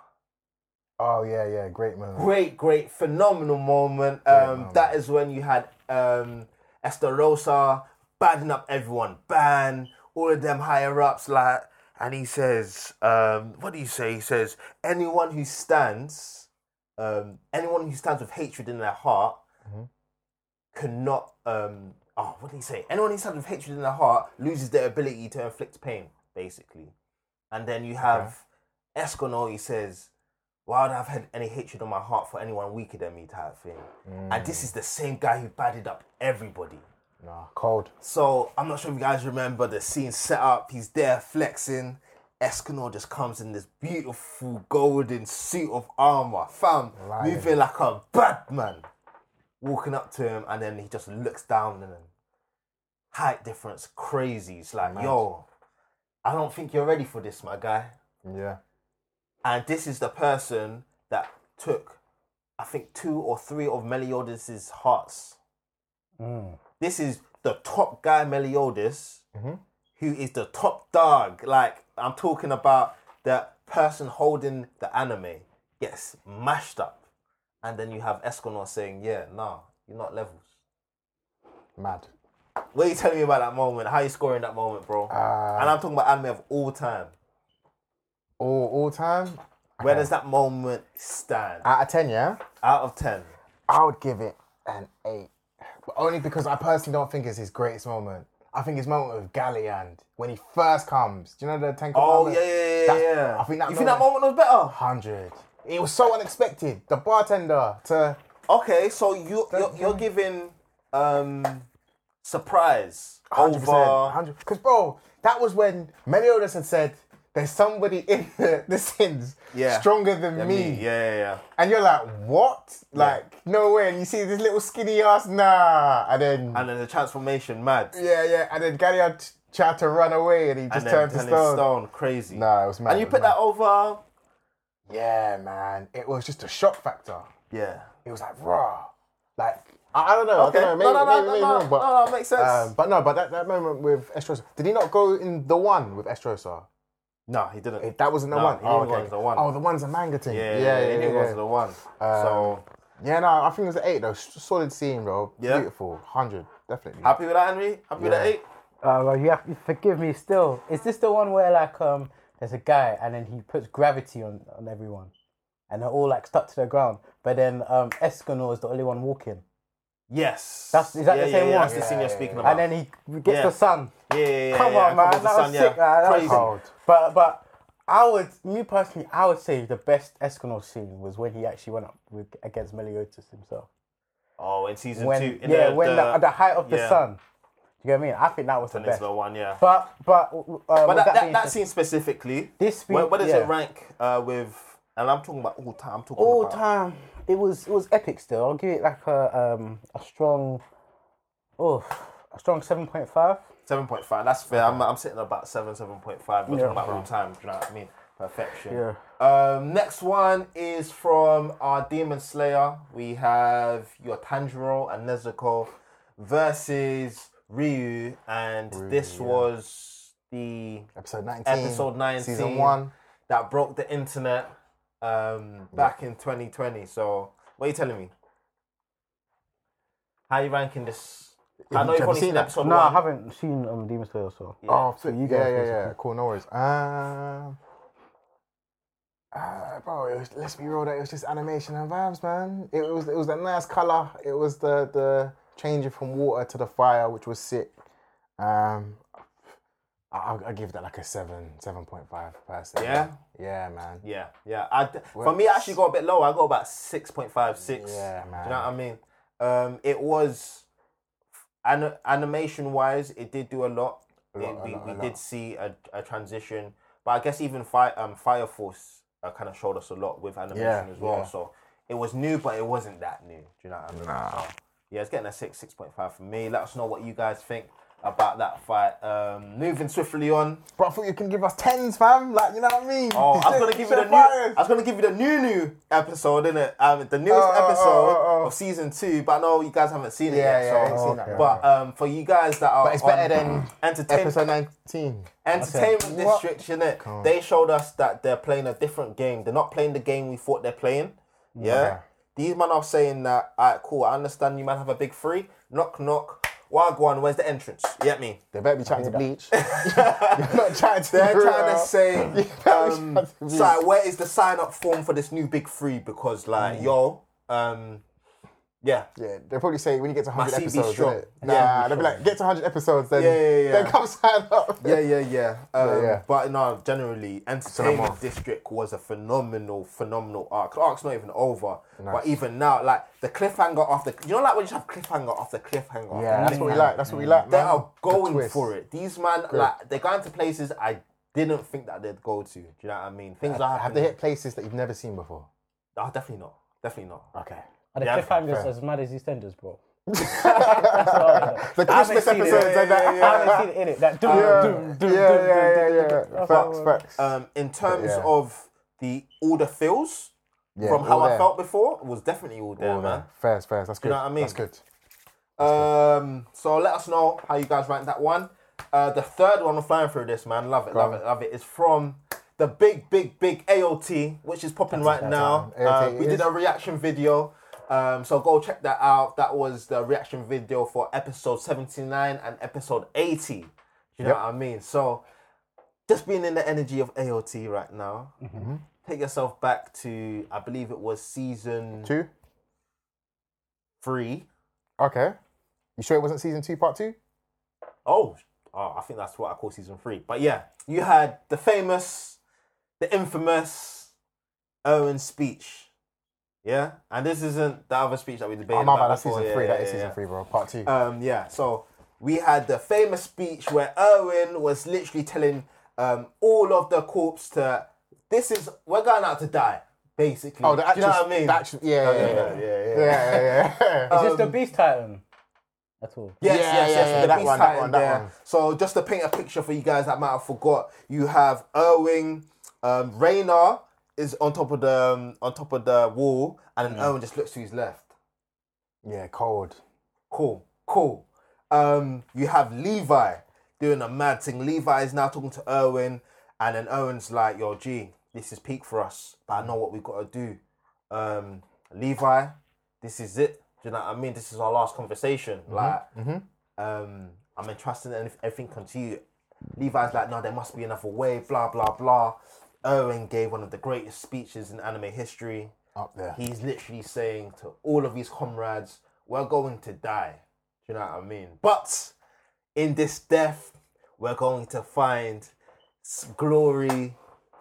Oh yeah, yeah, great man. great, great, phenomenal moment. Um, that is when you had um, Esterosa badding up everyone, ban all of them higher ups, like, and he says, um, what do you say? He says, anyone who stands, um, anyone who stands with hatred in their heart, cannot. Um, oh, what did he say? Anyone who stands with hatred in their heart loses their ability to inflict pain, basically. And then you have Escanor. He says, why would I have had any hatred on my heart for anyone weaker than me type thing? And this is the same guy who badded up everybody. Nah, cold. So I'm not sure if you guys remember the scene set up. He's there flexing. Escanor just comes in this beautiful golden suit of armor, fam, moving like a bad man, walking up to him, and then he just looks down and height difference crazy. It's like, yo, I don't think you're ready for this, my guy. Yeah. And this is the person that took, I think, two or three of Meliodas' hearts. This is the top guy, Meliodas, who is the top dog. Like, I'm talking about the person holding the anime gets mashed up. And then you have Escanor saying, Yeah, nah, you're not levels. Mad. What are you telling me about that moment? How you scoring that moment, bro? Uh, and I'm talking about anime of all time. All all time? Where does that moment stand? Out of ten, yeah? Out of 10. I would give it an eight. But only because I personally don't think it's his greatest moment. I think his moment with Galliand when he first comes. Do you know the tank? Oh yeah, yeah, yeah, yeah. I think that you think that moment was better? hundred. It was so unexpected. The bartender to Okay, so you you're, you're giving um surprise 100%, over. 100 Because bro, that was when Meliodas had said, "There's somebody in [laughs] the, the sins Yeah. stronger than I me." mean, yeah, yeah, yeah. And you're like, "What? Like no way!" And you see this little skinny ass, nah. And then And then the transformation, mad. yeah, yeah. And then Galliard t- tried to run away, and he just And then turned to turning stone. crazy. Nah, it was mad. and you it was put mad. that over. Yeah, man. It was just a shock factor. Yeah. It was like raw. Like I, I don't know. I Okay. don't know. Maybe, no, no, no, maybe, no, maybe no, wrong, but no, no, makes sense. um, but no, but that, that moment with Estrosa. Did he not go in the one with Estrosa? no, he didn't. If that wasn't the No, one. he Oh, didn't go okay. to the one. Oh, the one's a manga thing. yeah, yeah, yeah, he yeah. didn't yeah. go to the one. so Yeah, no, I think it was an eight though. S- Solid scene, bro. Yeah. Beautiful. Hundred, definitely. happy with that, Henry? Happy with that Yeah. eight? Uh, well, you have to forgive me. Still, is this the one where like um, there's a guy and then he puts gravity on on everyone, and they're all like stuck to the ground. But then um, Escanor is the only one walking, Yes. That's- is that yeah, the yeah, same yeah, one? That's the scene you're speaking about. and then he gets Yeah. the sun. yeah, yeah, yeah, Come yeah, on, man, Cobbled that the was Sun, sick. man, That was Crazy. Cold. sick. But but I would, me personally, I would say the best Escanor scene was when he actually went up with, against Meliodas himself. Oh, in season When two, in yeah, the, when the, the, at the height of the yeah. sun. Do you know what I mean? I think that was the best. Peninsula one, yeah. But, But but uh, but that, that, that, being that, said- scene specifically, This where, scene- where does yeah. it rank uh, with? And I'm talking about all time. I'm talking all about time it was it was epic still i'll give it like a um a strong Oh, A strong 7.5. Seven point five. That's fair. I'm, I'm sitting about seven, seven point five. We're Yeah. talking about all time. Do you know what I mean? Perfection. Yeah. Um, next one is from our Demon Slayer. We have your Tanjiro and Nezuko versus Ryu, and this was the Episode 19. episode 19 Season 1. that broke the internet um, back in 2020. So, what are you telling me? How you ranking this? I you know you've ever only seen seen it? episode No, I one. haven't seen um, Demon Slayer, so. Yeah. Oh, flip. you yeah, guys yeah, basically. yeah. Cool, no worries. Um, uh, bro, it was, let's be real. That it was just animation and vibes, man. It was it was that nice color. It was the the changing from water to the fire, which was sick. Um, I, I'll, I'll give that like a seven, seven point five person. Yeah? yeah, man. Yeah, yeah. I, d- for me, I actually got a bit low. I got about six point five six. Yeah, Do you know what I mean? Um, it was an, animation wise, it did do a lot. it, lot, a we lot, we a did lot. see a, a transition, but I guess even Fire um, Fire Force uh, kind of showed us a lot with animation Yeah, as well. yeah. So it was new, but it wasn't that new. Do you know what I mean? Nah. Yeah, it's getting a six six point five for me. Let us know what you guys think about that fight. Um, moving swiftly on. Bro, I thought you can give us tens, fam. Like, you know what I mean? Oh, I [laughs] was gonna Shit, give you the shit new. I fires. was gonna give you the new new episode, innit? Um, the newest Oh, oh, oh, episode oh, oh. of season two, but I know you guys haven't seen it Yeah, yet. yeah, so, I ain't seen that But um, for you guys that are, But it's better on than [clears throat] entertain- Episode 19. entertainment What? district, innit? They showed us that they're playing a different game. They're not playing the game we thought they're playing. Yeah. These men are saying that. Alright, cool. I understand you might have a big three. Knock knock. Wagwan, where's the entrance? You get me? They better be trying to bleach. You're [laughs] [laughs] not trying to. They're trying to Bro. [laughs] say, um, trying to be- "Sorry, where is the sign up form for this new big three? Because Mm. like, yo, um, yeah, Yeah, they'll probably say when you get to 100 CV episodes. strong. innit? Yeah. Nah, they'll be like, get to 100 episodes, then, Yeah, yeah, yeah. then come [laughs] sign up. yeah, yeah, yeah. Um, yeah. But no, generally, Entertainment District was a phenomenal, phenomenal arc. The arc's not even over, but even now, like the cliffhanger after, you know, like when you just have cliffhanger after cliffhanger. Yeah, after that's what we cliffhanger. like. That's what we like, They man. are going twist. for it. These man, like they're going to places I didn't think that they'd go to. Do you know what I mean? Things are Have happening. they hit places that you've never seen before? Oh, definitely not. Definitely not. Okay. Are the Yeah, cliffhangers as mad as EastEnders, [laughs] bro? The Christmas seen it. episodes and that. I haven't seen it in it. That doom, [laughs] Yeah, doom, doom, yeah, doom, yeah, yeah, doom, doom, doom. yeah. Facts, facts. um, in terms yeah. of the all the feels Yeah, from how all I there. felt before was definitely all there, All there. man. Fairs, fairs. That's good. know what I mean? That's good. Um, so let us know how you guys rank that one. Uh, the third one, I'm flying through this, man. Love it, love it, love it. It's from the big, big, big AOT, which is popping right that now. time. Uh, AOT we did is- a reaction video. Um, so go check that out. That was the reaction video for episode 79 and episode 80. Do you know what I mean? So just being in the energy of AOT right now, Mm-hmm. take yourself back to, I believe it was season Two? three. Okay. You sure it wasn't season two, part two? Oh, oh, I think that's what I call season three. But yeah, you had the famous, the infamous Owen speech. Yeah, and this isn't the other speech that we debated Oh, my bad. about That's before. season Yeah, three. yeah, That is yeah, season yeah. three, bro. Part two. Um, yeah, so we had the famous speech where Owen was literally telling um, all of the corpse to, "This is we're going out to die." Basically, Oh, the Do you know actual- what I mean? the actual- yeah, Oh, yeah, yeah, yeah, yeah. Uh, yeah, yeah, yeah. Is this Um, the Beast Titan? At all? Yes, Yeah, yes, yeah, yes. yeah, the that beast one, that Titan one, that there. one. So just to paint a picture for you guys that might have forgot, you have Erwin, um, Raynar is on top of the um, on top of the wall, and then Erwin just looks to his left. yeah, cold. Cool, cool. Um, you have Levi doing a mad thing. Levi is now talking to Erwin, and then Erwin's like, "Yo, G, this is peak for us, but I know what we got to do." Um, Levi, this is it. Do you know what I mean? This is our last conversation. Like, um, I'm entrusting and everything onto you. Levi's like, no, there must be another way. Blah blah blah. Erwin gave one of the greatest speeches in anime history. Up there. He's literally saying to all of his comrades, we're going to die. Do you know what I mean? But in this death, we're going to find s- glory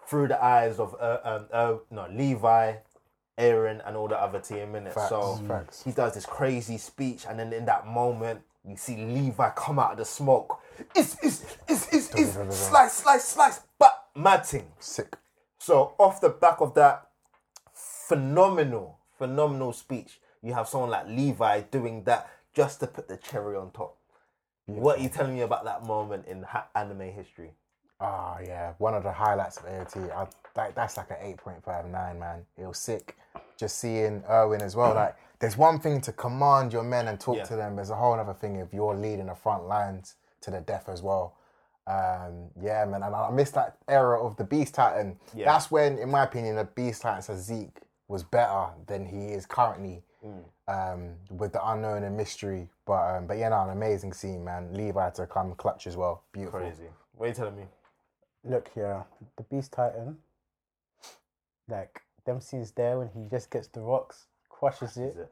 through the eyes of uh, um, uh, no Levi, Aaron, and all the other team in it. So facts. he does this crazy speech, and then in that moment, you see Levi come out of the smoke. Is is is is is slice slice slice, but mad thing. Sick. So off the back of that phenomenal, phenomenal speech, you have someone like Levi doing that just to put the cherry on top. What are you telling me about that moment in ha- anime history? Ah, yeah, one of the highlights of AOT. I, that, that's like an eight point five nine, man. It was sick. Just seeing Irwin as well. Like, there's one thing to command your men and talk Yeah. to them. There's a whole other thing if you're leading the front lines to the death as well. Um, yeah, man. And I miss that era of the Beast Titan. That's when, in my opinion, the Beast Titan's Zeke was better than he is currently Mm. um, with the unknown and mystery. But um, but yeah, no, an amazing scene, man. Levi to come clutch as well. Beautiful. Crazy. What are you telling me? Look here, The Beast Titan, like them scenes there when he just gets the rocks, crushes it, it.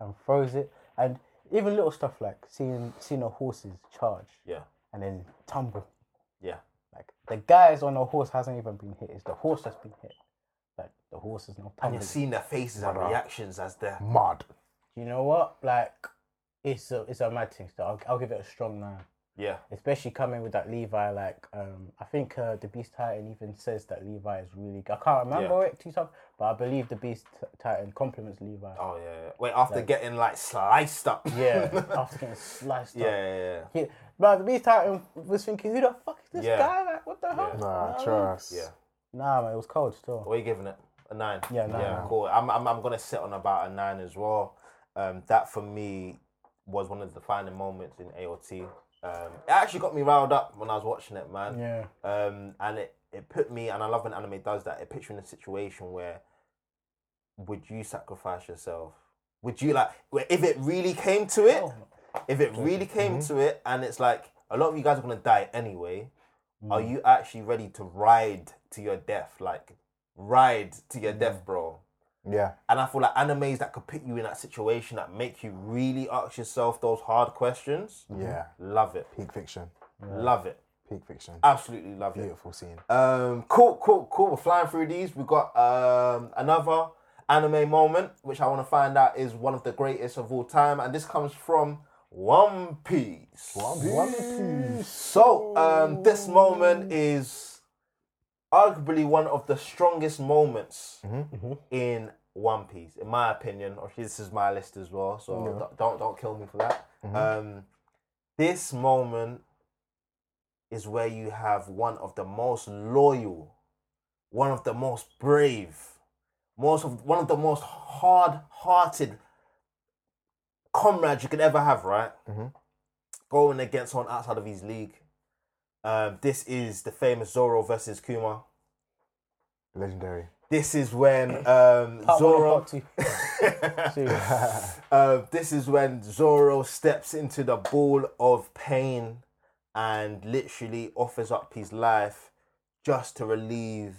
and throws it, and even little stuff like seeing seeing the horses charge Yeah. and then tumble. Yeah. Like the guys on the horse hasn't even been hit. It's the horse that's been hit. Like the horse is now And tumbling. you're seeing their faces and reactions as they're Mud. you know what? Like it's a it's a mad thing. So I'll, I'll give it a strong nine. yeah especially coming with that Levi. Like, um, I think uh, the Beast Titan even says that Levi is really. I can't remember it too tough, but I believe the Beast Titan compliments Levi. Oh yeah, yeah. Wait, after getting like sliced up. Yeah, [laughs] after getting [laughs] sliced yeah, up. yeah, yeah. He, but the Beast Titan was thinking, who the fuck is this Yeah. guy? Like, what the hell? Nah, trust. Yeah. Nah, man, it was cold still. What are you giving it? A nine. Yeah, nine. Yeah, cool. I'm, I'm, I'm gonna sit on about a nine as well. Um, that for me was one of the defining moments in AOT. Um, it actually got me riled up when I was watching it, man. Yeah. Um, and it, it put me, and I love when anime does that. It puts you in a situation where would you sacrifice yourself? Would you like where- if it really came to it? [laughs] Oh. If it really came Mm-hmm. to it, and it's like a lot of you guys are gonna die anyway. Are Mm. you actually ready to ride to your death? Like ride to your Mm. death, bro. Yeah. And I feel like animes that could put you in that situation that make you really ask yourself those hard questions. Yeah. Love it. Peak fiction. Love it. Peak fiction. Absolutely love it. Beautiful scene. Um, cool, cool, cool. We're flying through these. We've got um, another anime moment, which I want to find out is one of the greatest of all time, and this comes from One Piece. One piece. So, um, this moment is arguably one of the strongest moments Mm-hmm. in One Piece, in my opinion. Obviously, this is my list as well, so don't- don't don't kill me for that. Um, this moment is where you have one of the most loyal, one of the most brave, most of one of the most hard-hearted comrades you could ever have, right? going against someone outside of his league. Um, this is the famous Zoro versus Kuma. Legendary. This is when um, Zoro. Part one [laughs] and part two. Serious. Uh, this is when Zoro steps into the ball of pain and literally offers up his life just to relieve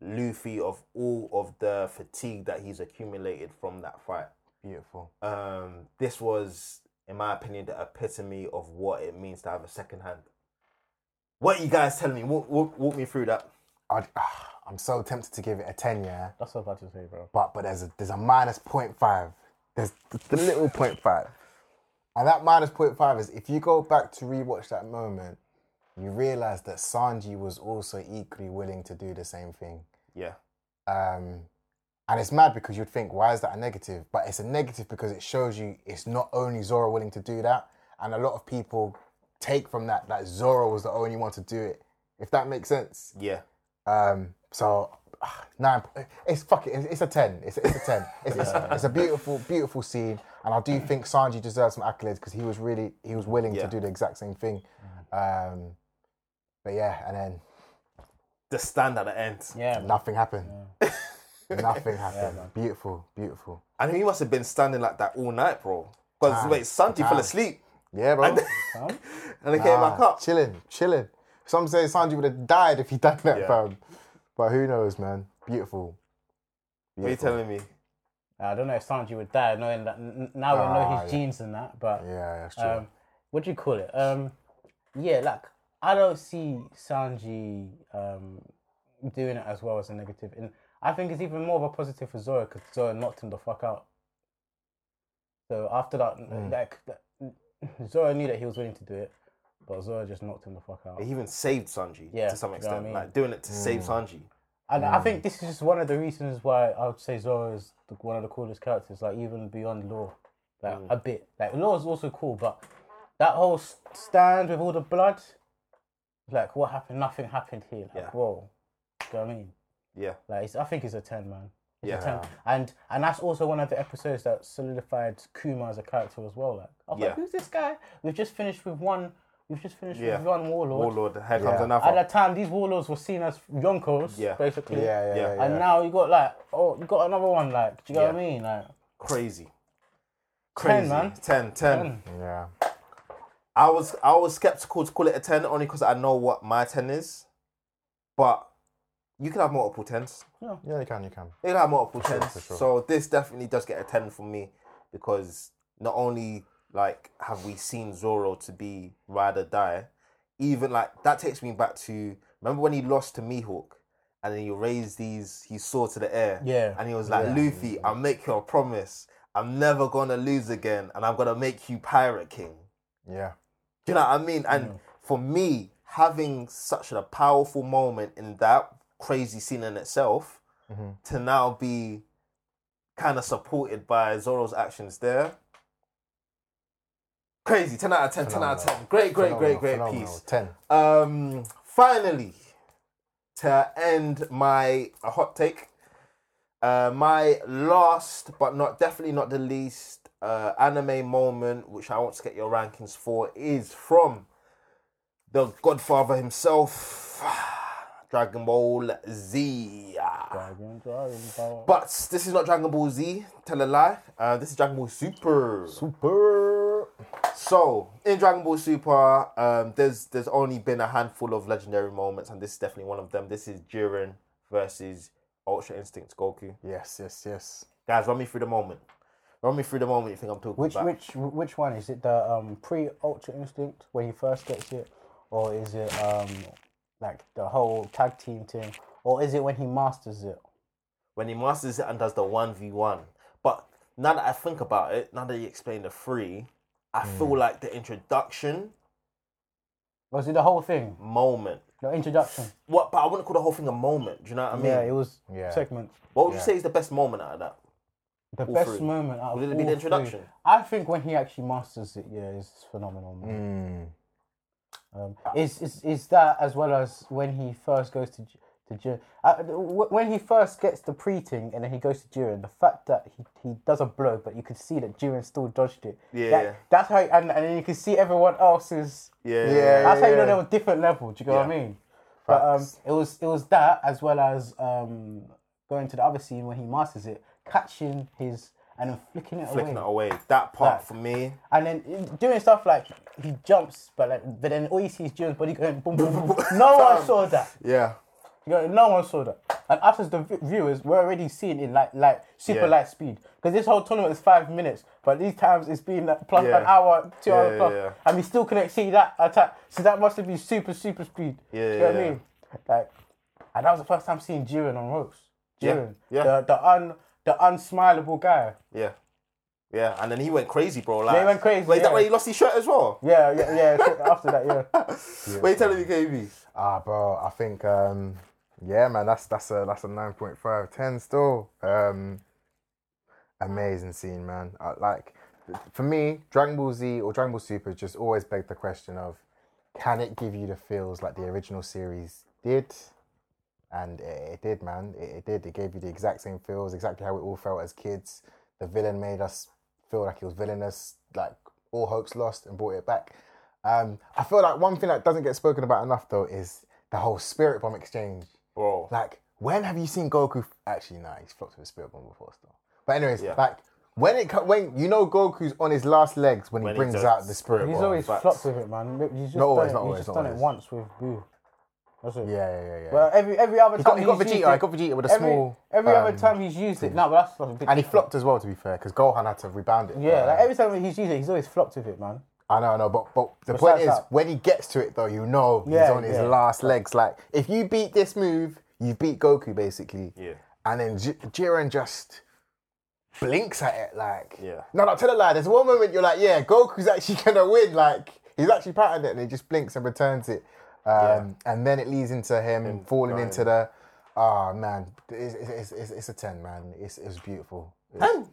Luffy of all of the fatigue that he's accumulated from that fight. Beautiful. Um, this was, in my opinion, the epitome of what it means to have a second hand. What are you guys telling me? Walk, walk, walk me through that. I, ah, I'm so tempted to give it a 10, yeah. That's what I was about to say, bro. But but there's a there's a minus 0.5. There's th- the little 0.5. And that minus 0.5 is if you go back to rewatch that moment, you realize that Sanji was also equally willing to do the same thing. Yeah. Um, and it's mad because you'd think, why is that a negative? But it's a negative because it shows you it's not only Zoro willing to do that, and a lot of people take from that that Zoro was the only one to do it. If that makes sense. Yeah. Um, so [sighs] ah, nine. It's fuck it. It's, it's a ten. It's, it's a ten. It's, it's, it's a beautiful, beautiful scene, and I do think Sanji deserves some accolades because he was really he was willing Yeah. to do the exact same thing. Um, but yeah, and then The stand at the end. Yeah, man. nothing happened. [laughs] nothing happened. beautiful, beautiful. And he must have been standing like that all night, bro. Because wait, Sanji fell asleep Yeah, bro. [laughs] and he came Ah, back up. Chilling, chilling. Some say Sanji would have died if he done that, Yeah. fam. But who knows, man? Beautiful. What are you telling me? Uh, I don't know if Sanji would die knowing that. N- n- now we know Ah, his yeah. genes and that, but Yeah, that's true. um, what do you call it? Um, yeah, like I don't see Sanji um, doing it as well as a negative, and I think it's even more of a positive for Zoro because Zoro knocked him the fuck out. So after that, Hmm. like that- Zoro knew that he was willing to do it, but Zoro just knocked him the fuck out. He even saved Sanji Yeah, to some you know what I extent, mean? like doing it to save Sanji. And I think this is just one of the reasons why I would say Zoro is the, one of the coolest characters, like even beyond lore. like Mm. a bit. Like Law's also cool, but that whole s- stand with all the blood, like what happened? Nothing happened here. Like, Yeah. whoa, do you know what I mean? Yeah. Like it's, I think it's a ten, man. It's Yeah. a ten, and and that's also one of the episodes that solidified Kuma as a character as well. Like I was Yeah. like, who's this guy? We've just finished with one. We've just finished Yeah. with one warlord. Warlord, Oh, here comes another. At that time, these warlords were seen as yonkos, Yeah. basically. Yeah, yeah, Yeah. yeah. And now you got like, oh, you got another one. Like, do you know what I mean? Like, Crazy. Ten, Crazy. man. 10, 10. yeah. I was I was skeptical to call it a 10 only because I know what my 10 is. But you can have multiple 10s. Yeah, you can, you can. They have multiple sure, tens, for sure. so this definitely does get a ten from me because not only like have we seen Zoro to be ride or die, even like that takes me back to remember when he lost to Mihawk and then he raised these he soared to the air Yeah. and he was like Luffy, I'll make you a promise, I'm never gonna lose again and I'm gonna make you Pirate King. Yeah. Do you know what I mean? And for me, having such a powerful moment in that crazy scene in itself Mm-hmm. to now be kind of supported by Zoro's actions there. Crazy, 10 out of 10, 10 out of 10. Great, great, great, great Phenomenal. piece. Ten. Um, finally, to end my hot take, uh, my last but not definitely not the least uh, anime moment, which I want to get your rankings for, is from the Godfather himself, [sighs] Dragon Ball Z. [sighs] Dragon, Dragon Ball. But this is not Dragon Ball Z. Tell a lie. Uh, this is Dragon Ball Super. Super. So in Dragon Ball Super, um, there's there's only been a handful of legendary moments, and this is definitely one of them. This is Jiren versus Ultra Instinct Goku. Yes, yes, yes. Guys, run me through the moment. Run me through the moment. You think I'm talking Which about? which which one is it? The um, pre Ultra Instinct when he first gets it, or is it um, like the whole tag team thing, or is it when he masters it? When he masters it and does the one v one. But now that I think about it, now that you explain the three, I Hmm. feel like the introduction Was it the whole thing? moment. The introduction? What? But I wouldn't call the whole thing a moment. Do you know what I mean? Yeah, it was Yeah. segment. what would you say is the best moment out of that? The All best three. moment out of Would it be all the three. introduction? I think when he actually masters it, yeah, is phenomenal. Man. Mm. Hmm. Um, is, is is that as well as when he first goes to J- to Jiren? Uh, wh- when he first gets the pre-ting and then he goes to Jiren, the fact that he, he does a blow, but you could see that Jiren still dodged it. Yeah. That- that's how, and, and then you can see everyone else's. Yeah. Yeah. That's how you know they were different level. Do you know what I mean? But um, Facts. it was it was that as well as um, going to the other scene when he masters it, catching his and then flicking it away. Flicking it away. That part Like- for me. And then doing stuff like he jumps, but like, but then all you see is Jiren's body going boom, boom, boom. No one saw that. Yeah. You know, no one saw that. And us as the vi- viewers, we're already seeing it like like super Yeah. light speed because this whole tournament is five minutes, but these times it's been like plus Yeah. an hour, two Yeah, hours yeah, plus, yeah. and we still couldn't see that attack. So that must have been super super speed. Yeah, you know what yeah, I mean? Like, and that was the first time seeing Jiren on ropes. Yeah, Jiren, yeah. the the un the unsmileable guy. Yeah. Yeah, and then he went crazy, bro. Like, he went crazy, Wait, that yeah. way he lost his shirt as well. Yeah, yeah, yeah. so after [laughs] that, yeah. Wait, tell him, KB. Ah, bro, I think um, yeah, man, that's that's a that's a 9.5, 10 still. Um, amazing scene, man. I, like for me, Dragon Ball Z or Dragon Ball Super just always begged the question of, can it give you the feels like the original series did? And it, it did, man. It, it did. It gave you the exact same feels, exactly how we all felt as kids. The villain made us feel like he was villainous, like all hopes lost, and brought it back. Um, I feel like one thing that doesn't get spoken about enough though is the whole spirit bomb exchange. Bro. Like, when have you seen Goku? f- Actually, nah, he's flopped with a spirit bomb before still. But anyways, Yeah. like when it co- when you know Goku's on his last legs when, When he he brings does out the spirit He's bomb. always facts. flopped with it, man. He's just Not always, done, it- not he's always, just not done it always. once with Boo. That's it. yeah, yeah, yeah. yeah. But every every other he time got he got he's used Vegeta. He it- got Vegeta with a every, small. every other um, time he's used it. No, but that's a bit and he different. flopped as well, to be fair, because Gohan had to rebound it. Yeah, Uh, like every time he's used it, he's always flopped with it, man. I know, I know, but but the But point shouts is, out. when he gets to it though, you know he's Yeah, on his yeah. last legs. Like if you beat this move, you beat Goku basically. Yeah. And then J- Jiren just blinks at it like. Yeah. No, no, tell a lie. There's one moment you're like, yeah, Goku's actually [laughs] gonna win. Like he's actually patterned it, and he just blinks and returns it. Um, And then it leads into him falling dying. into the. Oh man, it's, it's, it's, it's a ten, man. It's it's beautiful. It's-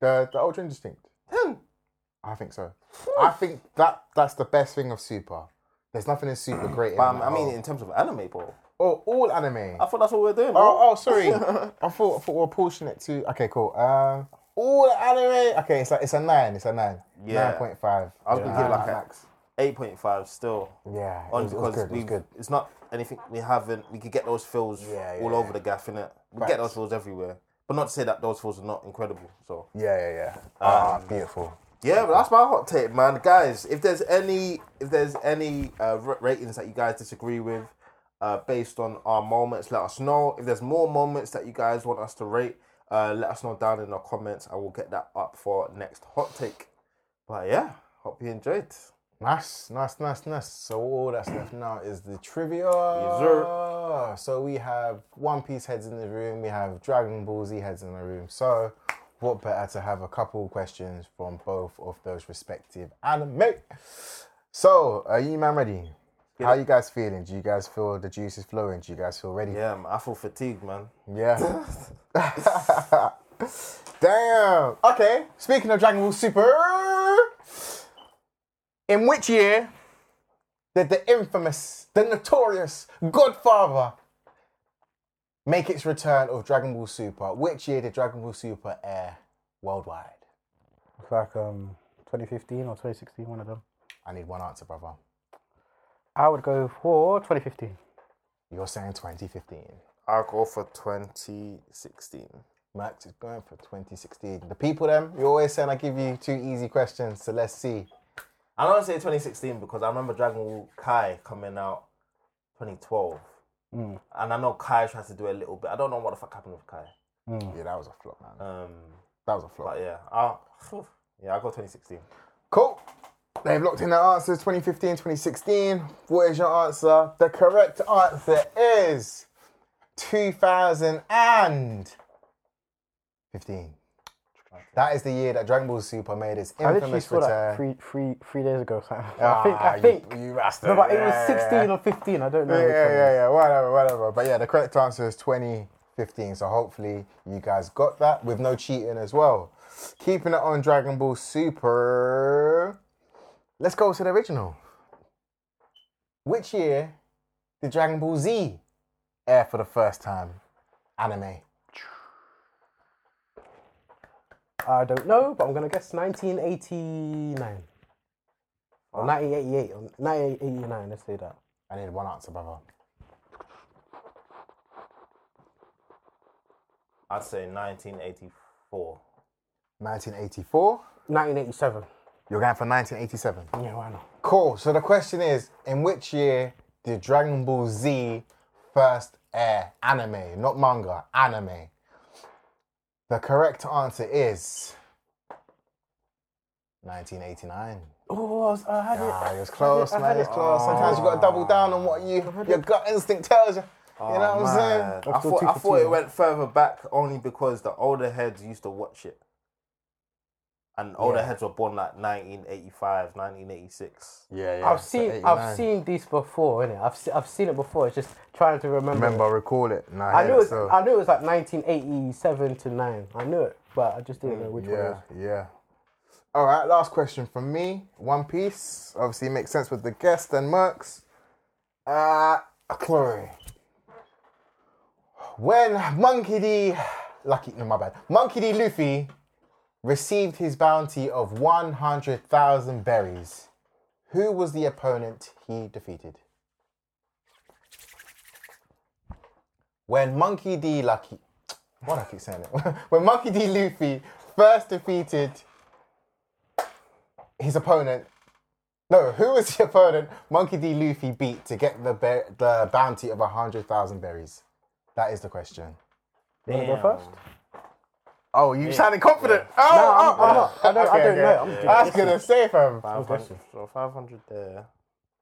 The the ultra instinct. I think so. I think that that's the best thing of Super. There's nothing in Super great. in Um, that I mean, whole- in terms of anime, bro. oh, all anime. I thought that's what we're doing, bro. Oh, oh, [laughs] sorry. I thought I thought we we're portioning it to. Okay, cool. Um, all anime. Okay, it's like it's a nine. It's a nine. Yeah. Nine point five. I was gonna give like an max. eight point five still. Yeah, it on was- it was because good, it was we good. it's not anything we haven't. We could get those fills Yeah, all yeah. over the gaff in it. We get those fills everywhere, but not to say that those fills are not incredible. So Yeah, yeah, yeah. Um, Ah, beautiful. yeah, but that's my hot take, man. Guys, if there's any if there's any uh, r- ratings that you guys disagree with, uh, based on our moments, let us know. If there's more moments that you guys want us to rate, uh, let us know down in the comments, and we'll get that up for next hot take. But yeah, hope you enjoyed. Nice, nice, nice, nice. So all that's left now is the trivia. sir. So we have One Piece heads in the room. We have Dragon Ball Z heads in the room. So what better to have a couple questions from both of those respective anime? So are you man ready? How you guys feeling? Do you guys feel the juice is flowing? Do you guys feel ready? Yeah, man, I feel fatigued, man. Yeah. Damn. Okay. Speaking of Dragon Ball Super, in which year did the infamous, the notorious Godfather make its return of Dragon Ball Super? Which year did Dragon Ball Super air worldwide? It's like um 2015 or 2016, one of them. I need one answer, brother. I would go for 2015. You're saying 2015. I'll go for 2016. Max is going for 2016. The people, them, you're always saying I give you two easy questions, so let's see. I don't want to say 2016 because I remember Dragon Ball Kai coming out 2012. And I know Kai tried to do it a little bit. I don't know what the fuck happened with Kai. Yeah, that was a flop, man. Um, That was a flop. but yeah, I'll, yeah, I'll go 2016. Cool. They've locked in their answers 2015, 2016. What is your answer? The correct answer is 2015. That is the year that Dragon Ball Super made its I literally infamous saw that return. three, three, three days ago. [laughs] So I think, Ah, I you- think. You, bastard. no, but it Yeah, was yeah, 16 yeah. or 15. I don't know. Yeah, which yeah, one. yeah, yeah. Whatever, whatever. But yeah, the correct answer is 2015. So hopefully you guys got that with no cheating as well. Keeping it on Dragon Ball Super. Let's go to the original. Which year did Dragon Ball Z air for the first time? Anime. I don't know, but I'm gonna guess 1989 or 1988 or 1989. Let's say that. I need one answer, brother. I'd say 1984. 1984. 1987. You're going for 1987. Yeah, why not? Cool. So the question is, in which year did Dragon Ball Z first air anime, not manga, anime? The correct answer is [laughs] 1989. Oh, I, was, Ah, I had it. Ah, it was close, I man. had It Oh. was it. close. Sometimes you got to double down on what you your gut instinct tells you. you know what I'm Man, saying? I thought, I thought it went further back only because the older heads used to watch it. And older heads were born like 1985, 1986. Yeah, yeah. I've seen, I've seen this before, innit? I've, se- I've seen it before. It's just trying to remember. Remember, recall it. Nah, I knew it. it. Was, I knew it was like 1987 to nine. I knew it, but I just didn't know which one. It Yeah, was. yeah. All right, last question from me. One Piece obviously makes sense with the guest and Mercs. Uh, Chloe. When Monkey D, Lucky, no, my bad. Monkey D Luffy received his bounty of 100,000 berries, who was the opponent he defeated? When Monkey D Lucky, why do I keep saying it? [laughs] when Monkey D. Luffy first defeated his opponent, no, who was the [laughs] opponent Monkey D. Luffy beat to get the bear, the bounty of hundred thousand berries? That is the question. You wanna go first? Oh, you sounded confident. Oh, oh, oh. I'm not. I don't, I Okay, don't okay. know. I'm I was gonna say fam. 500, so 500 there.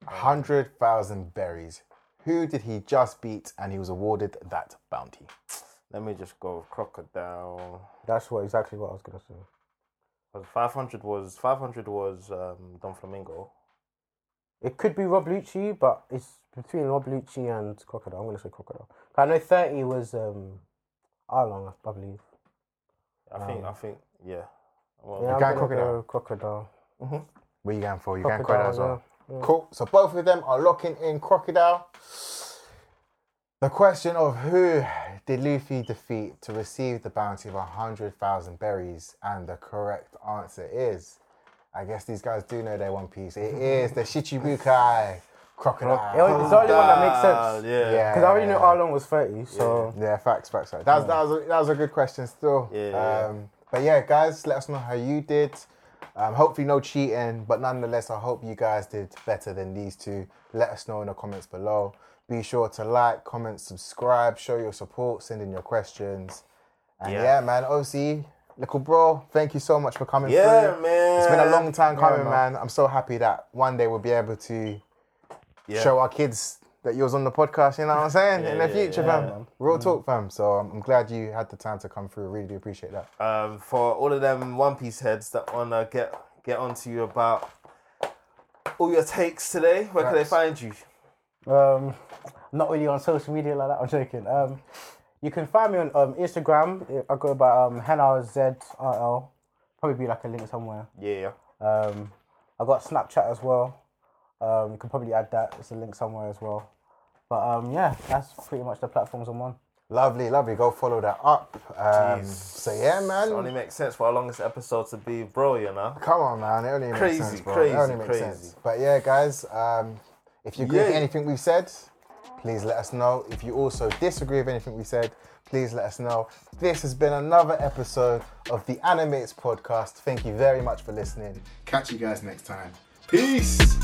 Hundred thousand berries. Who did he just beat, and he was awarded that bounty? Let me just go with Crocodile. That's what exactly what I was gonna say. Because 500 was 500 was um, Don Flamingo. It could be Rob Lucci, but it's between Rob Lucci and Crocodile. I'm gonna say Crocodile. I know 30 was um, Arlong, I believe. I think I think yeah. Well, Yeah, I'm guy gonna crocodile. go Crocodile. Where you going for? You going crocodile Crocodile, as well? Cool. So both of them are locking in crocodile. The question of who did Luffy defeat to receive the bounty of hundred thousand berries, and the correct answer is, I guess these guys do know their One Piece. It is the Shichibukai crocodile. It was- It's the only one that makes Ah, sense. Yeah. Yeah. Because I already knew Arlong was 30, so. Yeah, facts, facts, facts. That was, that, was a, that was a good question still. Yeah, yeah. Um, but yeah, guys, let us know how you did. Um, hopefully no cheating, but nonetheless, I hope you guys did better than these two. Let us know in the comments below. Be sure to like, comment, subscribe, show your support, send in your questions. And yeah, Yeah. man, OC, little bro, thank you so much for coming Yeah, through. man. It's been a long time coming, man. man. I'm so happy that one day we'll be able to Yeah. show our kids that you was on the podcast, you know what I'm saying? In the yeah, future, yeah, Mm. fam. Real talk, fam. So um, I'm, I'm glad you had the time to come through. Really do appreciate that. um, for all of them One Piece heads that wanna get get onto you about all your takes today. Where can they Facts. find you? Um, not really on social media like that. I'm joking. Um, you can find me on um, Instagram. I go by um, Henna Z R L. Probably be like a link somewhere. Yeah. Um, I got Snapchat as well. Um, you can probably add that. It's a link somewhere as well. But um, yeah, that's pretty much the platforms I'm on. Lovely, lovely. Go follow that up. Um, Jeez. so yeah, man. It only makes sense for our longest episode to be bro, you know. Come on, man. It only makes Crazy, sense, bro. crazy, it only makes crazy. sense. But yeah, guys, um, if you agree with Yeah. anything we've said, please let us know. If you also disagree with anything we said, please let us know. This has been another episode of the Animates Podcast. Thank you very much for listening. Catch you guys next time. Peace.